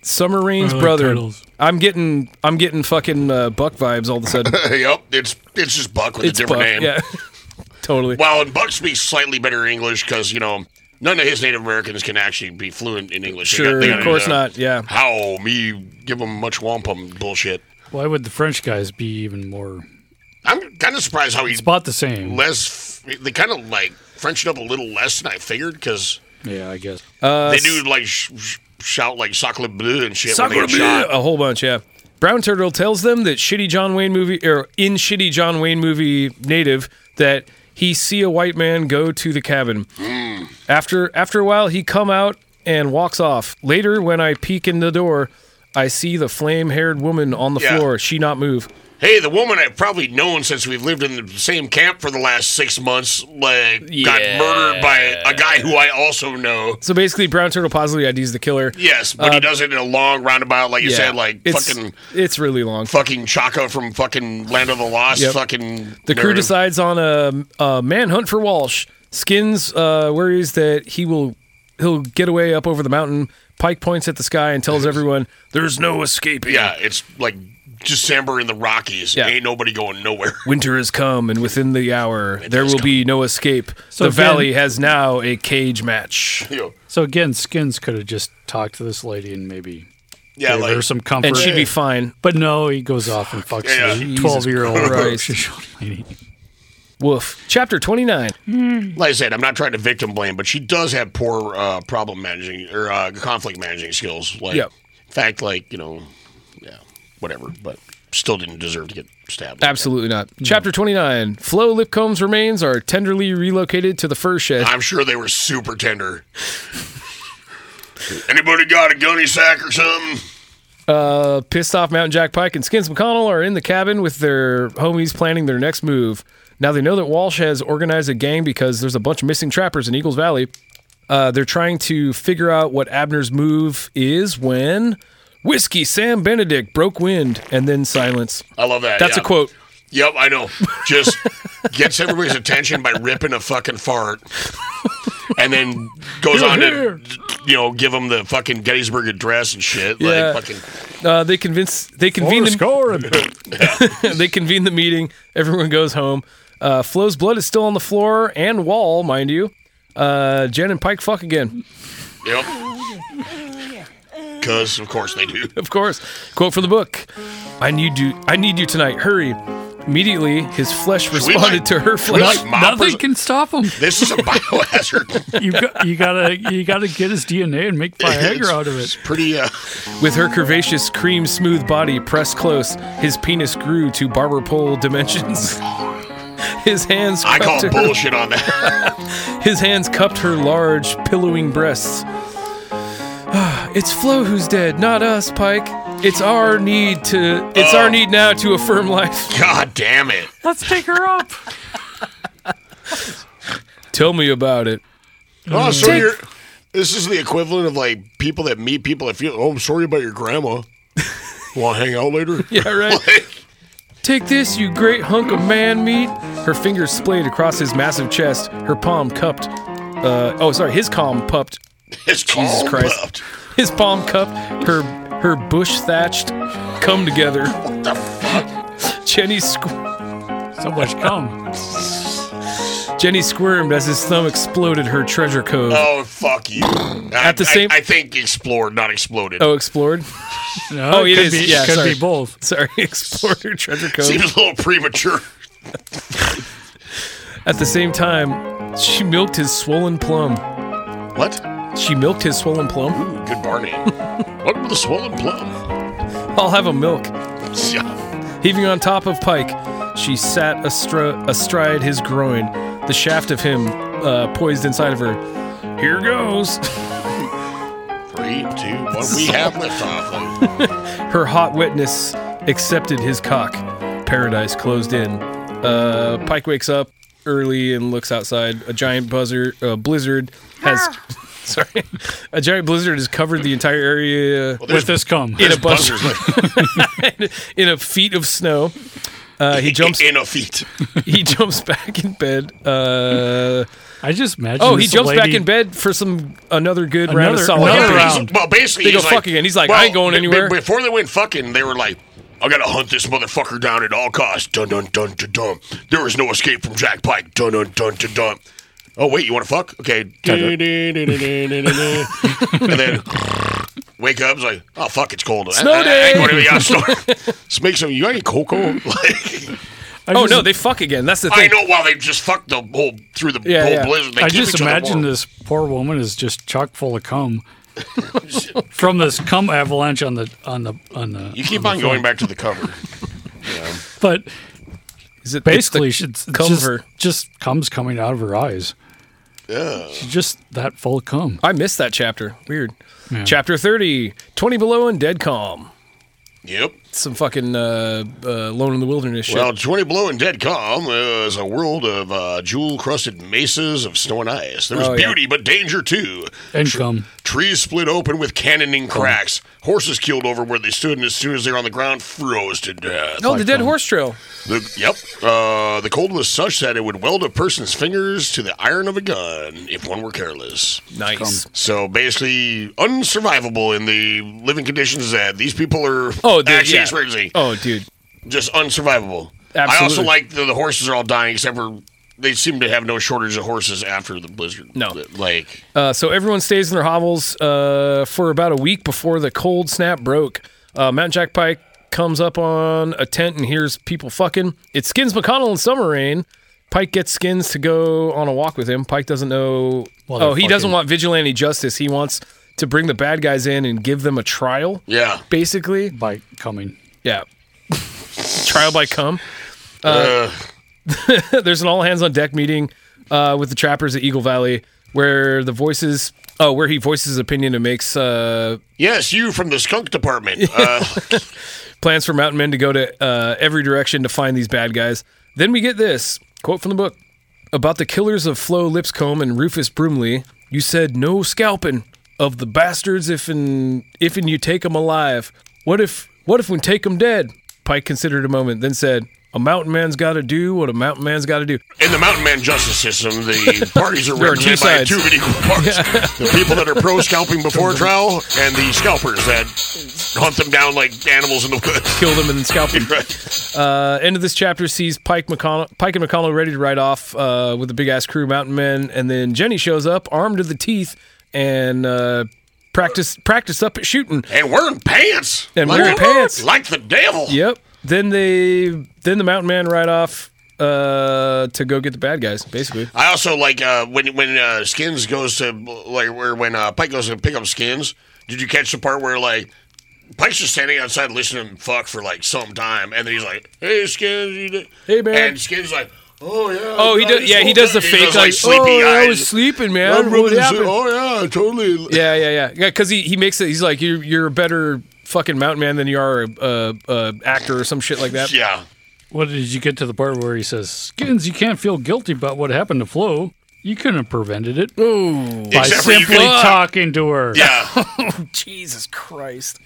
Summer Rain's I like brother. turtles. I'm getting I'm getting fucking uh, Buck vibes all of a sudden. yep. It's (laughs) it's just Buck with it's a different Buck. name. Yeah, (laughs) totally. Well, and Buck speaks slightly better English because you know none of his Native Americans can actually be fluent in English. They got- sure, they of gotta, course uh, not. Yeah, How me give them much wampum bullshit. Why would the French guys be even more? I'm kind of surprised how he It's about the same. less. They kind of like Frenched up a little less than I figured because Yeah, I guess. they do like sh- sh- shout like "sacre bleu" and shit when Sacre they get shot. bleu! oh. a whole bunch. Yeah. Brown Turtle tells them that shitty John Wayne movie or in shitty John Wayne movie native that he see a white man go to the cabin. Hmm. After after a while, he come out and walks off. Later, when I peek in the door, I see the flame haired woman on the Yeah. floor. She not move. Hey, the woman I've probably known since we've lived in the same camp for the last six months, like, got Yeah. murdered by a guy who I also know. So basically, Brown Turtle positively IDs the killer. Yes, but he Uh, does it in a long roundabout, like you yeah. said, like It's- fucking It's really long. fucking Chaka from fucking Land of the Lost. Yep. Fucking The crew narrative. decides on a, a manhunt for Walsh. Skins uh, worries that he will he'll get away up over the mountain. Pike points at the sky and tells everyone there's no escaping. Yeah, it's like December in the Rockies. Ain't nobody going nowhere. (laughs) Winter has come, and within the hour there will be no escape. So the again- valley has now a cage match. So again, Skins could have just talked to this lady and maybe Yeah, gave like- her some comfort, And she'd be fine. But no, he goes off and fucks Yeah. the Jesus twelve-year-old Christ. lady. Woof. Chapter 29. Like I said, I'm not trying to victim blame, but she does have poor uh, problem managing or uh, conflict managing skills. Like, Yep. in fact, like you know, yeah, whatever. But still didn't deserve to get stabbed. Absolutely not. Chapter 29. Flo Lipcomb's remains are tenderly relocated to the fur shed. I'm sure they were super tender. Anybody got a gunny sack or something? Uh, pissed off Mountain Jack Pike and Skins McConnell are in the cabin with their homies planning their next move. Now they know that Walsh has organized a gang because there's a bunch of missing trappers in Eagles Valley. Uh, they're trying to figure out what Abner's move is when Whiskey Sam Benedict broke wind and then silence. I love that. That's yeah. a quote. Yep, (laughs) I know. Just gets everybody's attention by ripping a fucking fart, and then goes You're on here. to, you know, give them the fucking Gettysburg Address and shit. Yeah. Like fucking Uh, they convince they convene the, score and (laughs) they convene the meeting. Everyone goes home. Uh, Flo's blood is still on the floor and wall, mind you. Uh, Jen and Pike fuck again. yep. Because of course they do. (laughs) Of course. Quote from the book: "I need you. I need you tonight. Hurry!" Immediately, his flesh we, responded like- to her should we, flesh. like, mop Nothing or- can stop him. This is (laughs) a biohazard. You got, you gotta you gotta get his DNA and make Viagra It's- out of It's it. pretty. Uh, With her curvaceous, cream-smooth body pressed close, his penis grew to barber pole dimensions. (laughs) His hands. I crept call to her- bullshit on that. His hands cupped her large, pillowing breasts. (sighs) it's Flo who's dead, not us, Pike. It's our need to. It's our need now to affirm life. (laughs) God damn it. Let's take her up. Tell me about it. Oh, so Take- you're. This is the equivalent of like people that meet people that feel. Oh, I'm sorry about your grandma. Want to hang out later? (laughs) Yeah, (laughs) right. Take this, you great hunk of man meat. Her fingers splayed across his massive chest. Her palm cupped. Uh, oh, sorry, his palm pupped. It's Jesus called Christ. Buffed. His palm cupped. Her her bush thatched. Come together. What the fuck? Jenny squ- So much cum. Jenny squirmed as his thumb exploded her treasure cove. Oh fuck you! At the same- I, I think explored, not exploded. Oh, explored. (laughs) No, Oh, it it could is. Be, Yeah, could sorry. be both. Sorry, Explorer Treasure Cove. Seems a little premature. At the same time, she milked his swollen plum. What? She milked his swollen plum. Ooh, good bar name. Welcome to the swollen plum. (laughs) I'll have a milk. Yeah. Heaving on top of Pike, she sat astro- astride his groin, the shaft of him uh, poised inside of her. Here goes. (laughs) Three, two, one. We have liftoff. Um, Like, Her hot witness accepted his cock. Paradise closed in. Uh, Pike wakes up early and looks outside. A giant buzzer, uh, blizzard has. (laughs) Sorry, a giant blizzard has covered the entire area With this cum. in a bus, buzzers, like, (laughs) in a feet of snow. Uh, (laughs) he jumps. in a feet. he (laughs) jumps back in bed. Uh, I just imagine. oh, he this jumps back lady- in bed for some another good round of Another- solid. another uppers. round. He's- well, basically, They go he's like, fuck again. He's like, I well, ain't going be- anywhere. be- before they went fucking, they were like, I gotta hunt this motherfucker down at all costs. Dun dun dun dun dun. There is no escape from Jack Pike. Dun dun dun dun dun. Oh wait, you want to fuck? Okay. and then (laughs) wake up. It's like, oh fuck, it's cold. Snow I, I, I day. ain't going to the yacht store. (laughs) Let's make some. You got any cocoa? (laughs) Like, I Oh just- no, they fuck again. That's the I thing. know. While they just fucked the whole through the Yeah, whole yeah. blizzard. They I keep just each other imagine warm. this poor woman is just chock full (laughs) of cum from this cum avalanche on the on the on the. You keep on going back to the cover. But Is it- basically, it's the she it's cum just, ver- just cum's coming out of her eyes. Yeah, she's just that full of cum. I missed that chapter. Weird. Yeah. Chapter 30, 20 below and dead calm. (laughs) Yep. some fucking uh, uh, Lone in the Wilderness shit. Well, 20 Below and Dead Calm is a world of uh, jewel crusted mesas of snow and ice. There's Oh, yeah. beauty, but danger too. And come. Trees split open with Oh. cannoning cracks. Horses killed over where they stood, and as soon as they're on the ground, froze to death. oh, the Dead Horse Trail. The, yep. Uh, the cold was such that it would weld a person's fingers to the iron of a gun if one were careless. Nice. So basically, unsurvivable in the living conditions that these people are Oh, dude, actually yeah. experiencing. Oh, dude. Just unsurvivable. I also Absolutely. like that the horses are all dying, except for they seem to have no shortage of horses after the blizzard. No. Like, Uh, so everyone stays in their hovels uh, for about a week before the cold snap broke. Uh, Mountain Jack Pike comes up on a tent and hears people fucking. It skins McConnell in summer rain. Pike gets skins to go on a walk with him. Pike doesn't know. Well, they're oh, he doesn't fucking- want vigilante justice. He wants to bring the bad guys in and give them a trial. Yeah. Basically. By coming. Yeah. (laughs) trial by cum. (laughs) Uh, there's an all hands on deck meeting uh, with the trappers at Eagle Valley where the voices, oh, where he voices his opinion and makes uh, yes, you from the (laughs) skunk department. Uh, plans for mountain men to go to uh, every direction to find these bad guys. Then we get this quote from the book about the killers of Flo Lipscomb and Rufus Broomley. You said no scalping of the bastards if and if and you take 'em alive. What if what if we take 'em dead? Pike considered a moment, then said, "A mountain man's got to do what a mountain man's got to do." in the Mountain Man justice system, the parties are There are two represented by sides. (laughs) two many parts. The people that are pro scalping before trial and the scalpers that hunt them down like animals in the (laughs) woods. Kill them and then scalp them. Uh, end of this chapter sees Pike, McConnell, Pike and McConnell ready to ride off uh, with the big ass crew, Mountain Men, and then Jenny shows up armed to the teeth and uh, practice practice up at shooting and wearing pants and Like wearing the- pants like the devil. Yep. Then they then the Mountain Man ride off uh, to go get the bad guys, basically. I also like uh, when when uh, Skins goes to like where when uh, Pike goes to pick up Skins. Did you catch the part where like Pike's just standing outside listening to him fuck for like some time, and then he's like, "Hey Skins, you did-" Hey, man. and Skins like, "Oh yeah, Oh, he I does. just Yeah, he woke does up." the fake goes, like, sleepy oh, eyes. I was sleeping, man. I'm What rubbing this- happened?" oh yeah, totally. Yeah, yeah, yeah. Yeah, because he, he makes it. He's like, you're you're a better fucking mountain man than you are a, a, a actor or some shit like that. Yeah. What did you get to the part where he says, Skins, you can't feel guilty about what happened to Flo. You couldn't have prevented it. Ooh. By Except for you simply couldn't- talking to her. Jesus Christ.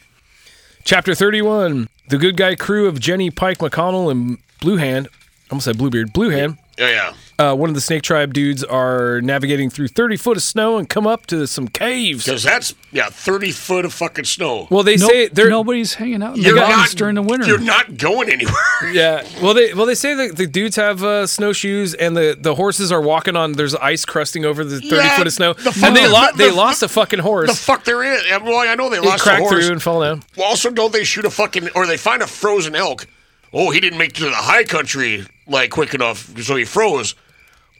Chapter 31 The Good Guy Crew of Jenny Pike McConnell and Blue Hand. I almost said Bluebeard. Blue Hand. Yeah, yeah. Uh, one of the Snake Tribe dudes are navigating through 30 foot of snow and come up to some caves. Because that's yeah, thirty foot of fucking snow. Well, they Nope, say they're nobody's hanging out in You're the mountains not- during the winter. You're not going anywhere. Yeah. Well, they well they say that the dudes have uh, snowshoes and the, the horses are walking on. There's ice crusting over the thirty Yeah, foot of snow, the and they fuck- lost the- they the- lost a fucking horse. the fuck they're in. Yeah, Well, I know they It lost the cracked horse. through and fell down. Well, also, don't they shoot a fucking or they find a frozen elk? Oh, he didn't make it to the high country like quick enough, so he froze.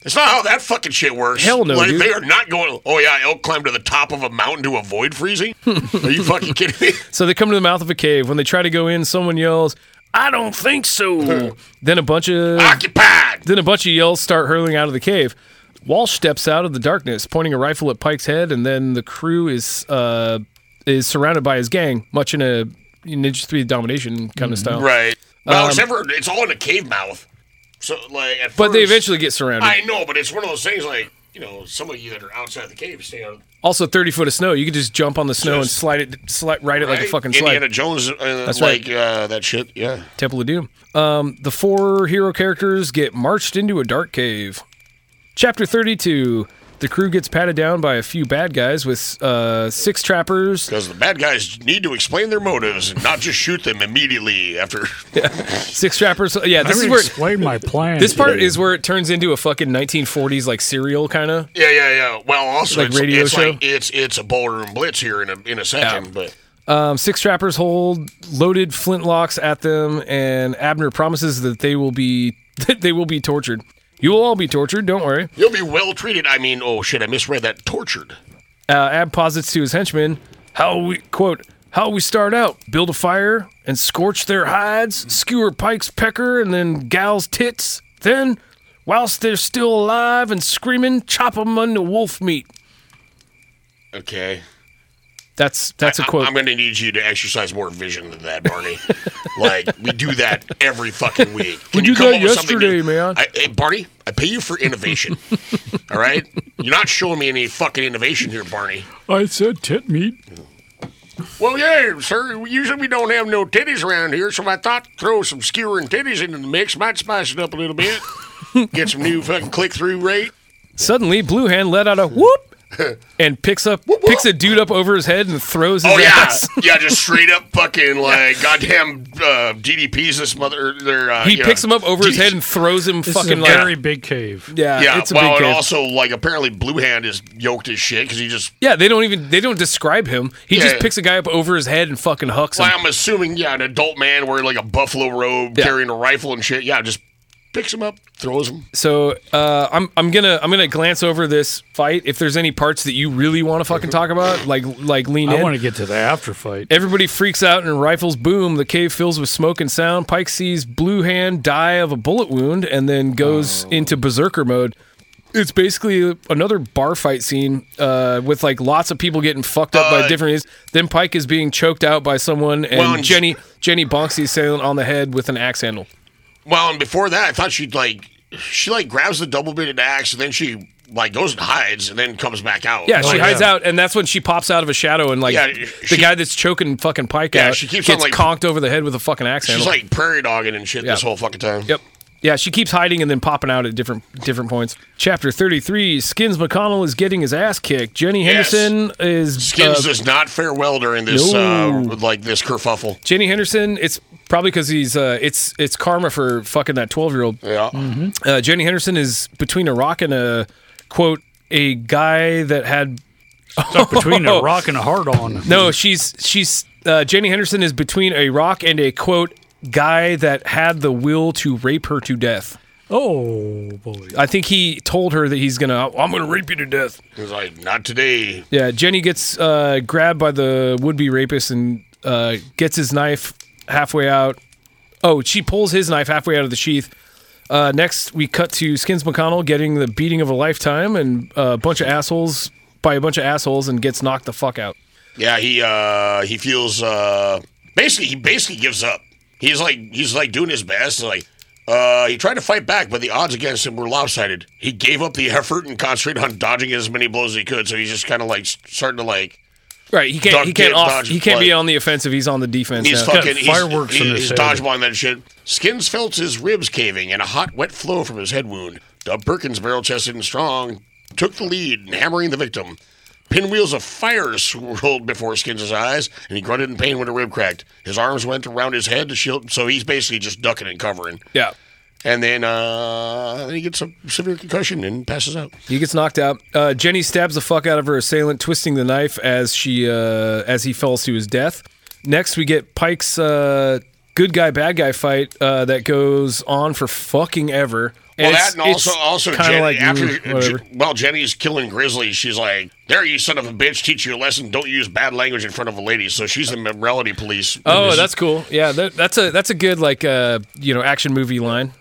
It's not how that fucking shit works. Hell no, like, dude. They are not going. Oh yeah, elk climbed to the top of a mountain to avoid freezing. are you fucking kidding me? So they come to the mouth of a cave. When they try to go in, someone yells, (laughs) "I don't think so." then a bunch of (laughs) occupied. Then a bunch of yells start hurling out of the cave. Walsh steps out of the darkness, pointing a rifle at Pike's head, and then the crew is uh, is surrounded by his gang, much in a Ninja Three domination kind of style. Mm-hmm. Right. Well, Um, except for it's all in a cave mouth. So like, at But they first- eventually get surrounded. I know, but it's one of those things like you know, some of you that are outside the cave stay on Also, thirty foot of snow. You could just jump on the snow and slide it, slide ride it like a Right? fucking slide. Indiana Jones. Uh, That's like right. uh, that shit. Yeah. Temple of Doom. Um, the four hero characters get marched into a dark cave. Chapter thirty-two. The crew gets patted down by a few bad guys with uh, six trappers. Because the bad guys need to explain their motives and not just shoot them immediately after. Six trappers. Yeah, I this is already where explained my plan This to part you. is where it turns into a fucking 1940s like serial kind of. (laughs) Yeah, yeah, yeah. Well, also Like it's, radio it's show? like it's it's a ballroom blitz here in a in a second, but Um, six trappers hold loaded flintlocks at them, and Abner promises that they will be (laughs) that they will be tortured. You will all be tortured. Don't worry. you'll be well treated. I mean, oh shit, I misread that. Tortured. Uh, Ab posits to his henchmen how we quote how we start out: build a fire and scorch their hides, skewer Pike's pecker, and then gal's tits. Then, whilst they're still alive and screaming, chop 'em into wolf meat. Okay. That's that's a quote. I'm going to need you to exercise more vision than that, Barney. (laughs) like we do that every fucking week. We Can did come that up with something yesterday, new? man. I, hey, Barney, I pay you for innovation. (laughs) all right, you're not showing me any fucking innovation here, Barney. I said tit meat. Well, yeah, sir. Usually we don't have no titties around here, so I thought throw some skewering titties into the mix might spice it up a (laughs) little bit. Get some new fucking click through rate. Suddenly, Blue Hand let out a whoop (laughs) and picks up picks a dude up over his head and throws his Oh yeah, ass. (laughs) (laughs) yeah, just straight up fucking like goddamn uh, DDPs. This mother, they're, uh, he yeah. picks him up over his head and throws him This fucking is a like very big cave. yeah, yeah, it's a well, big and cave. also like apparently Blue Hand is yoked as shit because he just. yeah, they don't even they don't describe him. He Yeah. just picks a guy up over his head and fucking hucks Well, him. I'm assuming yeah, an adult man wearing like a buffalo robe, Yeah. carrying a rifle and shit. Yeah, just picks him up, throws him. So uh, I'm I'm gonna I'm gonna glance over this fight. If there's any parts that you really want to Mm-hmm. fucking talk about, like like lean I in. want to get to the after (laughs) fight. Everybody freaks out and rifles boom. The cave fills with smoke and sound. Pike sees Blue Hand die of a bullet wound and then goes Oh. into berserker mode. It's basically another bar fight scene uh, with like lots of people getting fucked up by Uh, different. ways. Then Pike is being choked out by someone, and Well, and- Jenny Jenny bonks his sailing on the head with an axe handle. Well, and before that, I thought she'd like she like grabs the double bladed axe and then she like goes and hides and then comes back out. Yeah, Like, she hides out, and that's when she pops out of a shadow, and like Oh, Yeah, the she- guy that's choking fucking Pike Yeah, out she keeps on, gets like- conked over the head with a fucking axe She's handle. like prairie dogging and shit this Yeah. whole fucking time. Yep. Yeah, she keeps hiding and then popping out at different different points. Chapter thirty three: Skins McConnell is getting his ass kicked. Jenny Yes. Henderson is Skins uh, does not fare well during this No. uh, like this kerfuffle. Jenny Henderson. It's probably because he's uh, it's it's karma for fucking that twelve year old. Yeah. Uh, Jenny Henderson is between a rock and a quote a guy that had Stuck between a rock and a hard on. no. She's she's uh, Jenny Henderson is between a rock and a quote guy that had the will to rape her to death. Oh boy. I think he told her that he's gonna I'm gonna rape you to death. He's like, not today. Yeah, Jenny gets uh, grabbed by the would-be rapist and uh, gets his knife halfway out. Oh, she pulls his knife halfway out of the sheath. Uh, next, we cut to Skins McConnell getting the beating of a lifetime and uh, a bunch of assholes by a bunch of assholes and gets knocked the fuck out. Yeah, he uh he feels uh basically he basically gives up. He's like he's like doing his best. Like uh he tried to fight back, but the odds against him were lopsided. He gave up the effort and concentrated on dodging as many blows as he could. So he's just kind of like starting to like Right, he can't. he Duck can't. it, Off, dodge he can't be play. on the offensive. He's on the defense. he's now. fucking he's, fireworks in his he's, he's head. dodgeballing that shit. Skins felt his ribs caving and a hot wet flow from his head wound. Dub Perkins, barrel chested and strong, took the lead in hammering the victim. Pinwheels of fire swirled before Skins' eyes, and he grunted in pain when a rib cracked. His arms went around his head to shield, so he's basically just ducking and covering. Yeah, And then uh, then he gets a severe concussion and passes out. he gets knocked out. Uh, Jenny stabs the fuck out of her assailant, twisting the knife as she uh, as he falls to his death. Next, we get Pike's uh, good guy bad guy fight uh, that goes on for fucking ever. Well, it's- that and also it's also kinda Jenny, like, after mm, whatever. Je- well Jenny's killing Grizzly, she's like, "There, you son of a bitch! Teach you a lesson. Don't use bad language in front of a lady." So she's the morality police. Oh, that's cool. Yeah, that, that's a that's a good like uh you know action movie line.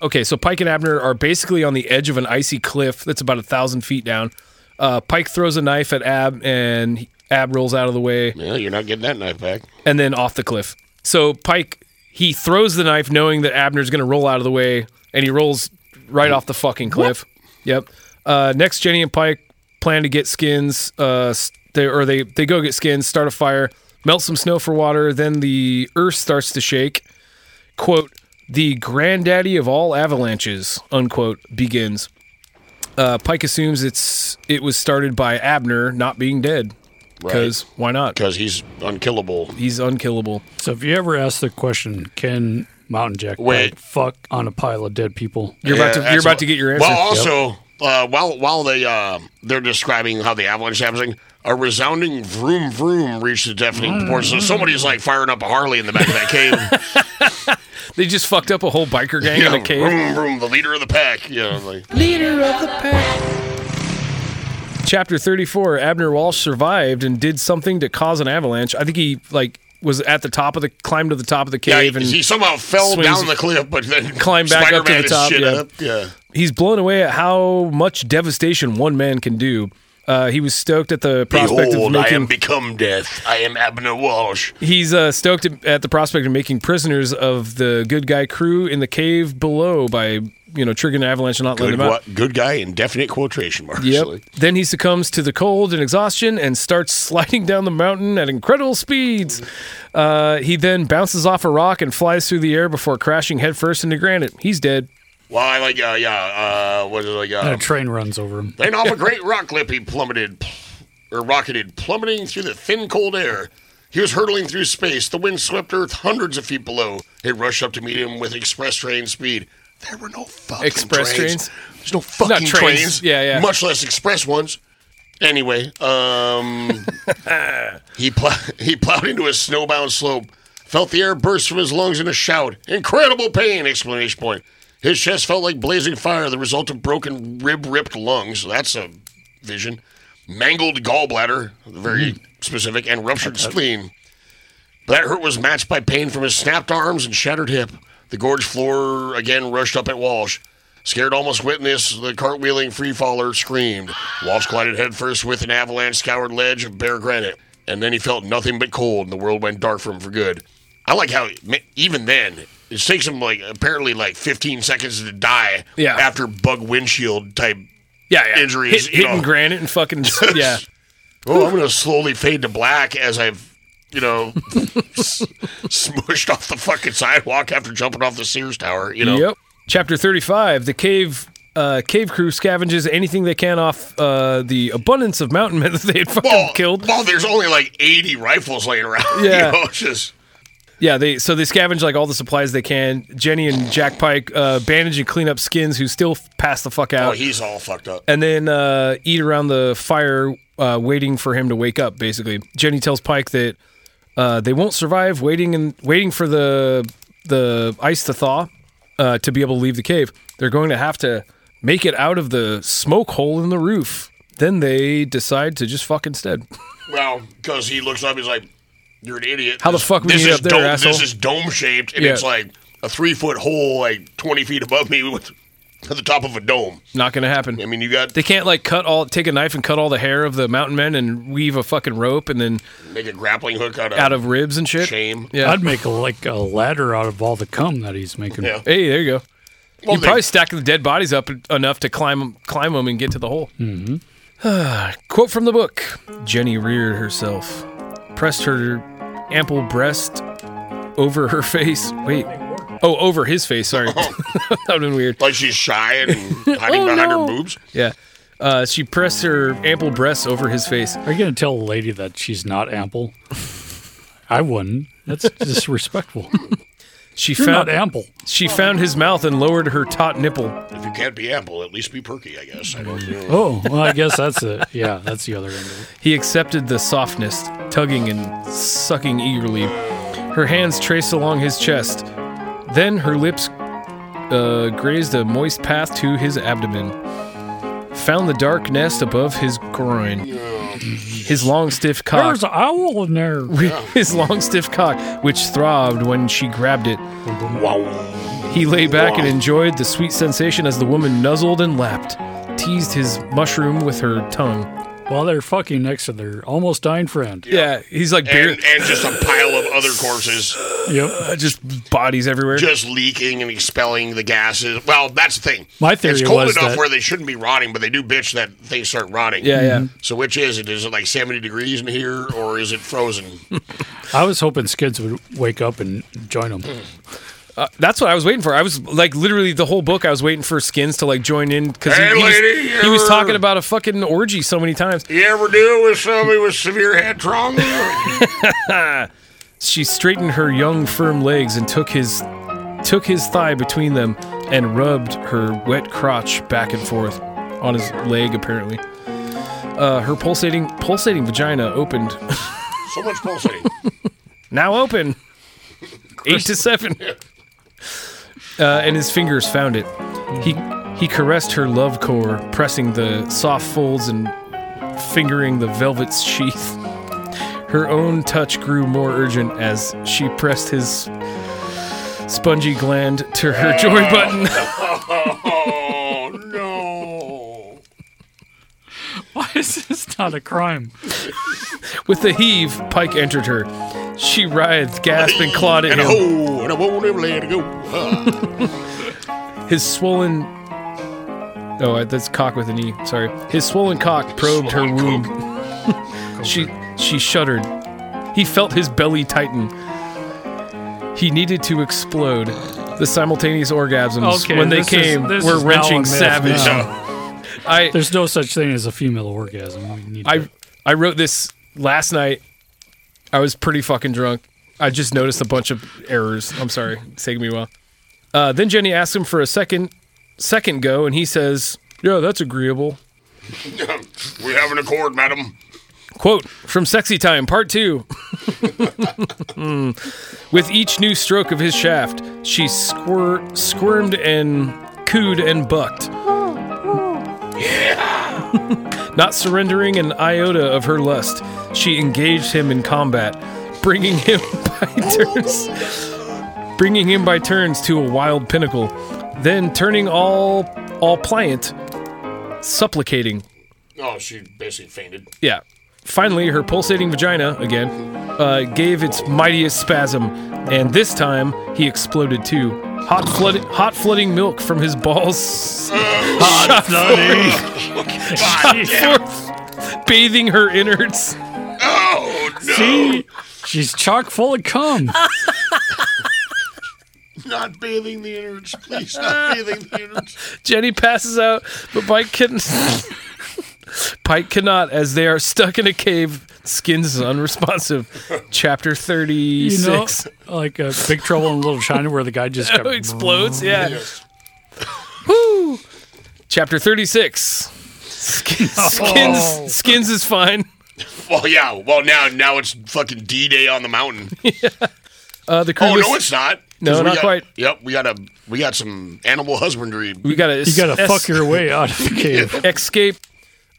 Okay, so Pike and Abner are basically on the edge of an icy cliff that's about a thousand feet down. Uh, Pike throws a knife at Ab, and he- Ab rolls out of the way, yeah, you're not getting that knife back. and then off the cliff. So Pike he throws the knife, knowing that Abner's going to roll out of the way, and he rolls right off the fucking cliff. Yep. Uh, next, Jenny and Pike plan to get skins. Uh, s- they or they they go get skins, start a fire, melt some snow for water. Then the earth starts to shake. Quote: The granddaddy of all avalanches. Unquote begins. Uh, Pike assumes it's it was started by Abner not being dead. Because why not? Because he's unkillable. He's unkillable. So if you ever ask the question, can Mountain Jack Pike Wait. fuck on a pile of dead people? You're about to Yeah, you're that's about what- to get your answer. Well, also uh, while while they uh, they're describing how the avalanche is happening, a resounding vroom vroom reached the deafening Mm. proportions. So somebody's like firing up a Harley in the back of that cave. They just fucked up a whole biker gang (laughs) in a Yeah, cave. Vroom vroom, the leader of the pack. Yeah, like Chapter 34, Abner Walsh survived and did something to cause an avalanche. I think he like was at the top of the climbed to the top of the yeah, cave and he somehow fell swings- down the cliff, but then Climbed back up to Spider-Man the his top, Shit yeah. up. yeah. he's blown away at how much devastation one man can do. Uh, he was stoked at the prospect Behold, of making. I am become death. I am Abner Walsh. He's uh, stoked at the prospect of making prisoners of the good guy crew in the cave below by you know triggering an avalanche and not Good, letting them out. wa- good guy, indefinite quotation marks. Yep. Then he succumbs to the cold and exhaustion and starts (laughs) sliding down the mountain at incredible speeds. Uh, he then bounces off a rock and flies through the air before crashing headfirst into granite. He's dead. Well, I like, uh, yeah, uh, what is it like? And Uh, a train runs over him. then off a great rock cliff, he plummeted, pl- or rocketed, plummeting through the thin, cold air. He was hurtling through space. The wind swept Earth hundreds of feet below. It rushed up to meet him with express train speed. There were no fucking Express trains. trains. There's no fucking Not trains. Yeah, yeah. Much less express ones. Anyway, (laughs) um, he plow- he plowed into a snowbound slope, felt the air burst from his lungs in a shout. Incredible pain! Explanation point. His chest felt like blazing fire, the result of broken rib ripped lungs. That's a vision. Mangled gallbladder, very specific, and ruptured spleen. That hurt was matched by pain from his snapped arms and shattered hip. The gorge floor again rushed up at Walsh. Scared almost witness, the cartwheeling freefaller screamed. Walsh collided headfirst with an avalanche scoured ledge of bare granite, and then he felt nothing but cold, and the world went dark for him for good. I like how, ma- even then, it takes him like apparently like 15 seconds to die Yeah. after bug windshield type Yeah, yeah. injuries. Hit- you hitting know. granite and fucking (laughs) yeah. Oh, I'm going to slowly fade to black as I've, you know, (laughs) s- smushed off the fucking sidewalk after jumping off the Sears Tower, you know? Yep. Chapter 35 The cave. Uh, cave crew scavenges anything they can off uh, the abundance of mountain (laughs) men that they had fucking Well, killed. well, there's only like 80 rifles laying around. (laughs) Yeah. You know, it's just, Yeah, they so they scavenge like all the supplies they can. Jenny and Jack Pike uh, bandage and clean up skins who still f- pass the fuck oh, out, he's all fucked up. Uh, and then uh, eat around the fire, uh, waiting for him to wake up. Basically, Jenny tells Pike that uh, they won't survive waiting and waiting for the the ice to thaw uh, to be able to leave the cave. They're going to have to make it out of the smoke hole in the roof. Then they decide to just fuck instead. (laughs) Well, because he looks up, he's like, you're an idiot. How the This- fuck we this get is up there, dome, asshole? This is dome shaped, and Yeah. it's like a three foot hole, like 20 feet above me with at the top of a dome. Not going to happen. I mean, you got They can't like cut all take a knife and cut all the hair of the mountain men and weave a fucking rope and then make a grappling hook out of, out of ribs and shit. shame. Yeah. I'd make a, like a ladder out of all the cum that he's making. Yeah. hey, there you go. Well, you they- probably stack the dead bodies up enough to climb climb them and get to the hole. Mm-hmm. Mm-hmm. (sighs) Quote from the book: Jenny reared herself, pressed her ample breast over her face. Wait, oh, over his face. Sorry, (laughs) that would have been weird. Like she's (laughs) shy and hiding Oh, behind no. her boobs. Yeah. Uh, she pressed her ample breasts over his face. Are you going to tell a lady that she's not ample? I wouldn't. (laughs) That's disrespectful. She You're found not ample. she found his mouth and lowered her taut nipple. If you can't be ample, at least be perky, I guess. I don't know. Oh, well, I guess that's it. Yeah, that's the other end of it. He accepted the softness, tugging and sucking eagerly. Her hands traced along his chest. Then her lips uh, grazed a moist path to his abdomen. Found the dark nest above his groin. His long, stiff cock. There's an owl in there. (laughs) His long, stiff cock, which throbbed when she grabbed it. Wow. He lay back and enjoyed the sweet sensation as the woman nuzzled and lapped, teased his mushroom with her tongue. While they're fucking next to their almost dying friend. Yeah, he's like And, beer, and just a pile of other corpses Yep. just bodies everywhere. just leaking and expelling the gases. Well, that's the thing. My theory it's cold was enough that- where they shouldn't be rotting, but they do bitch that things start rotting. Yeah, yeah. So which is it? Is it like 70 degrees in here or is it (laughs) frozen? I was hoping Skids would wake up and join them. That's what I was waiting for. I was like literally the whole book. I was waiting for Skins to like join in because Hey, he, was- lady, he was you're- talking about a fucking orgy so many times. you ever deal with somebody with severe head trauma? She straightened her young, firm legs and took his took his thigh between them and rubbed her wet crotch back and forth on his leg. Apparently, uh, her pulsating pulsating vagina opened. so much pulsating. now open. Eight to seven. Uh, and his fingers found it. He he caressed her love core, pressing the soft folds and fingering the velvet sheath. Her own touch grew more urgent as she pressed his spongy gland to her joy button. (laughs) Oh, no. Why is this not a crime. With a heave, Pike entered her. She writhed, gasped, and clawed at (laughs) And a him. hoe, and I won't ever let it go. Ah. His swollen. Oh, that's cock with an E. Sorry. His swollen cock probed her womb. (laughs) she she shuddered. He felt his belly tighten. He needed to explode. The simultaneous orgasms Okay, when they this is- came this were is now a wrenching myth savage. now. I, There's no such thing as a female orgasm. We need I (laughs) to- I wrote this last night. I was pretty fucking drunk. I just noticed a bunch of errors. I'm sorry. It's taking me a while. Uh, then Jenny asks him for a second second go, and he says, "Yeah, that's agreeable." we have an accord, madam. Quote from Sexy Time Part 2. (laughs) Hmm. With each new stroke of his shaft, she squir- squirmed and cooed and bucked. (laughs) Not surrendering an iota of her lust, she engaged him in combat, bringing him (laughs) by turns bringing him by turns to a wild pinnacle, then turning all all pliant, supplicating, Oh, she basically (laughs) fainted. yeah. Finally, her pulsating vagina, again, uh, gave its mightiest spasm, and this time he exploded too. Hot, flood- hot flooding milk from his balls (laughs) shot forth, shot forth, bathing her innards. Oh, no. See, she's chock full of cum. Not bathing the innards, please. (laughs) Not bathing the innards. Jenny passes out, but Pike can (laughs) Pike cannot, as they are stuck in a cave. Skins is unresponsive. Chapter You know, thirty-six. like uh, Big Trouble in Little China, where the guy (laughs) just kept, explodes. Yeah. (laughs) Woo! Chapter 36. (laughs) Skins, Oh. skins, skins is fine. Well, yeah. Well, now now it's fucking D Day on (laughs) the mountain. Uh, the crew Oh was- no, it's not. 'Cause No, we not got- quite. Yep, we got a we got some animal husbandry. We got to. you got to fuck your way out of the cave. (laughs) escape.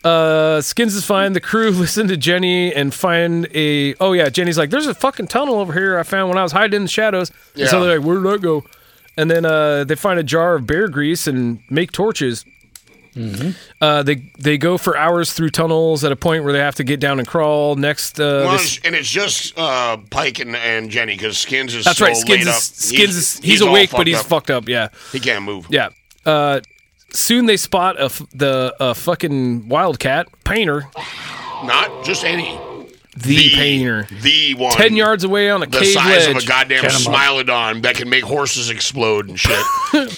Uh, skins is fine. The crew (laughs) listen to Jenny and find a. Oh yeah, Jenny's like, "There's a fucking tunnel over here. I found when I was hiding in the shadows." And so Yeah. they're like, "Where'd that go?" And then uh, they find a jar of bear grease and make torches. Mm-hmm. Uh, they they go for hours through tunnels at a point where they have to get down and crawl. Next, uh, Well, they it's- and it's just uh, Pike and, and Jenny because Skins is That's so right. Skins is, laid up. Skins is he's, all awake, but he's up. fucked up. Yeah, He can't move. yeah. Uh, soon they spot a f- the a fucking wildcat painter, Not just any. the, painter, The one. ten yards away on a The cave size ledge. of a goddamn Cat 'em up. smilodon that can make horses explode (laughs) and shit.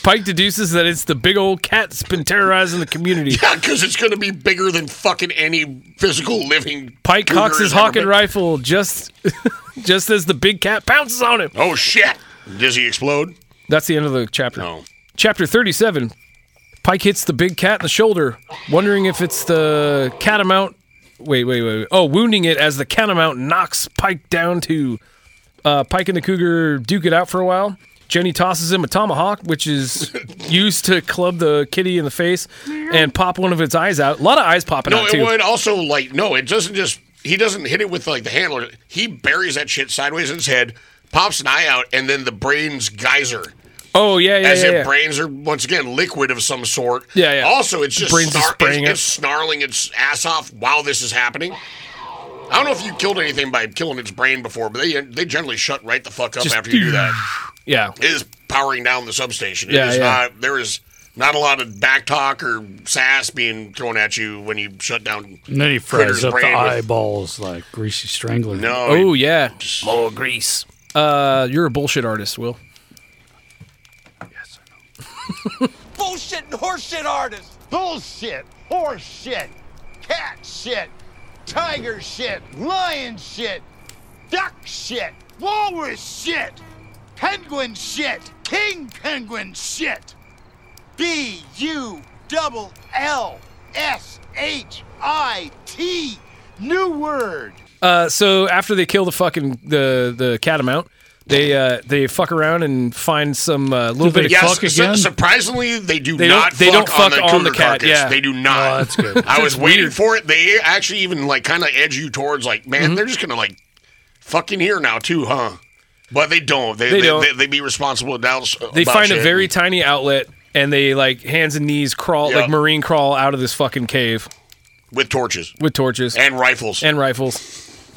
Pike deduces that it's the big old cat that's been terrorizing the community. (laughs) yeah, because it's going to be bigger than fucking any physical living. Pike cougar cocks his has ever hawking been. rifle just (laughs) just as the big cat pounces on him. Oh shit! Does he explode? That's the end of the chapter. No. Chapter 37. Pike hits the big cat in the shoulder, wondering if it's the catamount. Wait, wait, wait. wait. Oh, wounding it as the catamount knocks Pike down to. Uh, Pike and the cougar duke it out for a while. Jenny tosses him a tomahawk, which (laughs) is used to club the kitty in the face and pop one of its eyes out. A lot of eyes popping No, out, it too. would also like no, it doesn't just he doesn't hit it with like the handler. He buries that shit sideways in his head, pops an eye out, and then the brains geyser. Oh, yeah, yeah, As yeah. if yeah. brains are once again liquid of some sort. Yeah, yeah. Also, it's just Brains are snar- spraying it's, it. it's snarling its ass off while this is happening. I don't know if you killed anything by killing its brain before, but they they generally shut right the fuck up after you (sniffs) do that. yeah. It is powering down the substation. It Yeah, is yeah. not there is not a lot of back talk or sass being thrown at you when you shut down And then he Critter's fries up the brain with- eyeballs like greasy strangler. No. Oh, yeah. More grease. Uh, you're a bullshit artist, Will. Bullshit and horseshit artist. Bullshit, horse shit, cat shit, tiger shit, lion shit, duck shit, walrus shit, penguin shit, king penguin shit. B U double L S H I T. New word. Uh, so after they kill the fucking the the catamount, they uh, they fuck around and find some uh, little they bit of get- Yes, fuck su- again? surprisingly, they do They don't- not. they fuck don't fuck on the, on the cougar cat, carcass. yeah. They do not. Oh, that's good. (laughs) I was waiting for it. They actually even like kind of edge you towards like, man, Mm-hmm. they're just gonna like fucking here now too, huh? But they don't. They They they, don't. They, they be responsible adults. they about find a shit. very tiny outlet and they like hands and knees crawl Yeah. like marine crawl out of this fucking cave. with torches with torches and rifles and rifles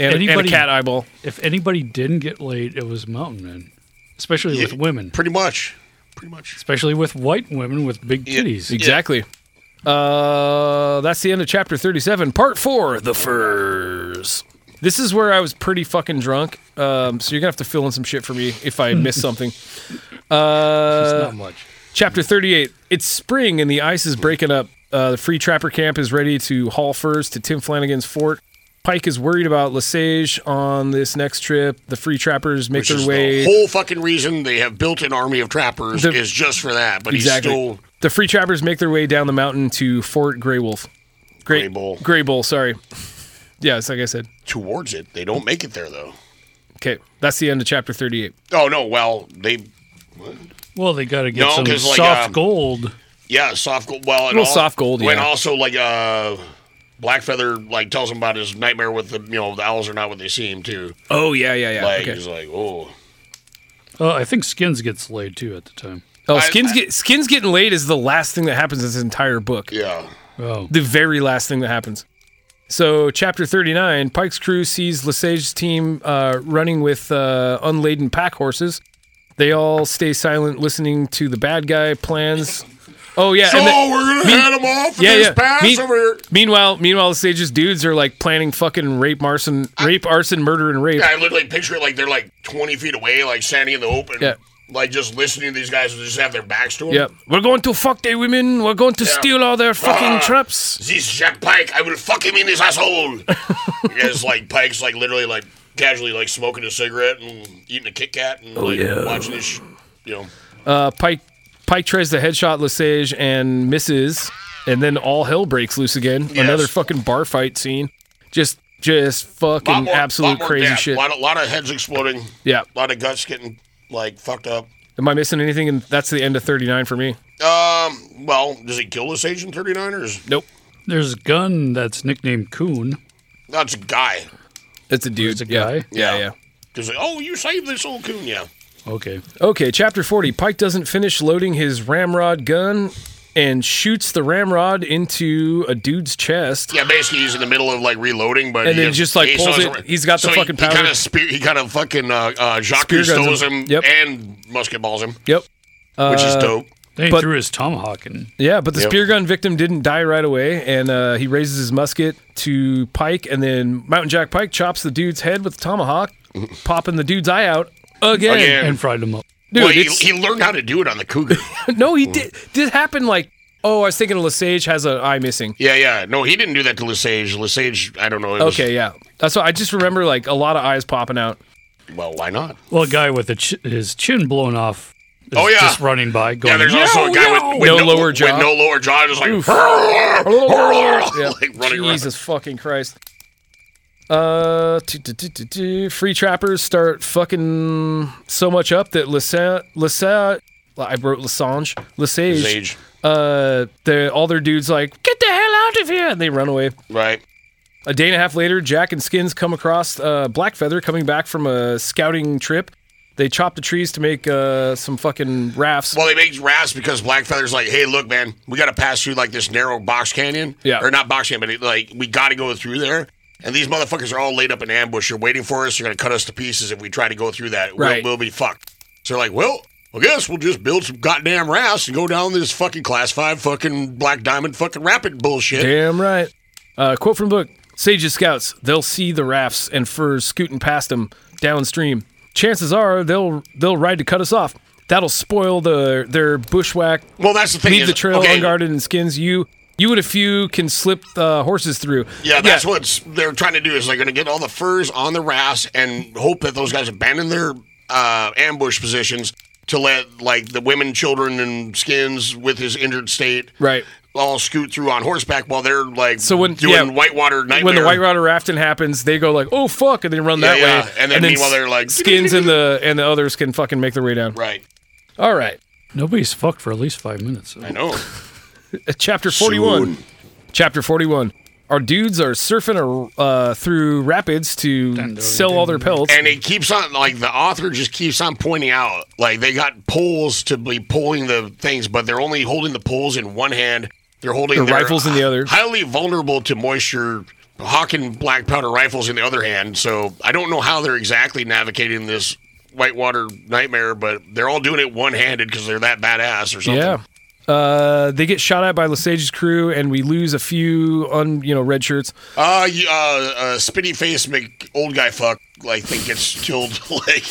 and, a- and a cat eyeball. If anybody didn't get laid, it was mountain men, especially with women. Pretty much, pretty much. Especially with white women with big titties. Exactly. Uh, that's the end of chapter 37, part four The Furs. This is where I was pretty fucking drunk. Um, so you're going to have to fill in some shit for me if I miss something. Uh, It's not much. Chapter 38. It's spring and the ice is breaking up. Uh, the free trapper camp is ready to haul furs to Tim Flanagan's fort. Pike is worried about Lesage on this next trip. The free trappers make Which their is way. the whole fucking reason they have built an army of trappers The- is just for that. But he's still The free trappers make their way down the mountain to Fort Grey Wolf. Grey, Grey Bull. Grey Bull, sorry. Yeah, it's like I said. towards it. They don't make it there though. Okay, that's the end of chapter 38. Oh no, well they Well, they got to get No, some 'cause, like, soft um, gold. yeah soft gold. Well, and Little al- soft gold, And yeah. also like uh, Blackfeather like tells him about his nightmare with the you know the owls are not what they seem too. Oh, yeah, yeah, yeah. Like okay. he's like oh Oh, I think Skins gets laid too at the time. Oh, skins get skins getting laid is the last thing that happens in this entire book. Yeah. Oh. The very last thing that happens. So, chapter 39, Pike's crew sees Lesage's team uh, running with uh, unladen pack horses. They all stay silent, listening to the bad guy plans. Oh, yeah. so and the- we're gonna Me- head him off. And there's Pass Me- over here. Meanwhile, meanwhile, the sage's dudes are like planning fucking rape, arson, rape, arson, murder, and rape. Yeah, I literally picture it like they're like twenty feet away, like standing in the open, Yeah. like just listening to these guys who just have their backs to them. Yep. We're going to fuck their women. We're going to Yeah. steal all their fucking Ah, traps. This Jack Pike, I will fuck him in (laughs) his asshole. yes, like Pike's like literally like casually like smoking a cigarette and eating a Kit Kat and like Oh, yeah. watching this, sh- you know. Uh, Pike Pike tries the headshot Lesage and misses, and then all hell breaks loose again. Another fucking bar fight scene. Just just Lot fucking more- lot absolute more crazy death, shit. Lot, a lot of heads exploding. Yeah. A lot of guts getting like fucked up. Am I missing anything? And that's the end of 39 for me. Um. Well, does he kill this Asian 39ers? Nope. There's a gun that's nicknamed Coon. That's a guy. It's a dude. It's a guy. Yeah, yeah. Because oh, you saved this old coon, yeah. Okay. Okay, chapter 40. Pike doesn't finish loading his ramrod gun and shoots the ramrod into a dude's chest. Yeah, basically he's in the middle of like reloading, but And he then just, like, he pulls saw his- it- he's got the so fucking he, powder. He kind of spear, he kind of fucking uh, uh, Jacques Spear guns Cousteau's him. him, Yep. and musket balls him, Yep. which is Uh, dope. They But- threw his tomahawk and Yeah, but the Yep. spear gun victim didn't die right away, and uh, he raises his musket to Pike, and then Mountain Jack Pike chops the dude's head with a (laughs) tomahawk, popping the dude's eye out again. Again. and fried him up. Dude, well, he, it's- he learned how to do it on the cougar. (laughs) No, he did. Did happen like, oh, I was thinking Lesage has an eye missing. yeah, yeah. No, he didn't do that to Lesage. Lesage, I don't know. it was- Okay, yeah. That's what I just remember, like, a lot of eyes popping out. Well, why not? Well, a guy with a ch- his chin blown off. Is Oh, yeah. Just running by. Going, Yeah, there's also a guy with, with No lower jaw. With no lower jaw, just like, Oof. (laughs) like running around. Jesus fucking Christ. Uh, tu- tu- tu- tu- tu. free trappers start fucking so much up that Lesa, Lesa, I wrote Lasange, Lesage, Lesage. uh, the all their dudes like get the hell out of here, and they run away. Right. A day and a half later, Jack and Skins come across uh, Blackfeather coming back from a scouting trip. They chop the trees to make uh, some fucking rafts. Well, they make rafts because Blackfeather's like, hey, look, man, we got to pass through like this narrow box canyon. Yeah. Or not box canyon, but like we got to go through there. And these motherfuckers are all laid up in ambush. They're waiting for us. They're going to cut us to pieces if we try to go through that. We'll- Right. We'll, be fucked. So they're like, well, I guess we'll just build some goddamn rafts and go down this fucking class five fucking black diamond fucking rapid bullshit. Damn right. Uh, quote from the book Sage's scouts, they'll see the rafts and furs scooting past them downstream. Chances are they'll they'll ride to cut us off. That'll spoil the their bushwhack. Well, that's the thing. Leave is- the trail okay, unguarded and skins you. You and a few can slip uh, horses through. Yeah, that's what they're trying to do is they're going to get all the furs on the rafts and hope that those guys abandon their uh, ambush positions to let like the women, children, and skins with his injured state Right. all scoot through on horseback while they're like So when- doing yeah, whitewater nightmare. When the white rider rafting happens, they go like, "Oh fuck!" and they run Yeah, that yeah. way. And then meanwhile, they're like- skins and the and the others can fucking make their way down. right? All right. Nobody's fucked for at least five minutes. I know. chapter 41 chapter 41 our dudes are surfing a, uh, through rapids to sell all their pelts And it keeps on like the author just keeps on pointing out like they got poles to be pulling the things, but they're only holding the poles in one hand They're holding Their their rifles in the other. Highly vulnerable to moisture. Hawking black powder rifles in the other hand. So I don't know how they're exactly navigating this whitewater nightmare, but they're all doing it one handed because they're that badass or something. Yeah. Uh, they get shot at by Lesage's crew, and we lose a few un you know red shirts. Uh, you- uh, uh spitty face Mc old guy fuck, like, think gets killed. (laughs) like,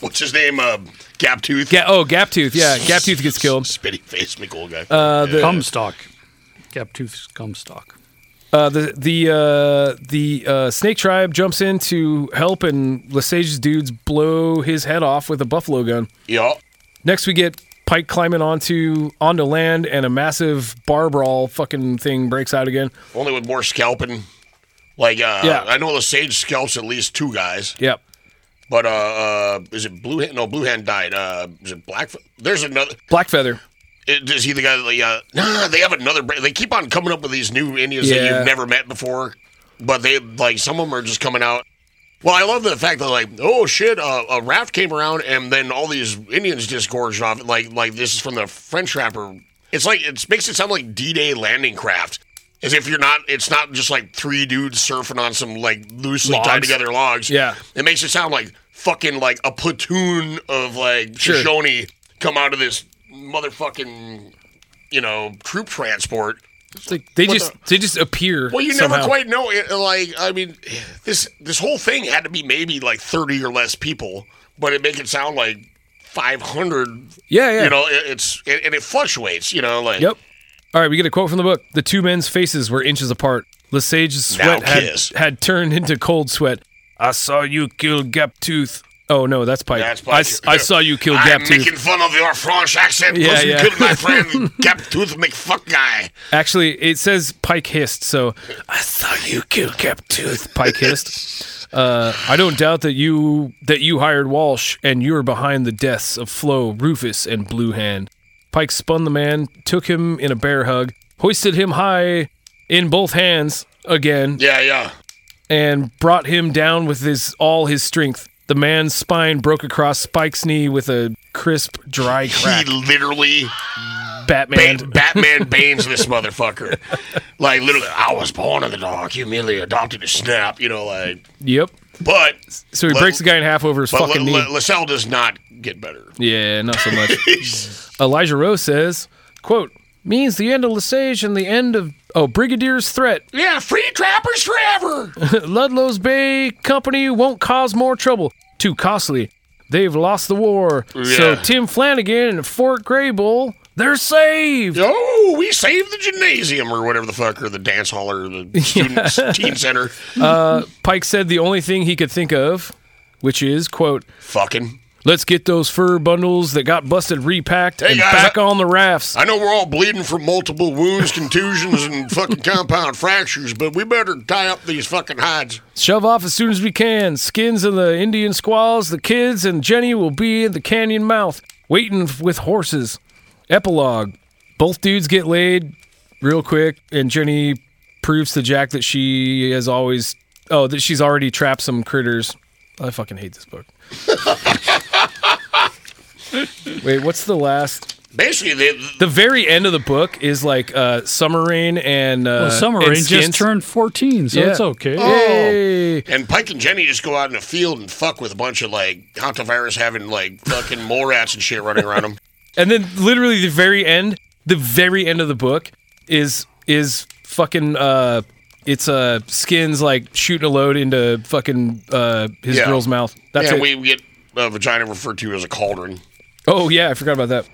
what's his name? Uh, Gap Tooth. Ga- oh, Gaptooth. Yeah, Gaptooth gets killed. (laughs) Spitty face Mc old guy. Uh, the- Comstock. Gaptooth Comstock. Uh, the the uh, the uh, snake tribe jumps in to help, and Lesage's dudes blow his head off with a buffalo gun. yeah. Next, we get Pike climbing onto onto land, and a massive bar brawl fucking thing breaks out again. Only with more scalping. Like, uh, Yeah. I know the Sage scalps at least two guys. Yep. But uh, uh, is it Blue Hand? No, Blue Hand died. Uh, is it Blackfoot? There's another. Blackfeather. It, is he the guy that? Like, uh, nah, they have another. bra- They keep on coming up with these new Indians that Yeah. you've never met before. But they like some of them are just coming out. Well, I love the fact that like, oh shit, uh, a raft came around and then all these Indians disgorged off. it. Like, like this is from the French rapper. It's like it makes it sound like D-Day landing craft. As if you're not, it's not just like three dudes surfing on some like loosely tied Logs. together logs. Yeah. It makes it sound like fucking like a platoon of like Sure. Shoshone come out of this motherfucking, you know, troop transport. It's like they What just they just appear. Well, you somehow. never quite know. It, like, I mean, this this whole thing had to be maybe like thirty or less people, but it make it sound like five hundred. Yeah, yeah. You know, it, it's it, and it fluctuates. You know, like Yep. All right, we get a quote from the book. The two men's faces were inches apart. Lesage's Now sweat had, kiss. had turned into cold sweat. I saw you kill Gaptooth. Oh no, that's Pike. That's I, Pike. s- I saw you kill I'm Gaptooth. making fun of your French accent. Yeah, Yeah, yeah. Good, (laughs) my friend, Gaptooth McFuck guy. Actually, it says Pike hissed, so I saw you kill Gaptooth. Pike hissed. Uh, I don't doubt that you that you hired Walsh and you were behind the deaths of Flo, Rufus, and Blue Hand. Pike spun the man, took him in a bear hug, hoisted him high in both hands again, Yeah, yeah. and brought him down with his all his strength. The man's spine broke across Spike's knee with a crisp, dry crack. He literally Batman. Bane, Batman banes this motherfucker. like literally, I was born of the dog. You merely adopted a snap. You know, like Yep. but So he Let- breaks the guy in half over his but fucking knee. La- La- LaSalle does not get better. Yeah, not so (laughs) much. Elijah Rowe says, quote, means the end of Lesage and the end of, oh, Brigadier's threat. Yeah, free trappers forever. Ludlow's Bay Company won't cause more trouble. Too costly. They've lost the war. So Yeah. Tim Flanagan and Fort Graybull, they're saved. oh, we saved the gymnasium or whatever the fuck, or the dance hall or the student teen center. Pike said the only thing he could think of, which is, quote, Fucking. let's get those fur bundles that got busted repacked and guys, back I- on the rafts. I know we're all bleeding from multiple wounds, contusions, and fucking compound fractures, but we better tie up these fucking hides. Shove off as soon as we can. Skins and the Indian squaws, the kids, and Jenny will be in the canyon mouth, waiting f- with horses. Epilogue. Both dudes get laid real quick, and Jenny proves to Jack that she has always, oh, that she's already trapped some critters. I fucking hate this book. (laughs) Wait, what's the last? Basically, they, The very end of the book is like uh, Summer Rain and uh, Well, Summer and Rain just Skins. turned 14, so Yeah. it's okay. Oh. Yay. And Pike and Jenny just go out in the field and fuck with a bunch of like hantavirus having like fucking mole rats and shit running around (laughs) them. And then literally the very end, the very end of the book is is fucking uh it's uh skins like shooting a load into fucking uh his Yeah. girl's mouth. That's and it. we we get uh, vagina referred to as a cauldron. oh yeah, I forgot about that.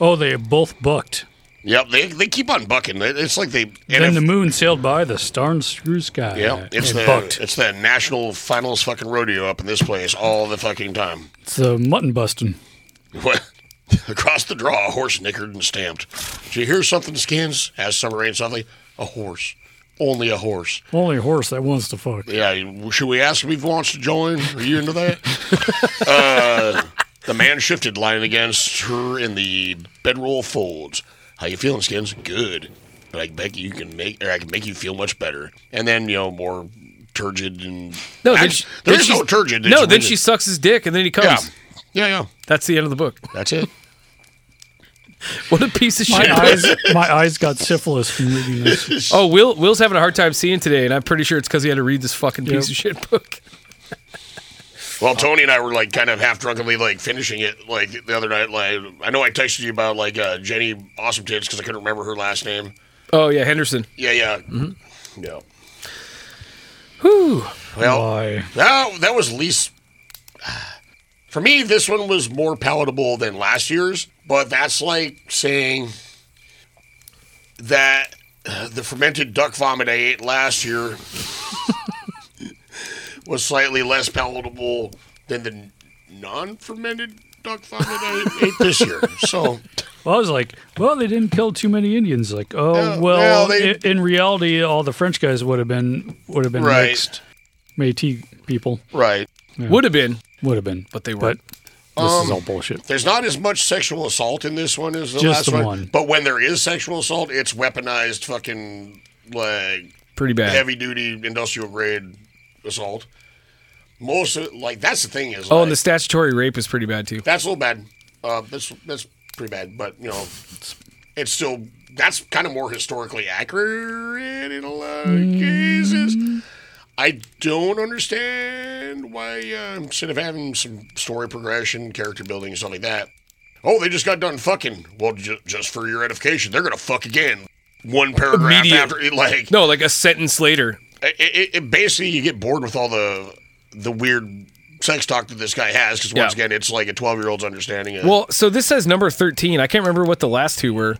Oh, they both bucked. Yep, they they keep on bucking. It- It's like they and then if- the moon sailed by the starn screw sky. yeah, it's They the bucked. it's the national finals fucking rodeo up in this place all the fucking time. (laughs) It's the mutton busting. What? Across the draw, a horse nickered and stamped. Do you hear something, Skins? Asked Summer Rain softly. A horse. Only a horse. Only a horse that wants (laughs) to fuck. Yeah, should we ask if he wants to join? Are you (laughs) into that? uh, the man shifted, lying against her in the bedroll folds. How you feeling, Skins? Good. But I bet you can make, or I can make you feel much better. And then you know more turgid and No, then Act- she- there then is no she's- turgid. No, It's then rigid. she sucks his dick and then he comes. yeah, yeah, yeah. That's the end of the book. That's it. (laughs) What a piece of shit. My eyes, my eyes got syphilis from reading this. (laughs) Oh, Will Will's having a hard time seeing today, and I'm pretty sure it's because he had to read this fucking Yep. piece of shit book. (laughs) Well, Tony and I were like kind of half drunkenly like finishing it like the other night. Like I know I texted you about like uh, Jenny Awesome Tits because I couldn't remember her last name. Oh yeah, Henderson. Yeah, yeah, Mhm. yeah. Whew. Well, that that was least. (sighs) For me, this one was more palatable than last year's, but that's like saying that (sighs) uh, the fermented duck vomit I ate last year (laughs) was slightly less palatable than the non-fermented duck vomit I ate this year. So Well, I was like, well, they didn't kill too many Indians. Like, oh Yeah, well, well, they- i- in reality, all the French guys would have been would have been Right. mixed Métis people. right. Would have been. Would have been, but they weren't. But this is Um, all bullshit. There's not as much sexual assault in this one as the Just last the one, one. But when there is sexual assault, it's weaponized fucking like Pretty bad. heavy duty industrial grade assault. Most of like that's the thing is Oh, like, and the statutory rape is pretty bad too. that's a little bad. Uh, that's that's pretty bad, but you know, it's still that's kind of more historically accurate in a lot of cases. I don't understand why uh, instead of having some story progression, character building, and stuff like that. Oh, they just got done fucking. Well, ju- just for your edification, they're gonna fuck again. One paragraph Immediate. after, like No, like a sentence later. it, it, it basically you get bored with all the the weird sex talk that this guy has because once Yeah. again it's like a 12 year old's understanding of Well, so this says number thirteen. I can't remember what the last two were,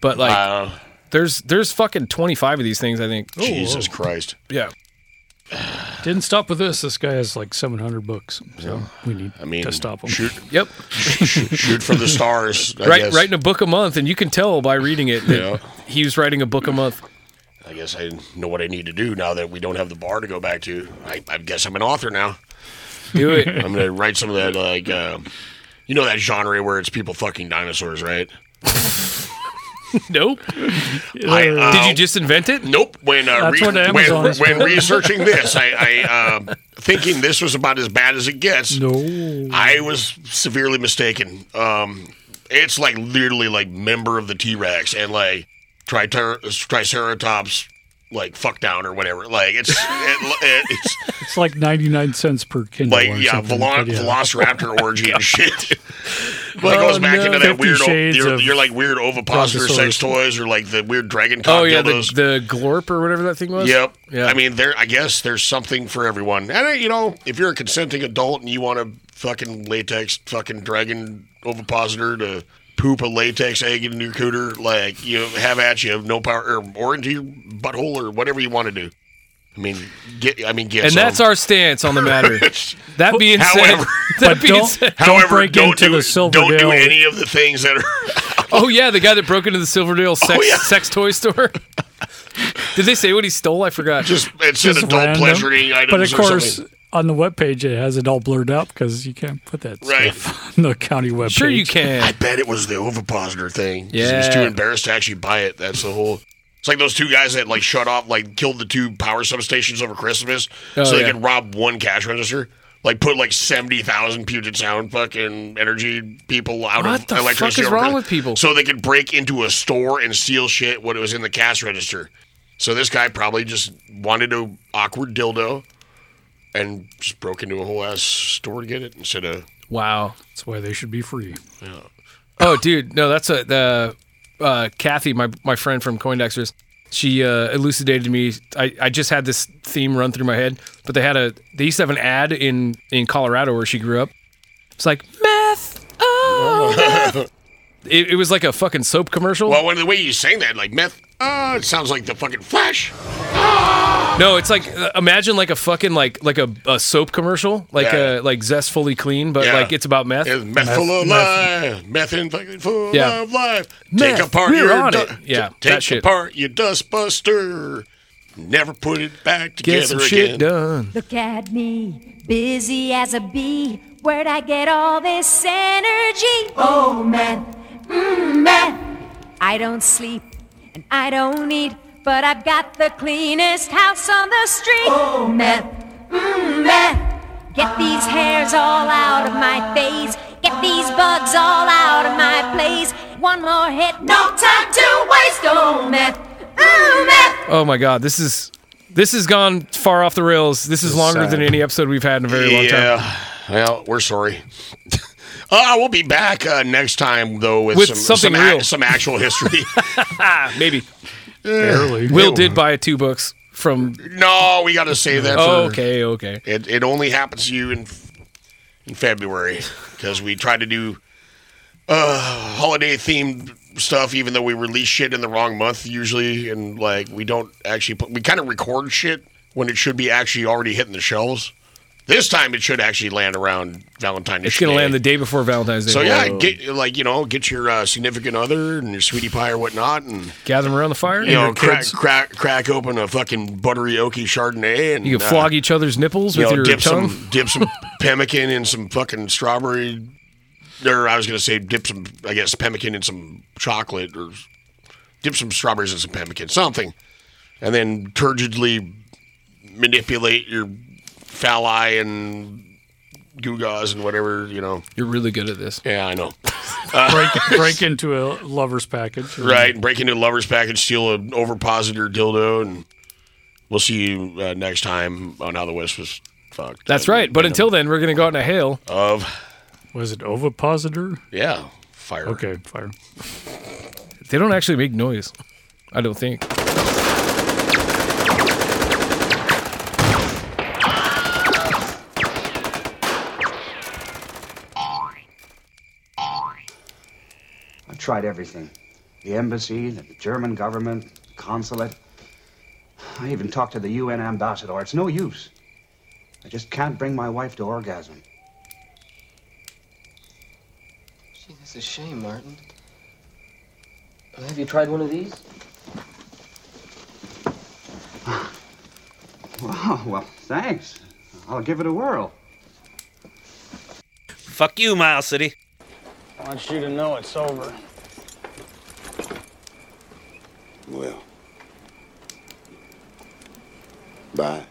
but like, Uh, there's there's fucking twenty five of these things. I think. Oh, jesus christ Yeah. Didn't stop with this. This guy has like 700 books, so we need I mean, to stop him. shoot Yep. shoot (laughs) for the stars I right, guess. writing a book a month, and you can tell by reading it that Yeah. he was writing a book a month. i guess i know what i need to do now that we don't have the bar to go back to i, I guess i'm an author now Do it. (laughs) (laughs) i'm gonna write some of that like um, you know that genre where it's people fucking dinosaurs right nope. I, uh, Did you just invent it? Nope. When uh, That's re- what Amazon when, is (laughs) when for. researching this, I, I uh, thinking this was about as bad as it gets. No, I was severely mistaken. Um, it's like literally like member of the T Rex and like triter- Triceratops, like fuck down or whatever. Like it's it, it's (laughs) It's like 99 cents per Kindle. like or yeah, something, velo- but yeah. Velociraptor orgy (laughs) and shit. (laughs) Well, it Oh, goes back no. into that Fifty weird, o- Shades your, of your like weird ovipositor sex Brontosaurus. toys or like the weird dragon cock Oh yeah, the, dildos. the glorp or whatever that thing was. Yep. Yeah. I mean, there. I guess there's something for everyone. And uh, you know, if you're a consenting adult and you want a fucking latex fucking dragon ovipositor to poop a latex egg into your cooter, like you know, have at you, no power or, or into your butthole or whatever you want to do. I mean, get. I mean, get. and some. that's our stance on the (laughs) matter. that being said, However- (laughs) that But being don't- said, don't However, break don't into do- the Silverdale- don't do any of the things that are. (laughs) oh yeah, the guy that broke into the Silverdale sex Oh, yeah. sex toy (laughs) store. Did they say what he stole? I forgot. Just it's Just an adult random. pleasure eating items. But of or course, something. on the webpage, it has it all blurred out because you can't put that Right. stuff (laughs) on the county webpage. sure you can. I bet it was the ovipositor thing. 'cause He was Yeah. too embarrassed to actually buy it. That's the whole. It's like those two guys that like shut off, like killed the two power substations over Christmas, Oh, so they yeah. could rob one cash register. Like put like seventy thousand Puget Sound fucking energy people out What of the fuck electricity. is over wrong Christmas, with people? So they could break into a store and steal shit what was in the cash register. So this guy probably just wanted a awkward dildo and just broke into a whole ass store to get it instead of Wow. That's why they should be free. Oh, dude, no, that's a the uh, Kathy, my my friend from Coindexers. She uh, elucidated me. I, I just had this theme run through my head, but they had a they used to have an ad in in Colorado where she grew up. It's like meth. Oh, (laughs) meth. It, it was like a fucking soap commercial. Well, when the way you sang that, like meth, uh, it sounds like the fucking Flash. No, it's like uh, imagine like a fucking like like a, a soap commercial, like Yeah. uh like zestfully clean, but Yeah. like it's about meth. It's meth, full of life, meth and fucking full Yeah. of life. Meth, take apart we're your on du- it. Yeah, take that shit. apart your dustbuster. Never put it back together Get some again. shit done. Look at me, busy as a bee. Where'd I get all this energy? Oh, man, mm, man. I don't sleep and I don't eat, but I've got the cleanest house on the street. Oh, man, mm, man. Get these hairs all out of my face. Get these bugs all out of my place. one more hit. No time to waste. Oh man, ooh man. Oh my god, this is this has gone far off the rails. This is longer sad. than any episode we've had in a very long time. Yeah. Well, we're sorry. (laughs) Uh, we'll be back uh, next time though with, With some, something some, a- real. some actual (laughs) history. Ah, Eh. Maybe. Will did buy two books from. No, we got to save that. Oh, for, okay, okay. It it only happens to you in in February because we try to do uh, holiday themed stuff, even though we release shit in the wrong month usually, and like we don't actually put we kind of record shit when it should be actually already hitting the shelves. This time it should actually land around Valentine's. It's gonna Day. land the day before Valentine's Day. So yeah, Whoa. get like you know, get your uh, significant other and your sweetie pie or whatnot, and gather them around the fire. you know, crack, crack crack open a fucking buttery oaky chardonnay, and You can uh, flog each other's nipples you with know, your dip tongue. some (laughs) dip some pemmican in some fucking strawberry. Or I was gonna say dip some, I guess pemmican in some chocolate, or dip some strawberries in some pemmican, something, and then turgidly manipulate your phalli and gewgaws and whatever you know. You're really good at this. Yeah, I know. break, break into a lover's package. (laughs) Right, and break into a lover's package, steal an overpositor dildo, and we'll see you uh, next time on How the West Was Fucked. That's right. But until then, we're gonna go out in a hail. Of Was it ovipositor? yeah, fire. Okay, fire. They don't actually make noise. I don't think. I've tried everything the embassy, the German government, consulate. I even talked to the UN ambassador. It's no use. I just can't bring my wife to orgasm. (laughs) Gee, that's a shame, Martin. Well, have you tried one of these? Oh, well, thanks. I'll give it a whirl. Fuck you, Mile City. I want you to know it's over. Well. Bye.